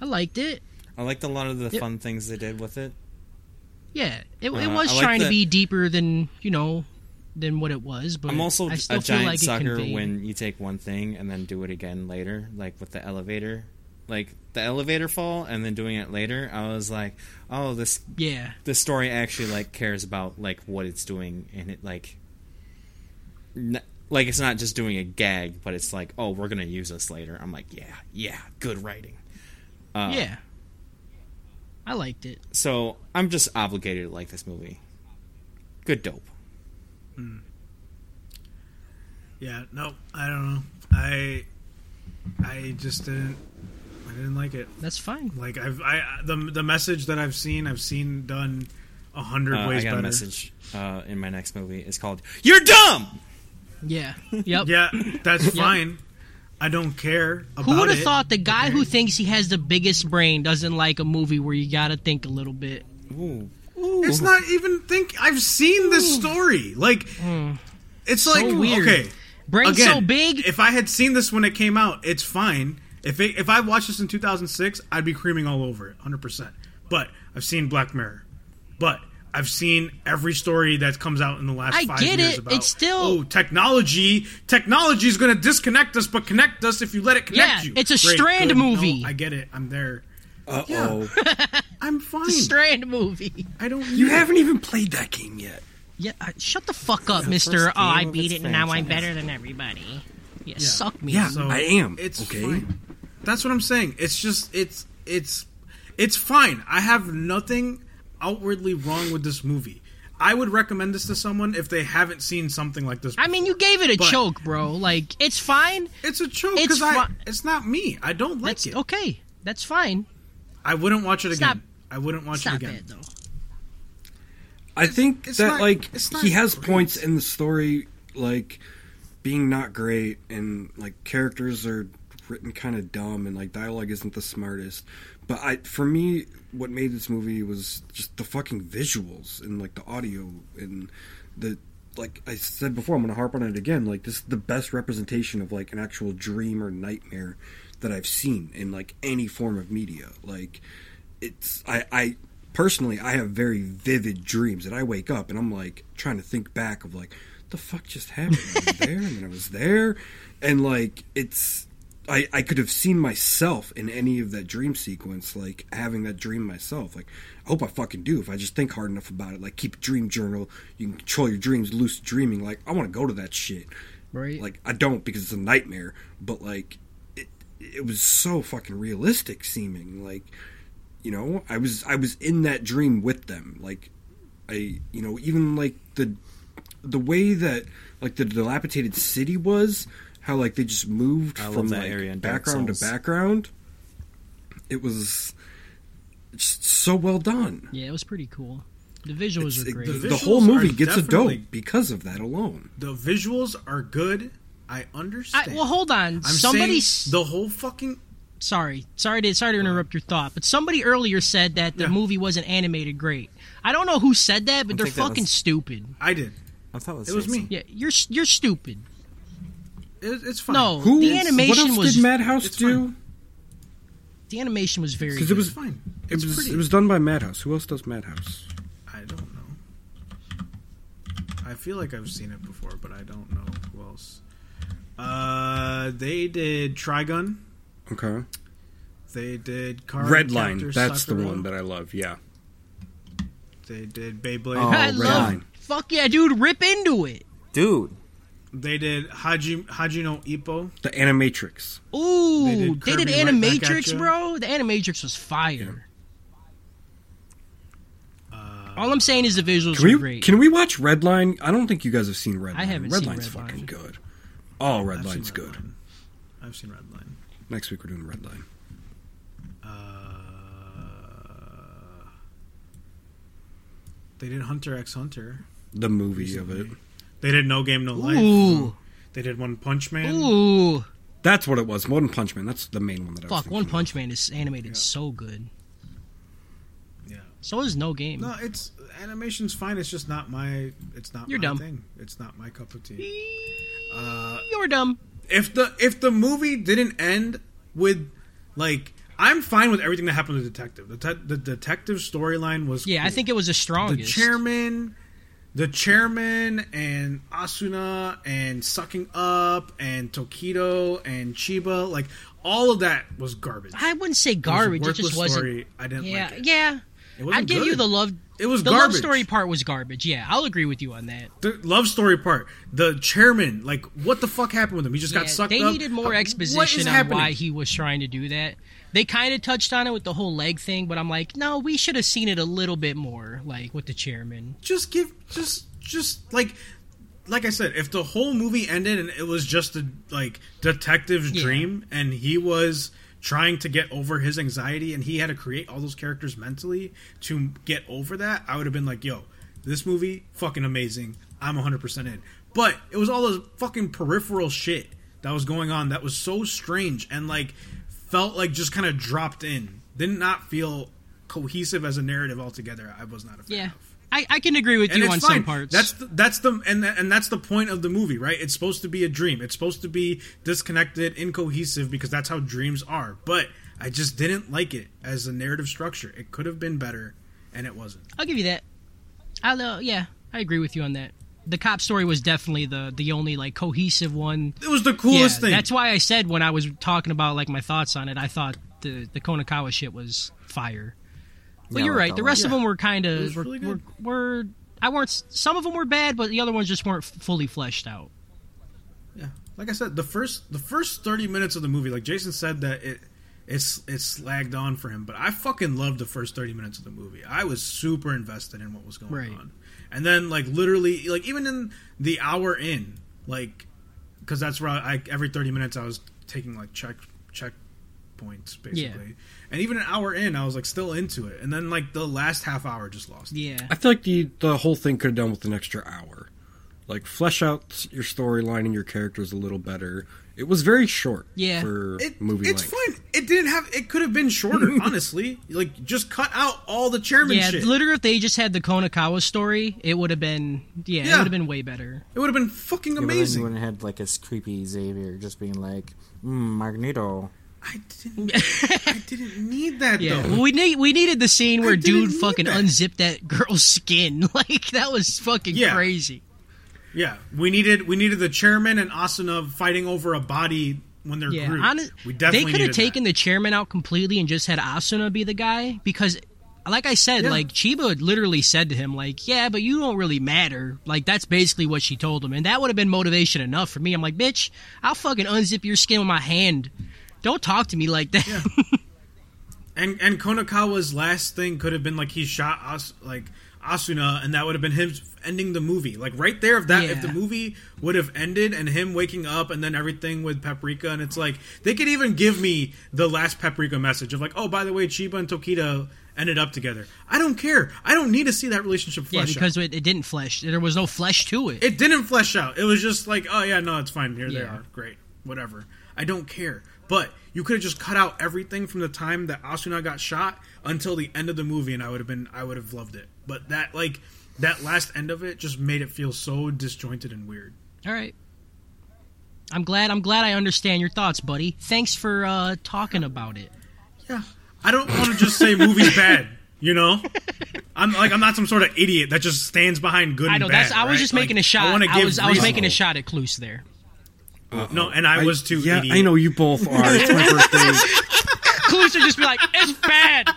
C: i liked it
F: I liked a lot of the
C: Yeah.
F: fun things they did with it.
C: yeah it, it
F: Uh,
C: was
F: I like
C: trying
F: the-
C: to be deeper than you know than what it was but
F: I'm also
C: I
F: a
C: still feel
F: giant
C: like it
F: sucker
C: conveyed-
F: when you take one thing and then do it again later, like with the elevator, like the elevator fall, and then doing it later. I was like, oh, this
C: yeah
F: the story actually like cares about like what it's doing, and it like, n- like it's not just doing a gag, but it's like, oh, we're gonna use this later. I'm like, yeah, yeah, good writing. Uh,
C: yeah i liked it
F: So I'm just obligated to like this movie. Good dope.
B: Yeah, no, I don't know. I I just didn't I didn't like it.
C: that's fine
B: Like I've I the the message that I've seen I've seen done a hundred
F: Uh, I
B: ways
F: got
B: better.
F: a message uh, in my next movie. It's called "You're Dumb." <laughs>
C: yeah yep
B: Yeah, that's fine. I don't care about
C: Who would have
B: it.
C: thought the guy who thinks he has the biggest brain doesn't like a movie where you gotta think a little bit?
F: Ooh.
B: It's not even think I've seen this story. Like it's like
C: Hmm. weird.
B: okay.
C: Brain
B: Again,
C: so big,
B: If I had seen this when it came out, it's fine. If it, if I watched this in 2006, I'd be creaming all over it, 100%. But I've seen Black Mirror. But I've seen every story that comes out in the last
C: I
B: five
C: get
B: years
C: it.
B: about
C: It's still-
B: oh technology. Technology is going to disconnect us, but connect us if you let it connect
C: Yeah,
B: you.
C: it's a Strand
B: good. No,
C: movie.
B: I get it. I'm there.
E: Uh oh.
B: I'm fine.
C: Strand movie.
B: I don't.
E: You haven't even played that game yet.
C: Yeah, I- shut the fuck up, Mister. Oh,
F: game
C: I
F: of
C: beat
F: its
C: it, and now I'm
F: franchise.
C: better than everybody. Yeah, suck me.
E: Yeah,
B: So
E: I am.
B: It's
E: okay.
B: fine. That's what I'm saying. It's just it's it's it's fine. I have nothing outwardly wrong with this movie. I would recommend this to someone if they haven't seen something like this.
C: I mean, you gave it a
B: But-
C: choke, bro. Like, it's fine.
B: it's a choke
C: it's
B: because I
C: fi-
B: it's not me. I don't like
C: That's
B: it.
C: okay. That's fine.
B: I wouldn't watch it
C: Stop.
B: again. I wouldn't watch
C: It's not
B: it again.
C: bad though.
E: I think
B: It's
E: that
B: not-
E: like
B: it's not
E: he has
B: great.
E: points in the story like being not great and like characters are written kind of dumb and like dialogue isn't the smartest. But I for me what made this movie was just the fucking visuals and like the audio and the like I said before I'm going to harp on it again like this is the best representation of like an actual dream or nightmare that I've seen in like any form of media. Like it's I, I personally I have very vivid dreams and I wake up and I'm like trying to think back of like the fuck just happened. I was there and then I was there and like it's I, I could have seen myself in any of that dream sequence, like having that dream myself. Like, I hope I fucking do if I just think hard enough about it. Like, keep a dream journal. You can control your dreams, lucid dreaming. Like, I want to go to that shit.
C: Right.
E: Like, I don't because it's a nightmare, but like, it, it was so fucking realistic seeming. Like, you know i was i was in that dream with them like i you know even like the the way that like the dilapidated city was how like they just moved
F: I love
E: from
F: that
E: like
F: area in Dark
E: background to
F: Souls.
E: background it was just so well done.
C: Yeah, it was pretty cool. The visuals
E: It's-
C: are
E: it-
C: great.
E: the,
B: The
E: the whole
B: visuals
E: movie
B: are
E: gets a
B: definitely-
E: dope because of that alone.
B: The visuals are good. I
C: I,
B: understand.
C: well, hold on.
B: I'm
C: somebody, s-
B: saying the whole fucking
C: sorry, sorry to sorry to interrupt your thought, but somebody earlier said that the
B: Yeah.
C: movie wasn't animated great. I don't know who said that, but
F: I
C: they're
F: think that
C: fucking
F: was-
C: stupid.
B: I did.
F: I thought it was,
B: It was me.
C: Yeah, you're s- you're stupid.
B: It, it's fine.
C: No.
E: Who?
C: The
E: what
C: animation
E: else
C: was-
E: did Madhouse
B: it's
E: do?
B: fine.
C: The animation was very.
E: Because
C: good.
E: it was
B: It's fine.
E: it
B: It's
E: was
B: pretty.
E: it was done by Madhouse. Who else does Madhouse?
B: I don't know. I feel like I've seen it before, but I don't know who else. Uh, they did Trigun.
E: Okay,
B: They did Card
E: Redline. That's the one that I love. Yeah.
B: they did Beyblade.
F: Oh,
C: I
F: Red
C: love.
E: Line.
C: Fuck yeah, dude! Rip into it.
F: Dude,
B: They did Haji Hajino Ippo.
E: The Animatrix.
C: Ooh,
B: They
C: they
B: did Kirby right back at
C: did, Animatrix,
B: ya.
C: bro. The Animatrix was fire. Uh, All I'm saying is the visuals
E: Can
C: were
E: we
C: great.
E: can we watch Redline? I don't think you guys have seen Redline.
C: I haven't seen
E: Redline's
C: Redline.
E: fucking good. Oh,
B: I've seen
E: Redline's
B: Redline.
E: good.
B: I've seen Redline.
E: Next week we're doing Redline.
B: Uh, they did Hunter x Hunter.
E: The movie of it.
B: They did No Game No Life.
C: Ooh,
B: They did One Punch Man.
C: ooh,
E: That's what it was. One Punch Man. That's the main one that I was
C: fuck! One
E: thinking of.
C: Punch Man is animated so good.
B: Yeah.
C: So is No Game.
B: No, it's animation's fine. It's just not my. It's not
C: You're
B: my
C: dumb.
B: thing. It's not my cup of tea.
C: You're dumb.
B: If the if the movie didn't end with like. I'm fine with everything that happened to the detective. The, te- the detective storyline was
C: Yeah, I
B: cool.
C: think it was the
B: the
C: strongest.
B: chairman the chairman and asuna and sucking up and tokido and chiba like all of that was garbage
C: I wouldn't say
B: It was a
C: garbage. It, just
B: worthless
C: wasn't.
B: story. i didn't
C: Yeah,
B: like it
C: yeah.
B: It wasn't
C: I'd give
B: good.
C: you the love.
B: It was
C: the love
B: garbage.
C: story part was garbage. Yeah, I'll agree with you on that.
B: the love story part the chairman like what the fuck happened with him he just got
C: Yeah,
B: sucked
C: they
B: up
C: needed
B: What
C: more
B: is
C: exposition on
B: happening?
C: why he was trying to do that. They kind of touched on it with the whole leg thing, but I'm like, no, we should have seen it a little bit more, like with the chairman.
B: just give just just like like I said, if the whole movie ended and it was just a like detective's
C: Yeah.
B: dream and he was trying to get over his anxiety and he had to create all those characters mentally to get over that, I would have been like, yo, this movie fucking amazing. I'm 100% in. But it was all this fucking peripheral shit that was going on that was so strange and like felt like just kind of dropped in. Did not feel cohesive as a narrative altogether. I was not a fan
C: Yeah,
B: of
C: I, I can agree with
B: and
C: you
B: it's
C: on
B: fine.
C: some parts.
B: That's the, that's the and tha- and that's the point of the movie, right? It's supposed to be a dream. It's supposed to be disconnected, incohesive, because that's how dreams are. But I just didn't like it as a narrative structure. It could have been better, and it wasn't.
C: I'll give you that. I uh, yeah, I agree with you on that. The cop story was definitely the the only like cohesive one.
B: It was the
C: Yeah,
B: coolest thing.
C: that's why I said when I was talking about like my thoughts on it, I thought the the Konakawa shit was fire. But
F: Yeah,
C: you're
F: I
C: right.
F: like that
C: The
F: one.
C: rest of them were kind
B: It
C: of
B: was
C: were,
B: really
C: were,
B: good.
C: were I weren't some of them were bad, but the other ones just weren't f- fully fleshed out.
B: Yeah. Like I said, the first the first thirty minutes of the movie, like Jason said that it it's it's slagged on for him, but I fucking loved the first thirty minutes of the movie. I was super invested in what was going
C: Right.
B: on. And then like literally like even in the hour in, like because that's where I, I every thirty minutes I was taking like check check points basically. And even an hour in I was like still into it. And then like the last half hour just lost. it.
C: Yeah,
E: I feel like the the whole thing could have done with an extra hour. Like flesh out your storyline and your characters a little better. It was very short.
C: Yeah.
E: For
B: It,
E: movie
B: it's
E: length.
B: fine. It didn't have. It could have been shorter,
E: <laughs>
B: honestly. Like, just cut out all the chairman
C: yeah.
B: shit.
C: Literally, if they just had the Konakawa story, it would have been
B: Yeah.
C: yeah, it would have been way better.
B: It would have been fucking amazing.
F: You would have had like this creepy Xavier just being like, mm, Magneto.
B: I didn't. I didn't need that
C: Yeah,
B: though.
C: well, we need we needed the scene where
B: I didn't
C: dude
B: need
C: fucking
B: that.
C: unzipped that girl's skin. <laughs> Like that was fucking
B: Yeah.
C: crazy.
B: Yeah, we needed we needed the chairman and Asuna fighting over a body when they're
C: Yeah,
B: Groot.
C: honest,
B: we definitely
C: they could have
B: needed
C: taken
B: that.
C: the chairman out completely and just had Asuna be the guy because, like I said,
B: Yeah.
C: like Chiba had literally said to him, like, "Yeah, but you don't really matter." Like that's basically what she told him, and that would have been motivation enough for me. I'm like, "Bitch, I'll fucking unzip your skin with my hand. Don't talk to me like that." <laughs>
B: and and Konakawa's last thing could have been like he shot us like Asuna, and that would have been him ending the movie. Like right there, if that if the
C: Yeah.
B: movie would have ended and him waking up, and then everything with Paprika, and it's like they could even give me the last Paprika message of like, oh, by the way, Chiba and Tokita ended up together. I don't care. I don't need to see that relationship
C: Yeah,
B: flesh
C: because
B: out.
C: it, it didn't flesh. There was no flesh to it.
B: It didn't flesh out. It was just like, oh yeah, no, it's fine. Here they
C: Yeah.
B: are. Great, whatever. I don't care. But you could have just cut out everything from the time that Asuna got shot until the end of the movie, and I would have been, I would have loved it. But that, like, that last end of it just made it feel so disjointed and weird.
C: All right. I'm glad. I'm glad I understand your thoughts, buddy. Thanks for uh, talking about it.
B: Yeah. I don't want to just say movie's
C: <laughs>
B: bad. You know, I'm like I'm not some sort of idiot that just stands behind good.
C: I
B: and
C: know.
B: bad,
C: That's. I was
B: right?
C: just
B: Like,
C: making a shot.
B: wanna
C: I,
B: give
C: was. I was
B: reasonable-
C: making a shot at Clues there.
B: No, and I, was too.
E: Yeah,
B: idiot.
E: I know you both are. It's my birthday.
C: Clues would just be like, "It's bad.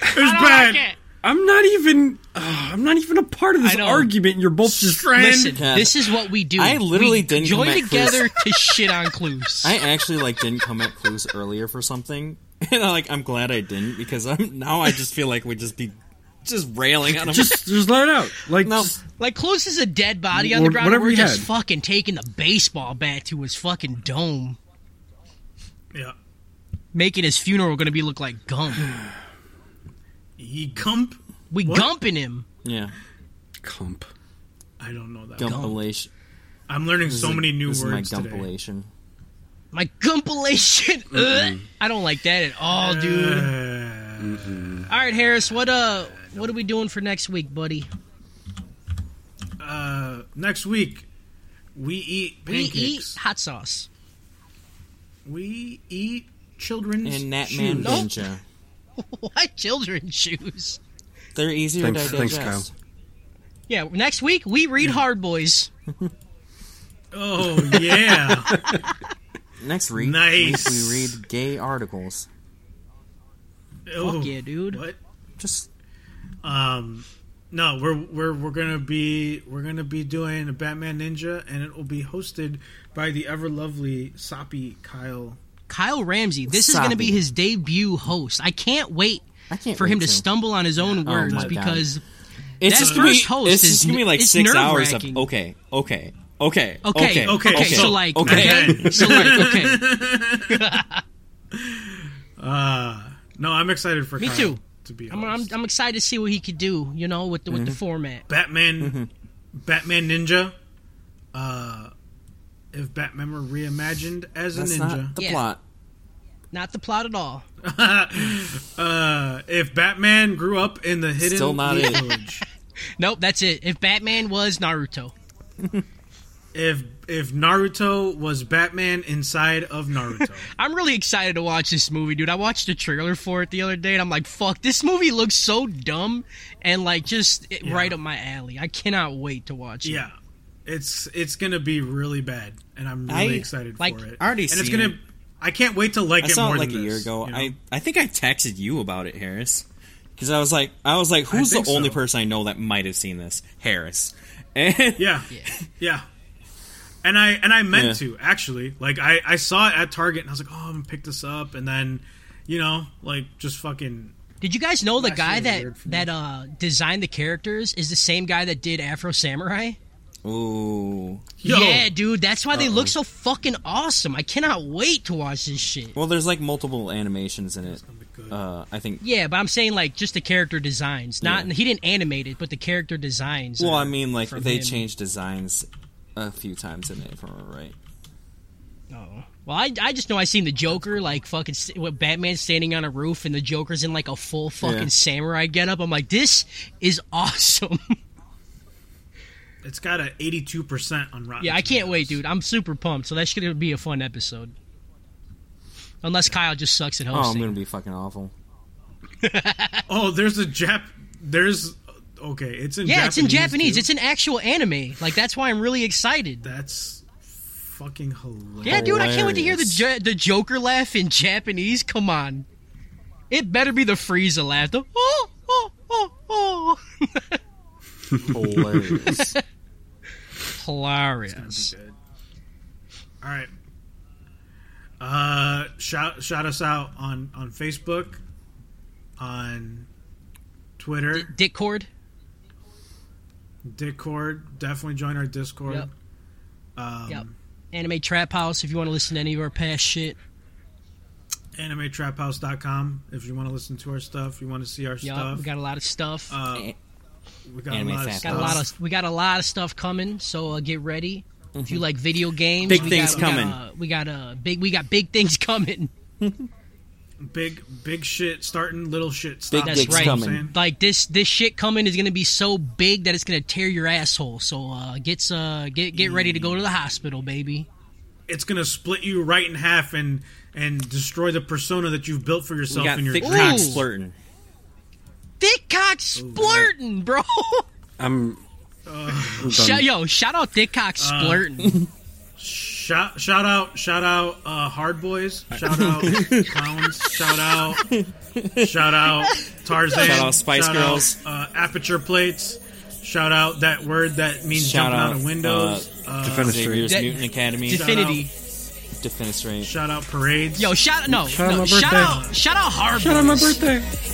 B: It's
C: I don't
B: bad.
C: like it."
E: I'm not even. Uh, I'm not even a part of this
C: I know.
E: argument. You're both just.
B: Strand-
C: Listen,
F: God.
C: this is what we do.
F: I literally
C: We
F: didn't
C: join
F: come at Clues.
C: together to shit on Clues.
F: I actually like didn't come at clues earlier for something, <laughs> and I, like I'm glad I didn't because I'm now I just feel like we just be just railing on him.
E: just, just let it out. Like,
F: <laughs> No.
E: just-
C: like Clues is a dead body on
E: Or
C: the ground. and
E: whatever
C: We're
E: he
C: just
E: had.
C: fucking taking the baseball bat to his fucking dome,
B: Yeah,
C: making his funeral gonna be look like gump.
B: he gump.
C: We
B: What?
C: gumping him.
F: yeah,
E: Comp.
B: I don't know that.
F: gumpilation.
B: I'm learning so many new
F: this
B: words
F: is my
B: today.
F: gumpilation.
C: My gumpilation. Ugh. <laughs> I don't like that at all, dude.
B: Uh,
C: All right, Harris. What uh, what are we doing for next week, buddy?
B: uh, next week we eat
C: We eat
B: pancakes.
C: hot sauce. <laughs>
B: We eat, children's
F: And Natman
B: shoes.
F: Ninja.
C: Why children's shoes?
F: They're easier
E: Thanks-
F: to
E: thanks,
F: digest.
C: Yeah. Next week we read Hard Boys.
B: Oh yeah.
F: <laughs> Next week,
B: Nice.
F: week we read gay articles.
B: Oh,
C: Fuck yeah, dude.
B: What?
F: Just
B: Um, no, we're we're we're gonna be we're gonna be doing a Batman Ninja, and it will be hosted by the ever lovely Soppy Kyle.
C: Kyle Ramsey. This is going to be
F: Sorry.
C: his debut host. I can't wait
F: I can't
C: for him
F: wait
C: to
F: to.
C: stumble on his own
F: Oh
C: words
F: my God.
C: because
F: it's
C: That
F: just gonna be,
C: first host
F: it's just
C: is-
F: gonna be like
C: it's
F: six hours of
C: nerve-wracking.
F: okay, okay, okay,
C: okay, okay,
B: Okay, okay,
C: so like,
F: okay.
C: okay, so like, okay.
B: No, I'm excited for
C: Me
B: Kyle
C: too.
B: To be
C: I'm, I'm,
B: honest,
C: I'm excited to see what he could do. You know, with the with the format.
B: Batman,
F: Mm-hmm.
B: Batman Ninja. Uh, if Batman were reimagined as
F: That's
B: a
F: not
B: ninja,
F: the
C: Yeah.
F: plot.
C: Not the plot at all.
B: uh, if Batman grew up in the hidden
F: Still not
B: Leaf
F: it.
B: village,
C: Nope, that's it. If Batman was Naruto,
B: if if Naruto was Batman inside of
C: <laughs>
B: Naruto.
C: I'm really excited to watch this movie, dude. I watched the trailer for it the other day, and I'm like, fuck, this movie looks so dumb and like just it, right up my alley. I cannot wait to watch it.
B: Yeah, it's it's gonna be really bad, and I'm really
F: I-
B: excited
C: like,
B: for it.
F: already
B: and it's
F: seen
B: gonna.
F: it.
B: I can't wait to like
F: I
B: it
F: saw
B: more
F: it like
B: than
F: a year
B: this,
F: ago.
B: you know?
F: I I think I texted you about it, Harris, because I was like, I was like, who's the
B: think so.
F: only person I know that might have seen this, Harris? And
B: yeah, <laughs> yeah. And I and I meant
F: Yeah.
B: to actually like I I saw it at Target and I was like oh I'm gonna pick this up and then you know like just fucking
C: Did you guys know the
B: Last
C: guy
B: year was
C: that
B: weird for me.
C: that uh, designed the characters is the same guy that did Afro Samurai?
F: ooh,
B: yo
C: Yeah, dude, that's why they look so fucking awesome. I cannot wait to watch this shit.
F: well, there's like multiple animations in it.
B: good.
F: Uh, I think.
C: Yeah, but I'm saying like just the character designs. Not he didn't animate it, but the character designs.
F: Well,
C: are-
F: I mean, like
C: from
F: they
C: him.
F: changed designs a few times in it, if I remember right.
C: Oh. Well, I, I just know I seen the Joker like fucking st- with Batman standing on a roof and the Joker's in like a full fucking
F: Yeah.
C: samurai getup. I'm like, this is <laughs> awesome.
B: it's got a 82 percent on Rotten.
C: yeah, I can't wait,
B: Tomatoes.
C: dude. I'm super pumped. So that's gonna be a fun episode. Unless Kyle just sucks at
F: Oh, I'm
C: hosting.
F: gonna be
B: <laughs>
F: fucking awful.
B: Oh, there's a Jap. There's okay. It's in
C: yeah,
B: Japanese,
C: it's in Japanese.
B: dude.
C: It's an actual anime. Like that's why I'm really excited.
B: that's fucking hilarious.
C: Yeah, dude, I can't wait to hear the jo-
F: Hilarious.
C: the Joker laugh in Japanese. Come on, it better be the Frieza laugh. The oh oh oh oh. <laughs>
B: Uh,
F: Hilarious.
C: Hilarious.
B: All right. Uh, shout shout us out on on Facebook, on Twitter,
C: Dick Cord.
B: Discord. Definitely join our Discord.
C: Yep.
B: Um,
C: Yep. Anime Trap House if you want to listen to any of our past shit.
B: AnimeTrapHouse.com if you want to listen to our stuff, you want to see our
C: Yup,
B: stuff.
C: we got a lot of stuff.
B: uh,
F: Eh,
B: we got a
F: Anime
B: lot of
F: Trap
C: got
B: stuff.
C: a lot of we got a lot of stuff coming, so uh, get ready. If you like video games,
F: Big
C: we got,
F: things
C: we got,
F: coming.
C: uh, We got, uh, big we got big things <laughs> coming.
B: big big shit starting, little shit stopping.
C: That's
F: dicks
C: right.
B: You know what I'm
F: coming.
B: saying?
C: Like this this shit coming is gonna be so big that it's gonna tear your asshole. So uh, get uh, get get ready to go to the hospital, baby.
B: It's gonna split you right in half and and destroy the persona that you've built for
F: we
B: yourself
F: got
B: in your
F: thick
B: dreams.
F: cock
C: Ooh.
F: flirting.
C: Thick cock splurting, bro.
E: I'm. I'm
C: Shout-
E: done.
C: Yo, shout out Thick cock splurting.
B: Shout, shout out, shout out, uh, hard boys. Shout out, clowns. Shout out, shout out, Tarzan.
F: Shout out Spice
B: shout
F: Girls.
B: Out, uh, aperture plates. Shout out that word that means
F: Shout
B: jumping out,
F: out,
B: of windows. Uh,
E: Defenestrate.
F: Xavier's
C: that-
F: Mutant Academy.
C: Definity.
F: Defenestrate.
B: shout out parades.
C: Yo, shout no,
E: Shout out
C: no
E: my
C: shout
E: birthday.
C: out shout out Harbor.
E: Shout out my birthday.